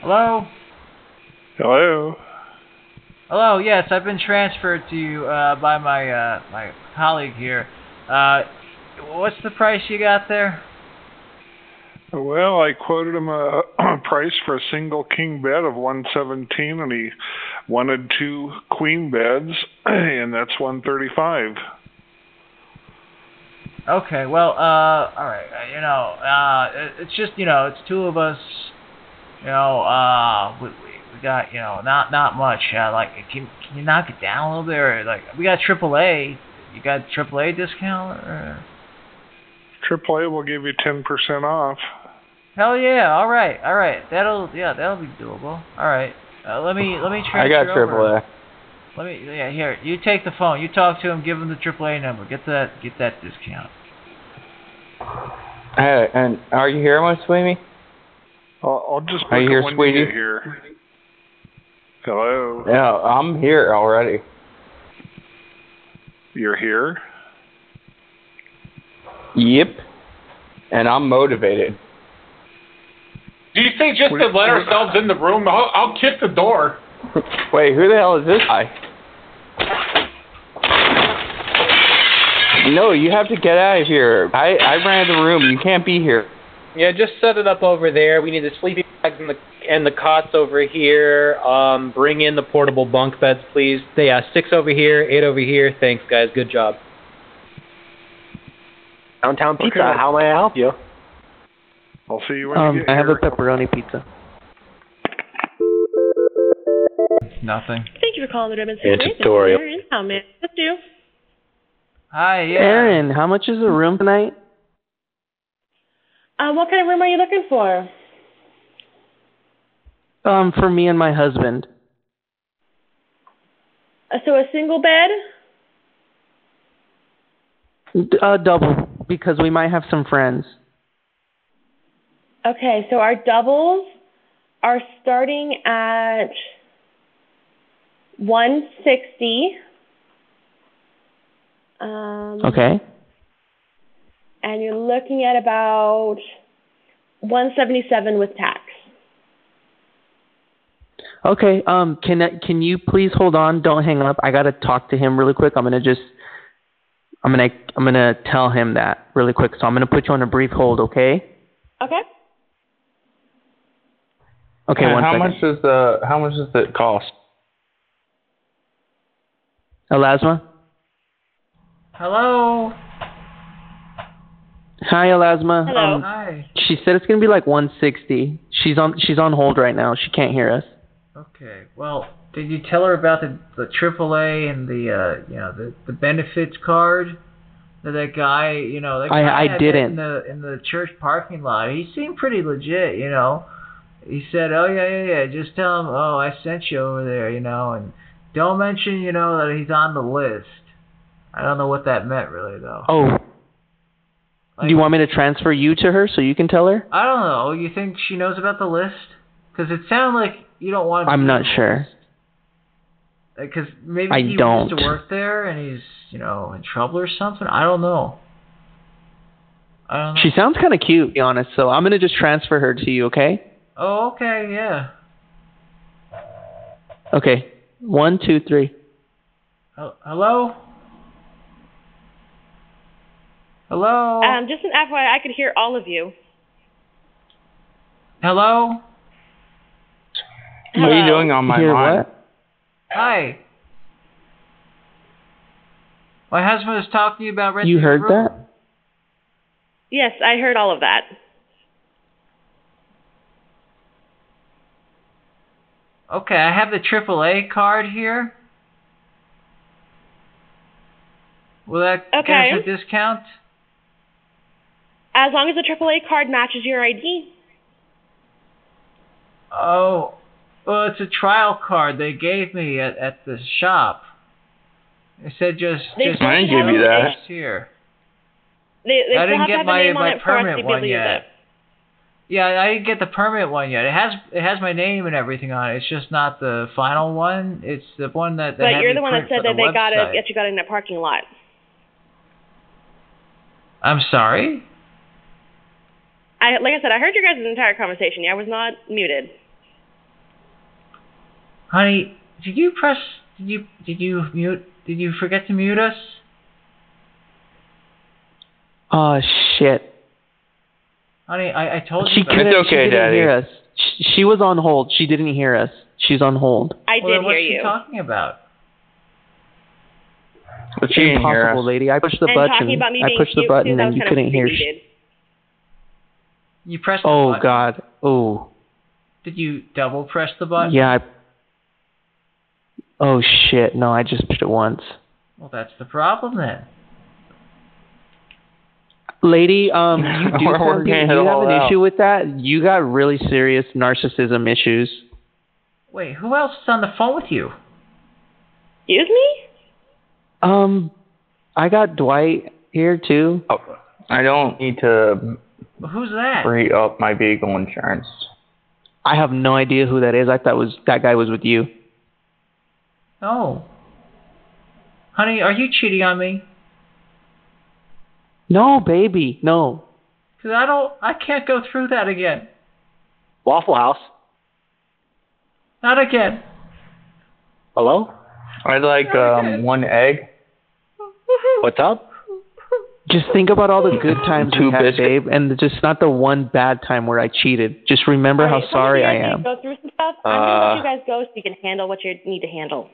[SPEAKER 8] Hello.
[SPEAKER 10] Hello.
[SPEAKER 8] Hello. Yes, I've been transferred to you uh, by my uh, my colleague here. Uh, what's the price you got there?
[SPEAKER 14] Well, I quoted him a, price for a single king bed of 117 and he wanted two queen beds and that's 135.
[SPEAKER 8] Okay. Well, uh, all right. uh, You know, uh, it- it's just you know, it's two of us. You know, uh, we, we we got you know not not much. Uh, like, can can you knock it down a little bit? Or like, we got AAA. You got AAA discount? Or...
[SPEAKER 14] AAA will give you 10% off.
[SPEAKER 8] Hell yeah! All right, all right. That'll yeah, that'll be doable. All right. Uh, let me let me transfer.
[SPEAKER 10] I got
[SPEAKER 8] over.
[SPEAKER 10] triple A.
[SPEAKER 8] Let me yeah here. You take the phone. You talk to him. Give him the AAA number. Get that get that discount.
[SPEAKER 10] Hey, and are you here, my sweetie?
[SPEAKER 14] I'll, I'll just
[SPEAKER 10] Are you
[SPEAKER 14] pick
[SPEAKER 10] here,
[SPEAKER 14] it when
[SPEAKER 10] sweetie?
[SPEAKER 14] you get here. Hello.
[SPEAKER 10] Yeah, I'm here already.
[SPEAKER 14] You're here?
[SPEAKER 10] Yep. And I'm motivated.
[SPEAKER 13] Do you think just to let ourselves in the room? I'll, I'll kick the door.
[SPEAKER 10] Wait, who the hell is this guy? No, you have to get out of here. I, I ran the room. You can't be here.
[SPEAKER 2] Yeah, just set it up over there. We need the sleeping bags and the and the cots over here. Um, bring in the portable bunk beds, please. Yeah, six over here, eight over here. Thanks, guys. Good job.
[SPEAKER 4] Downtown Pizza.
[SPEAKER 2] Okay.
[SPEAKER 4] How may I help you?
[SPEAKER 14] I'll see you
[SPEAKER 32] Um, I have a pepperoni pizza.
[SPEAKER 8] Nothing.
[SPEAKER 3] Thank you for calling the Ribbon
[SPEAKER 32] Yeah,
[SPEAKER 3] City.
[SPEAKER 32] tutorial.
[SPEAKER 3] How may I assist you?
[SPEAKER 8] Hi, yeah.
[SPEAKER 32] Aaron, how much is the room tonight?
[SPEAKER 3] Uh, what kind of room are you looking for?
[SPEAKER 32] Um, for me and my husband.
[SPEAKER 3] Uh, so a single bed?
[SPEAKER 32] D- Uh, double, because we might have some friends.
[SPEAKER 3] Okay, so our doubles are starting at 160. Um,
[SPEAKER 32] Okay.
[SPEAKER 3] And you're looking at about 177 with tax.
[SPEAKER 32] Okay. Um, can I- can you please hold on? Don't hang up. I gotta talk to him really quick. I'm gonna just, I'm gonna I'm gonna tell him that really quick. So I'm gonna put you on a brief hold. Okay.
[SPEAKER 3] Okay.
[SPEAKER 32] Okay.
[SPEAKER 10] And
[SPEAKER 32] one
[SPEAKER 10] how
[SPEAKER 32] second.
[SPEAKER 10] much is the how much does it cost?
[SPEAKER 32] Elasma.
[SPEAKER 8] Hello.
[SPEAKER 32] Hi, Elasma. Um,
[SPEAKER 8] Hi.
[SPEAKER 32] she said it's gonna be like 160. She's on she's on hold right now. She can't hear us.
[SPEAKER 8] Okay. Well, did you tell her about the the AAA and the uh, you know the the benefits card? That that guy, you know, that
[SPEAKER 32] I-
[SPEAKER 8] guy
[SPEAKER 32] I
[SPEAKER 8] met
[SPEAKER 32] didn't.
[SPEAKER 8] in the in the church parking lot. He seemed pretty legit, you know. He said, "Oh yeah, yeah, yeah. Just tell him, oh, I sent you over there, you know, and don't mention, you know, that he's on the list." I don't know what that meant really, though.
[SPEAKER 32] Oh. Do you want me to transfer you to her so you can tell her?
[SPEAKER 8] I don't know. You think she knows about the list? Because it sounded like you don't want.
[SPEAKER 32] I'm not sure.
[SPEAKER 8] Because maybe
[SPEAKER 32] I
[SPEAKER 8] he used
[SPEAKER 32] don't.
[SPEAKER 8] to work there and he's you know Oh, in trouble or something. I don't know. I don't know.
[SPEAKER 32] She sounds kind of cute, to be honest. So I'm gonna just transfer her to you, okay?
[SPEAKER 8] Oh, okay, yeah.
[SPEAKER 32] Okay. One, two, three.
[SPEAKER 8] Hel- Hello. Hello.
[SPEAKER 3] Um, just an FYI, I could hear all of you.
[SPEAKER 8] Hello.
[SPEAKER 10] What are you doing on my
[SPEAKER 8] Hear
[SPEAKER 10] line?
[SPEAKER 8] Hi. My husband was talking to you about renting
[SPEAKER 32] You
[SPEAKER 8] a
[SPEAKER 32] heard
[SPEAKER 8] room.
[SPEAKER 32] that?
[SPEAKER 3] Yes, I heard all of that.
[SPEAKER 8] Okay, I have the AAA card here. Will that
[SPEAKER 3] Okay.
[SPEAKER 8] give us a discount?
[SPEAKER 3] As long as the AAA card matches your ID.
[SPEAKER 8] Oh, well, it's a trial card they gave me at, at the shop. They said just
[SPEAKER 3] They
[SPEAKER 8] just
[SPEAKER 3] still Mine should gave have you it. that.
[SPEAKER 8] here.
[SPEAKER 3] They, they
[SPEAKER 8] I
[SPEAKER 3] still
[SPEAKER 8] didn't
[SPEAKER 3] have to
[SPEAKER 8] get
[SPEAKER 3] have
[SPEAKER 8] my
[SPEAKER 3] a name on
[SPEAKER 8] my
[SPEAKER 3] it for us to
[SPEAKER 8] permanent
[SPEAKER 3] be able
[SPEAKER 8] one
[SPEAKER 3] to use
[SPEAKER 8] yet.
[SPEAKER 3] it.
[SPEAKER 8] Yeah, I didn't get the permanent one yet. It has it has my name and everything on it. It's just not the final one. It's the one that. that
[SPEAKER 3] But
[SPEAKER 8] had
[SPEAKER 3] you're
[SPEAKER 8] me
[SPEAKER 3] the one that
[SPEAKER 8] print
[SPEAKER 3] said
[SPEAKER 8] for
[SPEAKER 3] that they got
[SPEAKER 8] website.
[SPEAKER 3] it, that you got it in that parking lot.
[SPEAKER 8] I'm sorry.
[SPEAKER 3] I, like I said, I heard your guys' entire conversation. Yeah, I was not muted.
[SPEAKER 8] Honey, did you press? Did you did you mute? Did you forget to mute us?
[SPEAKER 32] Oh shit.
[SPEAKER 8] Honey, I, I told
[SPEAKER 32] She
[SPEAKER 8] you. about
[SPEAKER 32] couldn't.
[SPEAKER 8] it.
[SPEAKER 32] she didn't hear us. She, she was on hold. She didn't hear us. She's on hold.
[SPEAKER 3] I
[SPEAKER 8] Well, then
[SPEAKER 3] did
[SPEAKER 8] what's
[SPEAKER 3] hear
[SPEAKER 8] she
[SPEAKER 3] you.
[SPEAKER 8] talking about?
[SPEAKER 32] It's
[SPEAKER 8] she didn't hear
[SPEAKER 32] impossible, lady. I pushed the
[SPEAKER 3] and
[SPEAKER 32] button.
[SPEAKER 3] talking about me
[SPEAKER 32] I
[SPEAKER 3] being
[SPEAKER 32] pushed the
[SPEAKER 3] cute,
[SPEAKER 32] button
[SPEAKER 3] too, that
[SPEAKER 32] and
[SPEAKER 3] was
[SPEAKER 32] you
[SPEAKER 3] kind of
[SPEAKER 32] couldn't hear.
[SPEAKER 3] creepy,
[SPEAKER 32] sh-
[SPEAKER 3] dude.
[SPEAKER 8] You pressed.
[SPEAKER 32] oh
[SPEAKER 8] the button.
[SPEAKER 32] god. Oh
[SPEAKER 8] Did you double press the button?
[SPEAKER 32] yeah. I, oh shit. No, I just pushed it once.
[SPEAKER 8] Well, that's the problem then.
[SPEAKER 32] Lady, um, you do
[SPEAKER 8] We're
[SPEAKER 32] some
[SPEAKER 8] working
[SPEAKER 32] people-
[SPEAKER 8] it
[SPEAKER 32] you have
[SPEAKER 8] all
[SPEAKER 32] an
[SPEAKER 8] out.
[SPEAKER 32] issue with that. You got really serious narcissism issues.
[SPEAKER 8] Wait, who else is on the phone with you?
[SPEAKER 3] Excuse me?
[SPEAKER 32] Um, I got Dwight here too.
[SPEAKER 10] Oh, I don't need to
[SPEAKER 8] Who's that?
[SPEAKER 10] free up my vehicle insurance.
[SPEAKER 32] I have no idea who that is. I thought was that guy was with you.
[SPEAKER 8] Oh. Honey, are you cheating on me?
[SPEAKER 32] No, baby, no.
[SPEAKER 8] Cause I don't, I can't go through that again.
[SPEAKER 32] Waffle House.
[SPEAKER 8] Not again.
[SPEAKER 10] Hello? I'd like um, one egg.
[SPEAKER 32] What's up? Just think about all the good times we had, babe, and just not the one bad time where I cheated. Just remember how sorry I am.
[SPEAKER 3] Go through some stuff. I'm gonna let
[SPEAKER 32] Uh,
[SPEAKER 3] you guys go so you can handle what you need to handle.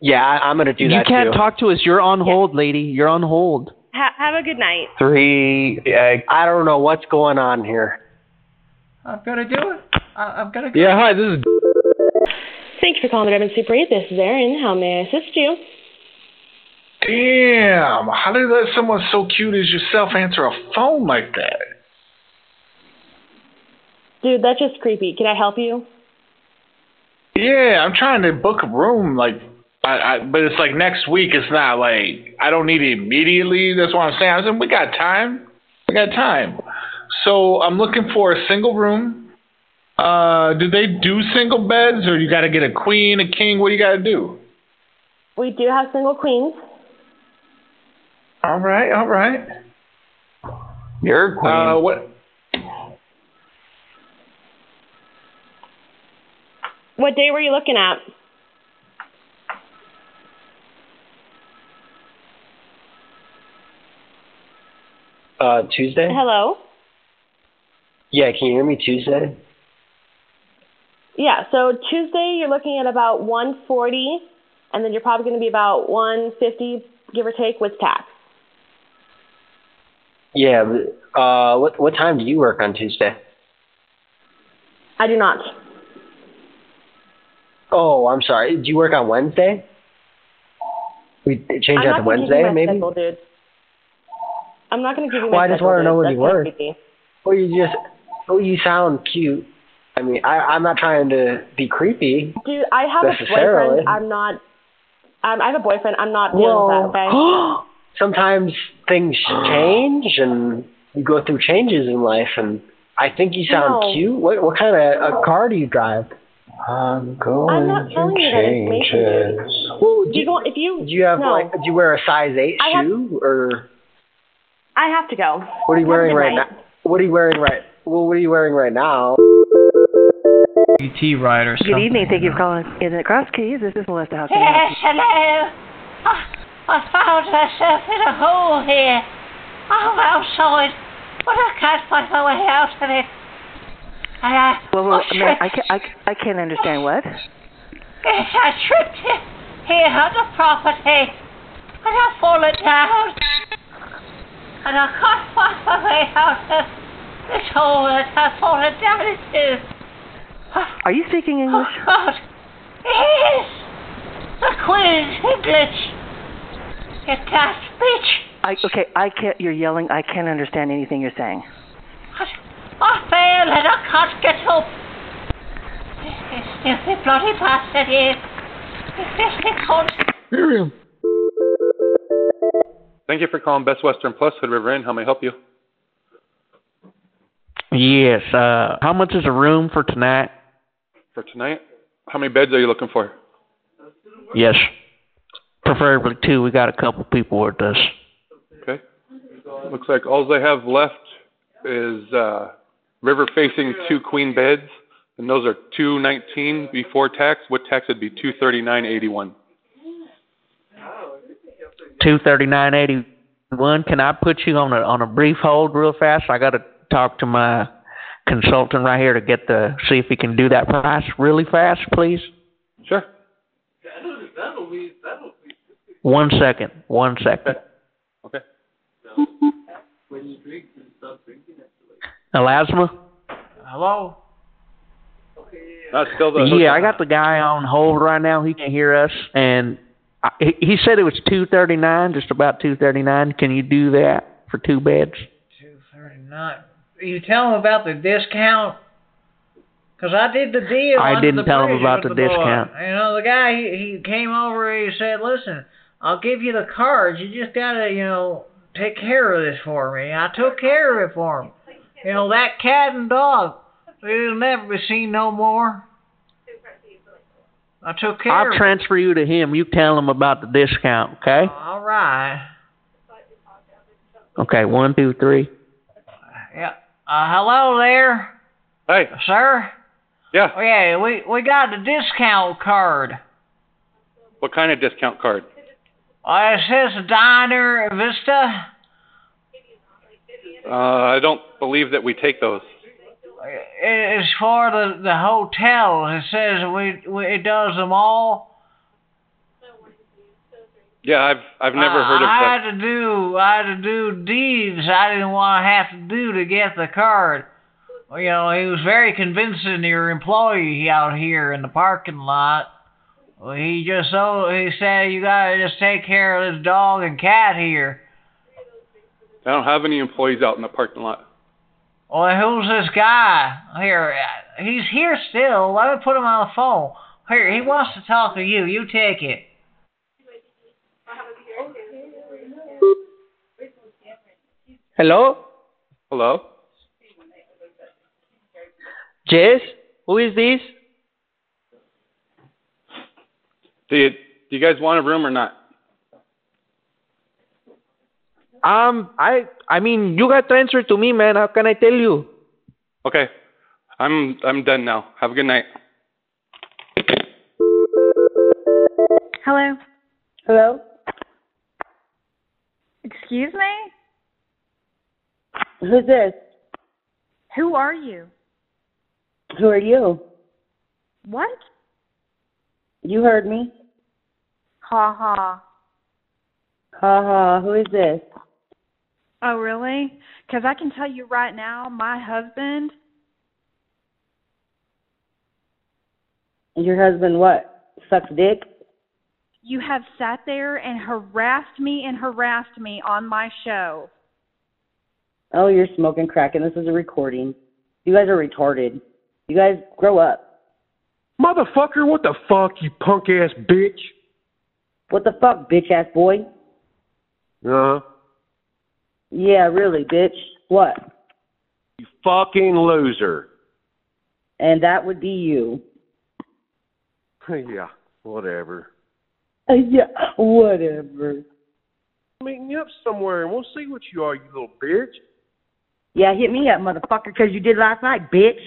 [SPEAKER 32] Yeah, I, I'm gonna do
[SPEAKER 10] that,
[SPEAKER 32] You can't
[SPEAKER 10] too.
[SPEAKER 32] talk to us. You're on hold, lady. You're on hold.
[SPEAKER 3] Ha- have a good night.
[SPEAKER 32] Three egg. I don't know what's going on here.
[SPEAKER 8] I'm gonna do it. I, I'm gonna go.
[SPEAKER 32] Yeah, hi. This is.
[SPEAKER 3] Thank you for calling the Redmond Super 8. This is Erin. How may I assist you?
[SPEAKER 39] Damn, how do you let someone so cute as yourself answer a phone like that?
[SPEAKER 3] Dude, that's just creepy. Can I help you?
[SPEAKER 13] Yeah, I'm trying to book a room, like, I, I, but it's like next week. It's not like I don't need it immediately. That's what I'm saying. I said we got time. We got time. So I'm looking for a single room. Uh, do they do single beds, or you got to get a queen, a king? What do you got to do?
[SPEAKER 3] We do have single queens.
[SPEAKER 13] All right, all right.
[SPEAKER 10] You're a queen.
[SPEAKER 13] Uh, what?
[SPEAKER 3] What day were you looking at?
[SPEAKER 4] Uh, Tuesday?
[SPEAKER 3] Hello?
[SPEAKER 4] Yeah, can you hear me Tuesday?
[SPEAKER 3] Yeah, so Tuesday you're looking at about 140, and then you're probably going to be about 150, give or take, with tax.
[SPEAKER 4] Yeah. but, Uh, what what time do you work on Tuesday?
[SPEAKER 3] I do not.
[SPEAKER 4] Oh, I'm sorry. Do you work on Wednesday? We change
[SPEAKER 3] I'm
[SPEAKER 4] that
[SPEAKER 3] not
[SPEAKER 4] to
[SPEAKER 3] gonna give you
[SPEAKER 4] Wednesday,
[SPEAKER 3] my
[SPEAKER 4] maybe.
[SPEAKER 3] Schedule, dude. I'm not going to give you
[SPEAKER 4] Well,
[SPEAKER 3] my
[SPEAKER 4] I just
[SPEAKER 3] want
[SPEAKER 4] wanna
[SPEAKER 3] to
[SPEAKER 4] know when you work.
[SPEAKER 3] Creepy.
[SPEAKER 4] Or you just oh, you sound cute. I mean, I I'm not trying to be creepy.
[SPEAKER 3] Dude, I have a
[SPEAKER 4] Necessarily.
[SPEAKER 3] boyfriend. I'm not. Um, I have a boyfriend. I'm not dealing with that. Okay.
[SPEAKER 4] Well, sometimes things change and you go through changes in life and I think you sound
[SPEAKER 3] No.
[SPEAKER 4] cute. What what kind of a car do you drive? I'm going
[SPEAKER 3] I'm not telling you that information, dude.
[SPEAKER 4] Well, do
[SPEAKER 3] you, go, if you
[SPEAKER 4] Do you have
[SPEAKER 3] no,
[SPEAKER 4] like do you wear a size eight
[SPEAKER 3] I have-
[SPEAKER 4] shoe or
[SPEAKER 3] I have to go.
[SPEAKER 4] what are you
[SPEAKER 3] Have a
[SPEAKER 4] wearing
[SPEAKER 3] good
[SPEAKER 4] right
[SPEAKER 3] night.
[SPEAKER 4] now? What are you wearing right well what are you wearing right now?
[SPEAKER 8] UT rider.
[SPEAKER 17] Good evening. Thank you for calling in at Cross Keys. This is Melissa. How can I help
[SPEAKER 23] Yes, hello. I, I found myself in a hole here. I'm outside, but I can't find my way out of it. And I,
[SPEAKER 17] you? Well, well ma'am, I, ca- I, ca- I can't understand what.
[SPEAKER 23] yes, I tripped here, here on the property, and I've fallen down. And I can't find my way out of this hole that I've fallen down into.
[SPEAKER 40] Are you speaking English?
[SPEAKER 23] God, it is the Queen's English. Get that bitch.
[SPEAKER 40] I, okay, I can't. You're yelling. I can't understand anything you're saying.
[SPEAKER 23] I fail and I can't get up. This this stupid bloody bastard here. This filthy cunt.
[SPEAKER 10] Miriam. Thank you for calling Best Western Plus Hood River Inn. How may I help you?
[SPEAKER 32] Yes. Uh, how much is a room for tonight?
[SPEAKER 10] For tonight, how many beds are you looking for?
[SPEAKER 32] Yes. Preferably two. We got a couple people with us.
[SPEAKER 10] Okay. Looks like all they have left is uh, river facing two queen beds, and those are two nineteen before tax. With tax, it'd be two thirty nine eighty one.
[SPEAKER 32] Two thirty nine eighty one. Can I put you on a on a brief hold real fast? I got to talk to my consultant right here to get the see if he can do that price really fast, please.
[SPEAKER 10] Sure.
[SPEAKER 32] One second. One second.
[SPEAKER 10] Okay.
[SPEAKER 32] Elasma.
[SPEAKER 8] Hello?
[SPEAKER 10] That's still the
[SPEAKER 32] yeah, I got the guy on hold right now. He can hear us, and I, he he said it was two thirty nine, just about two thirty nine. Can you do that for two beds?
[SPEAKER 8] Not. You tell him about the discount. Cause I did the deal.
[SPEAKER 32] I
[SPEAKER 8] under
[SPEAKER 32] didn't
[SPEAKER 8] the
[SPEAKER 32] tell him
[SPEAKER 8] bridge
[SPEAKER 32] about
[SPEAKER 8] with
[SPEAKER 32] the
[SPEAKER 8] boy.
[SPEAKER 32] discount.
[SPEAKER 8] uh, You know, the guy he, he came over. He said, "Listen, I'll give you the cards. You just gotta, you know, take care of this for me." I took care of it for him. You know, that cat and dog, it'll never be seen no more. I took care.
[SPEAKER 32] I'll
[SPEAKER 8] of
[SPEAKER 32] transfer you to him. You tell him about the discount, okay?
[SPEAKER 8] it. All right.
[SPEAKER 32] Okay, one, two, three.
[SPEAKER 8] Yeah. Uh, hello there.
[SPEAKER 10] Hey.
[SPEAKER 8] Sir.
[SPEAKER 10] Yeah.
[SPEAKER 8] Oh, yeah. We we got the discount card.
[SPEAKER 10] What kind of discount card?
[SPEAKER 8] Uh, it says Diner Vista.
[SPEAKER 10] Uh, I don't believe that we take those.
[SPEAKER 8] It- It's for the the hotels. It says we, we it does them all.
[SPEAKER 10] Yeah, I've I've never
[SPEAKER 8] I,
[SPEAKER 10] heard of
[SPEAKER 8] Uh, I
[SPEAKER 10] that.
[SPEAKER 8] had to do I had to do deeds I didn't want to have to do to get the card. Well, you know, he was very convincing your employee out here in the parking lot. Well, he just so he said you gotta just take care of this dog and cat here.
[SPEAKER 10] I don't have any employees out in the parking lot.
[SPEAKER 8] Well, who's this guy here? uh, He's here still. Let me put him on the phone. Here, he wants to talk to you. You take it.
[SPEAKER 4] Hello?
[SPEAKER 10] Hello?
[SPEAKER 4] Yes? Who is this?
[SPEAKER 10] Do you do you guys want a room or not?
[SPEAKER 4] Um, I I mean, you got transferred to me, man. How can I tell you?
[SPEAKER 10] Okay. I'm I'm done now. Have a good night.
[SPEAKER 22] Hello. Hello. Excuse me?
[SPEAKER 26] Who's this?
[SPEAKER 22] Who are you?
[SPEAKER 26] Who are you?
[SPEAKER 22] What?
[SPEAKER 26] You heard me.
[SPEAKER 22] Ha ha.
[SPEAKER 26] Ha ha. Who is this?
[SPEAKER 22] Oh, really? Because I can tell you right now, my husband,
[SPEAKER 26] Your husband what? Sucks dick?
[SPEAKER 22] you have sat there and harassed me and harassed me on my show.
[SPEAKER 26] Oh, you're smoking crack and this is a recording. You guys are retarded. You guys grow up.
[SPEAKER 30] Motherfucker, what the fuck, you punk ass bitch?
[SPEAKER 26] What the fuck, bitch ass boy?
[SPEAKER 30] Uh huh.
[SPEAKER 26] Yeah, really, bitch. What?
[SPEAKER 30] You fucking loser.
[SPEAKER 26] And that would be you.
[SPEAKER 30] yeah, whatever.
[SPEAKER 26] Uh, yeah, whatever.
[SPEAKER 30] Meet me up somewhere and we'll see what you are, you little bitch.
[SPEAKER 26] Yeah, hit me up, motherfucker, 'cause you did last night, bitch.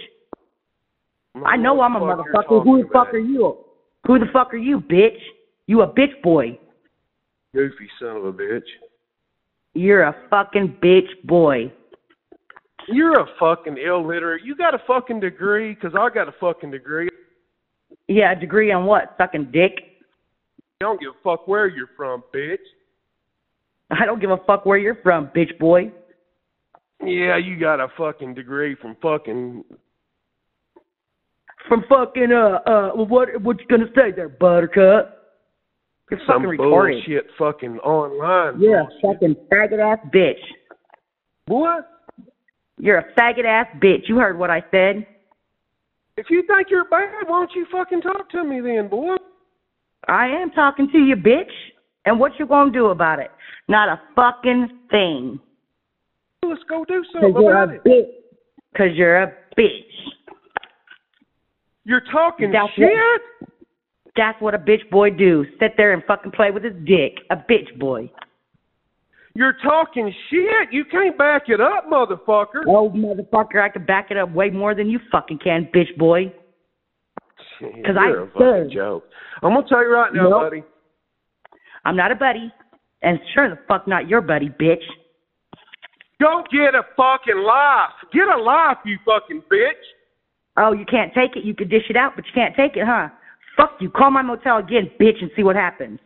[SPEAKER 26] I know I'm a motherfucker. Who the fuck are you? Who the fuck are you, bitch? You a bitch boy.
[SPEAKER 30] Goofy son of a bitch.
[SPEAKER 26] You're a fucking bitch boy.
[SPEAKER 30] You're a fucking illiterate. You got a fucking degree, 'cause I got a fucking degree.
[SPEAKER 26] Yeah, a degree on what? Sucking dick.
[SPEAKER 30] I don't give a fuck where you're from, bitch.
[SPEAKER 26] I don't give a fuck where you're from, bitch boy.
[SPEAKER 30] Yeah, you got a fucking degree from fucking
[SPEAKER 26] from fucking uh uh what what you gonna say there, Buttercup? You're
[SPEAKER 30] Some
[SPEAKER 26] fucking retarded.
[SPEAKER 30] bullshit fucking online.
[SPEAKER 26] You're a fucking faggot ass bitch.
[SPEAKER 30] What?
[SPEAKER 26] You're a faggot ass bitch. You heard what I said.
[SPEAKER 30] If you think you're bad, why don't you fucking talk to me then, boy?
[SPEAKER 26] I am talking to you, bitch. And what you gonna do about it? Not a fucking thing.
[SPEAKER 30] Let's go do
[SPEAKER 26] Cause
[SPEAKER 30] something
[SPEAKER 26] you're
[SPEAKER 30] about
[SPEAKER 26] a
[SPEAKER 30] it.
[SPEAKER 26] bitch. Cause you're a bitch.
[SPEAKER 30] You're talking
[SPEAKER 26] That's
[SPEAKER 30] shit.
[SPEAKER 26] What, that's what a bitch boy do. Sit there and fucking play with his dick. A bitch boy.
[SPEAKER 30] You're talking shit. You can't back it up, motherfucker.
[SPEAKER 26] Oh motherfucker, I can back it up way more than you fucking can, bitch boy.
[SPEAKER 30] Because
[SPEAKER 26] 'Cause I
[SPEAKER 30] you're a fucking joke. I'm gonna tell you right now,
[SPEAKER 26] Nope.
[SPEAKER 30] buddy.
[SPEAKER 26] I'm not a buddy, and sure the fuck not your buddy, bitch.
[SPEAKER 30] Don't get a fucking life. Get a life, you fucking bitch.
[SPEAKER 26] Oh, you can't take it. You can dish it out, but you can't take it, huh? Fuck you. Call my motel again, bitch, and see what happens.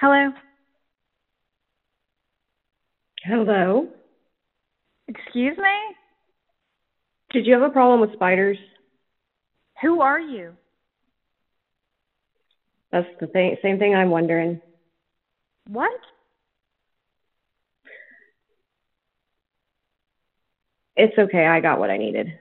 [SPEAKER 2] Hello.
[SPEAKER 6] Hello?
[SPEAKER 2] Excuse me?
[SPEAKER 6] Did you have a problem with spiders?
[SPEAKER 2] Who are you?
[SPEAKER 6] That's the thing, same thing I'm wondering.
[SPEAKER 2] What?
[SPEAKER 6] It's okay, I got what I needed.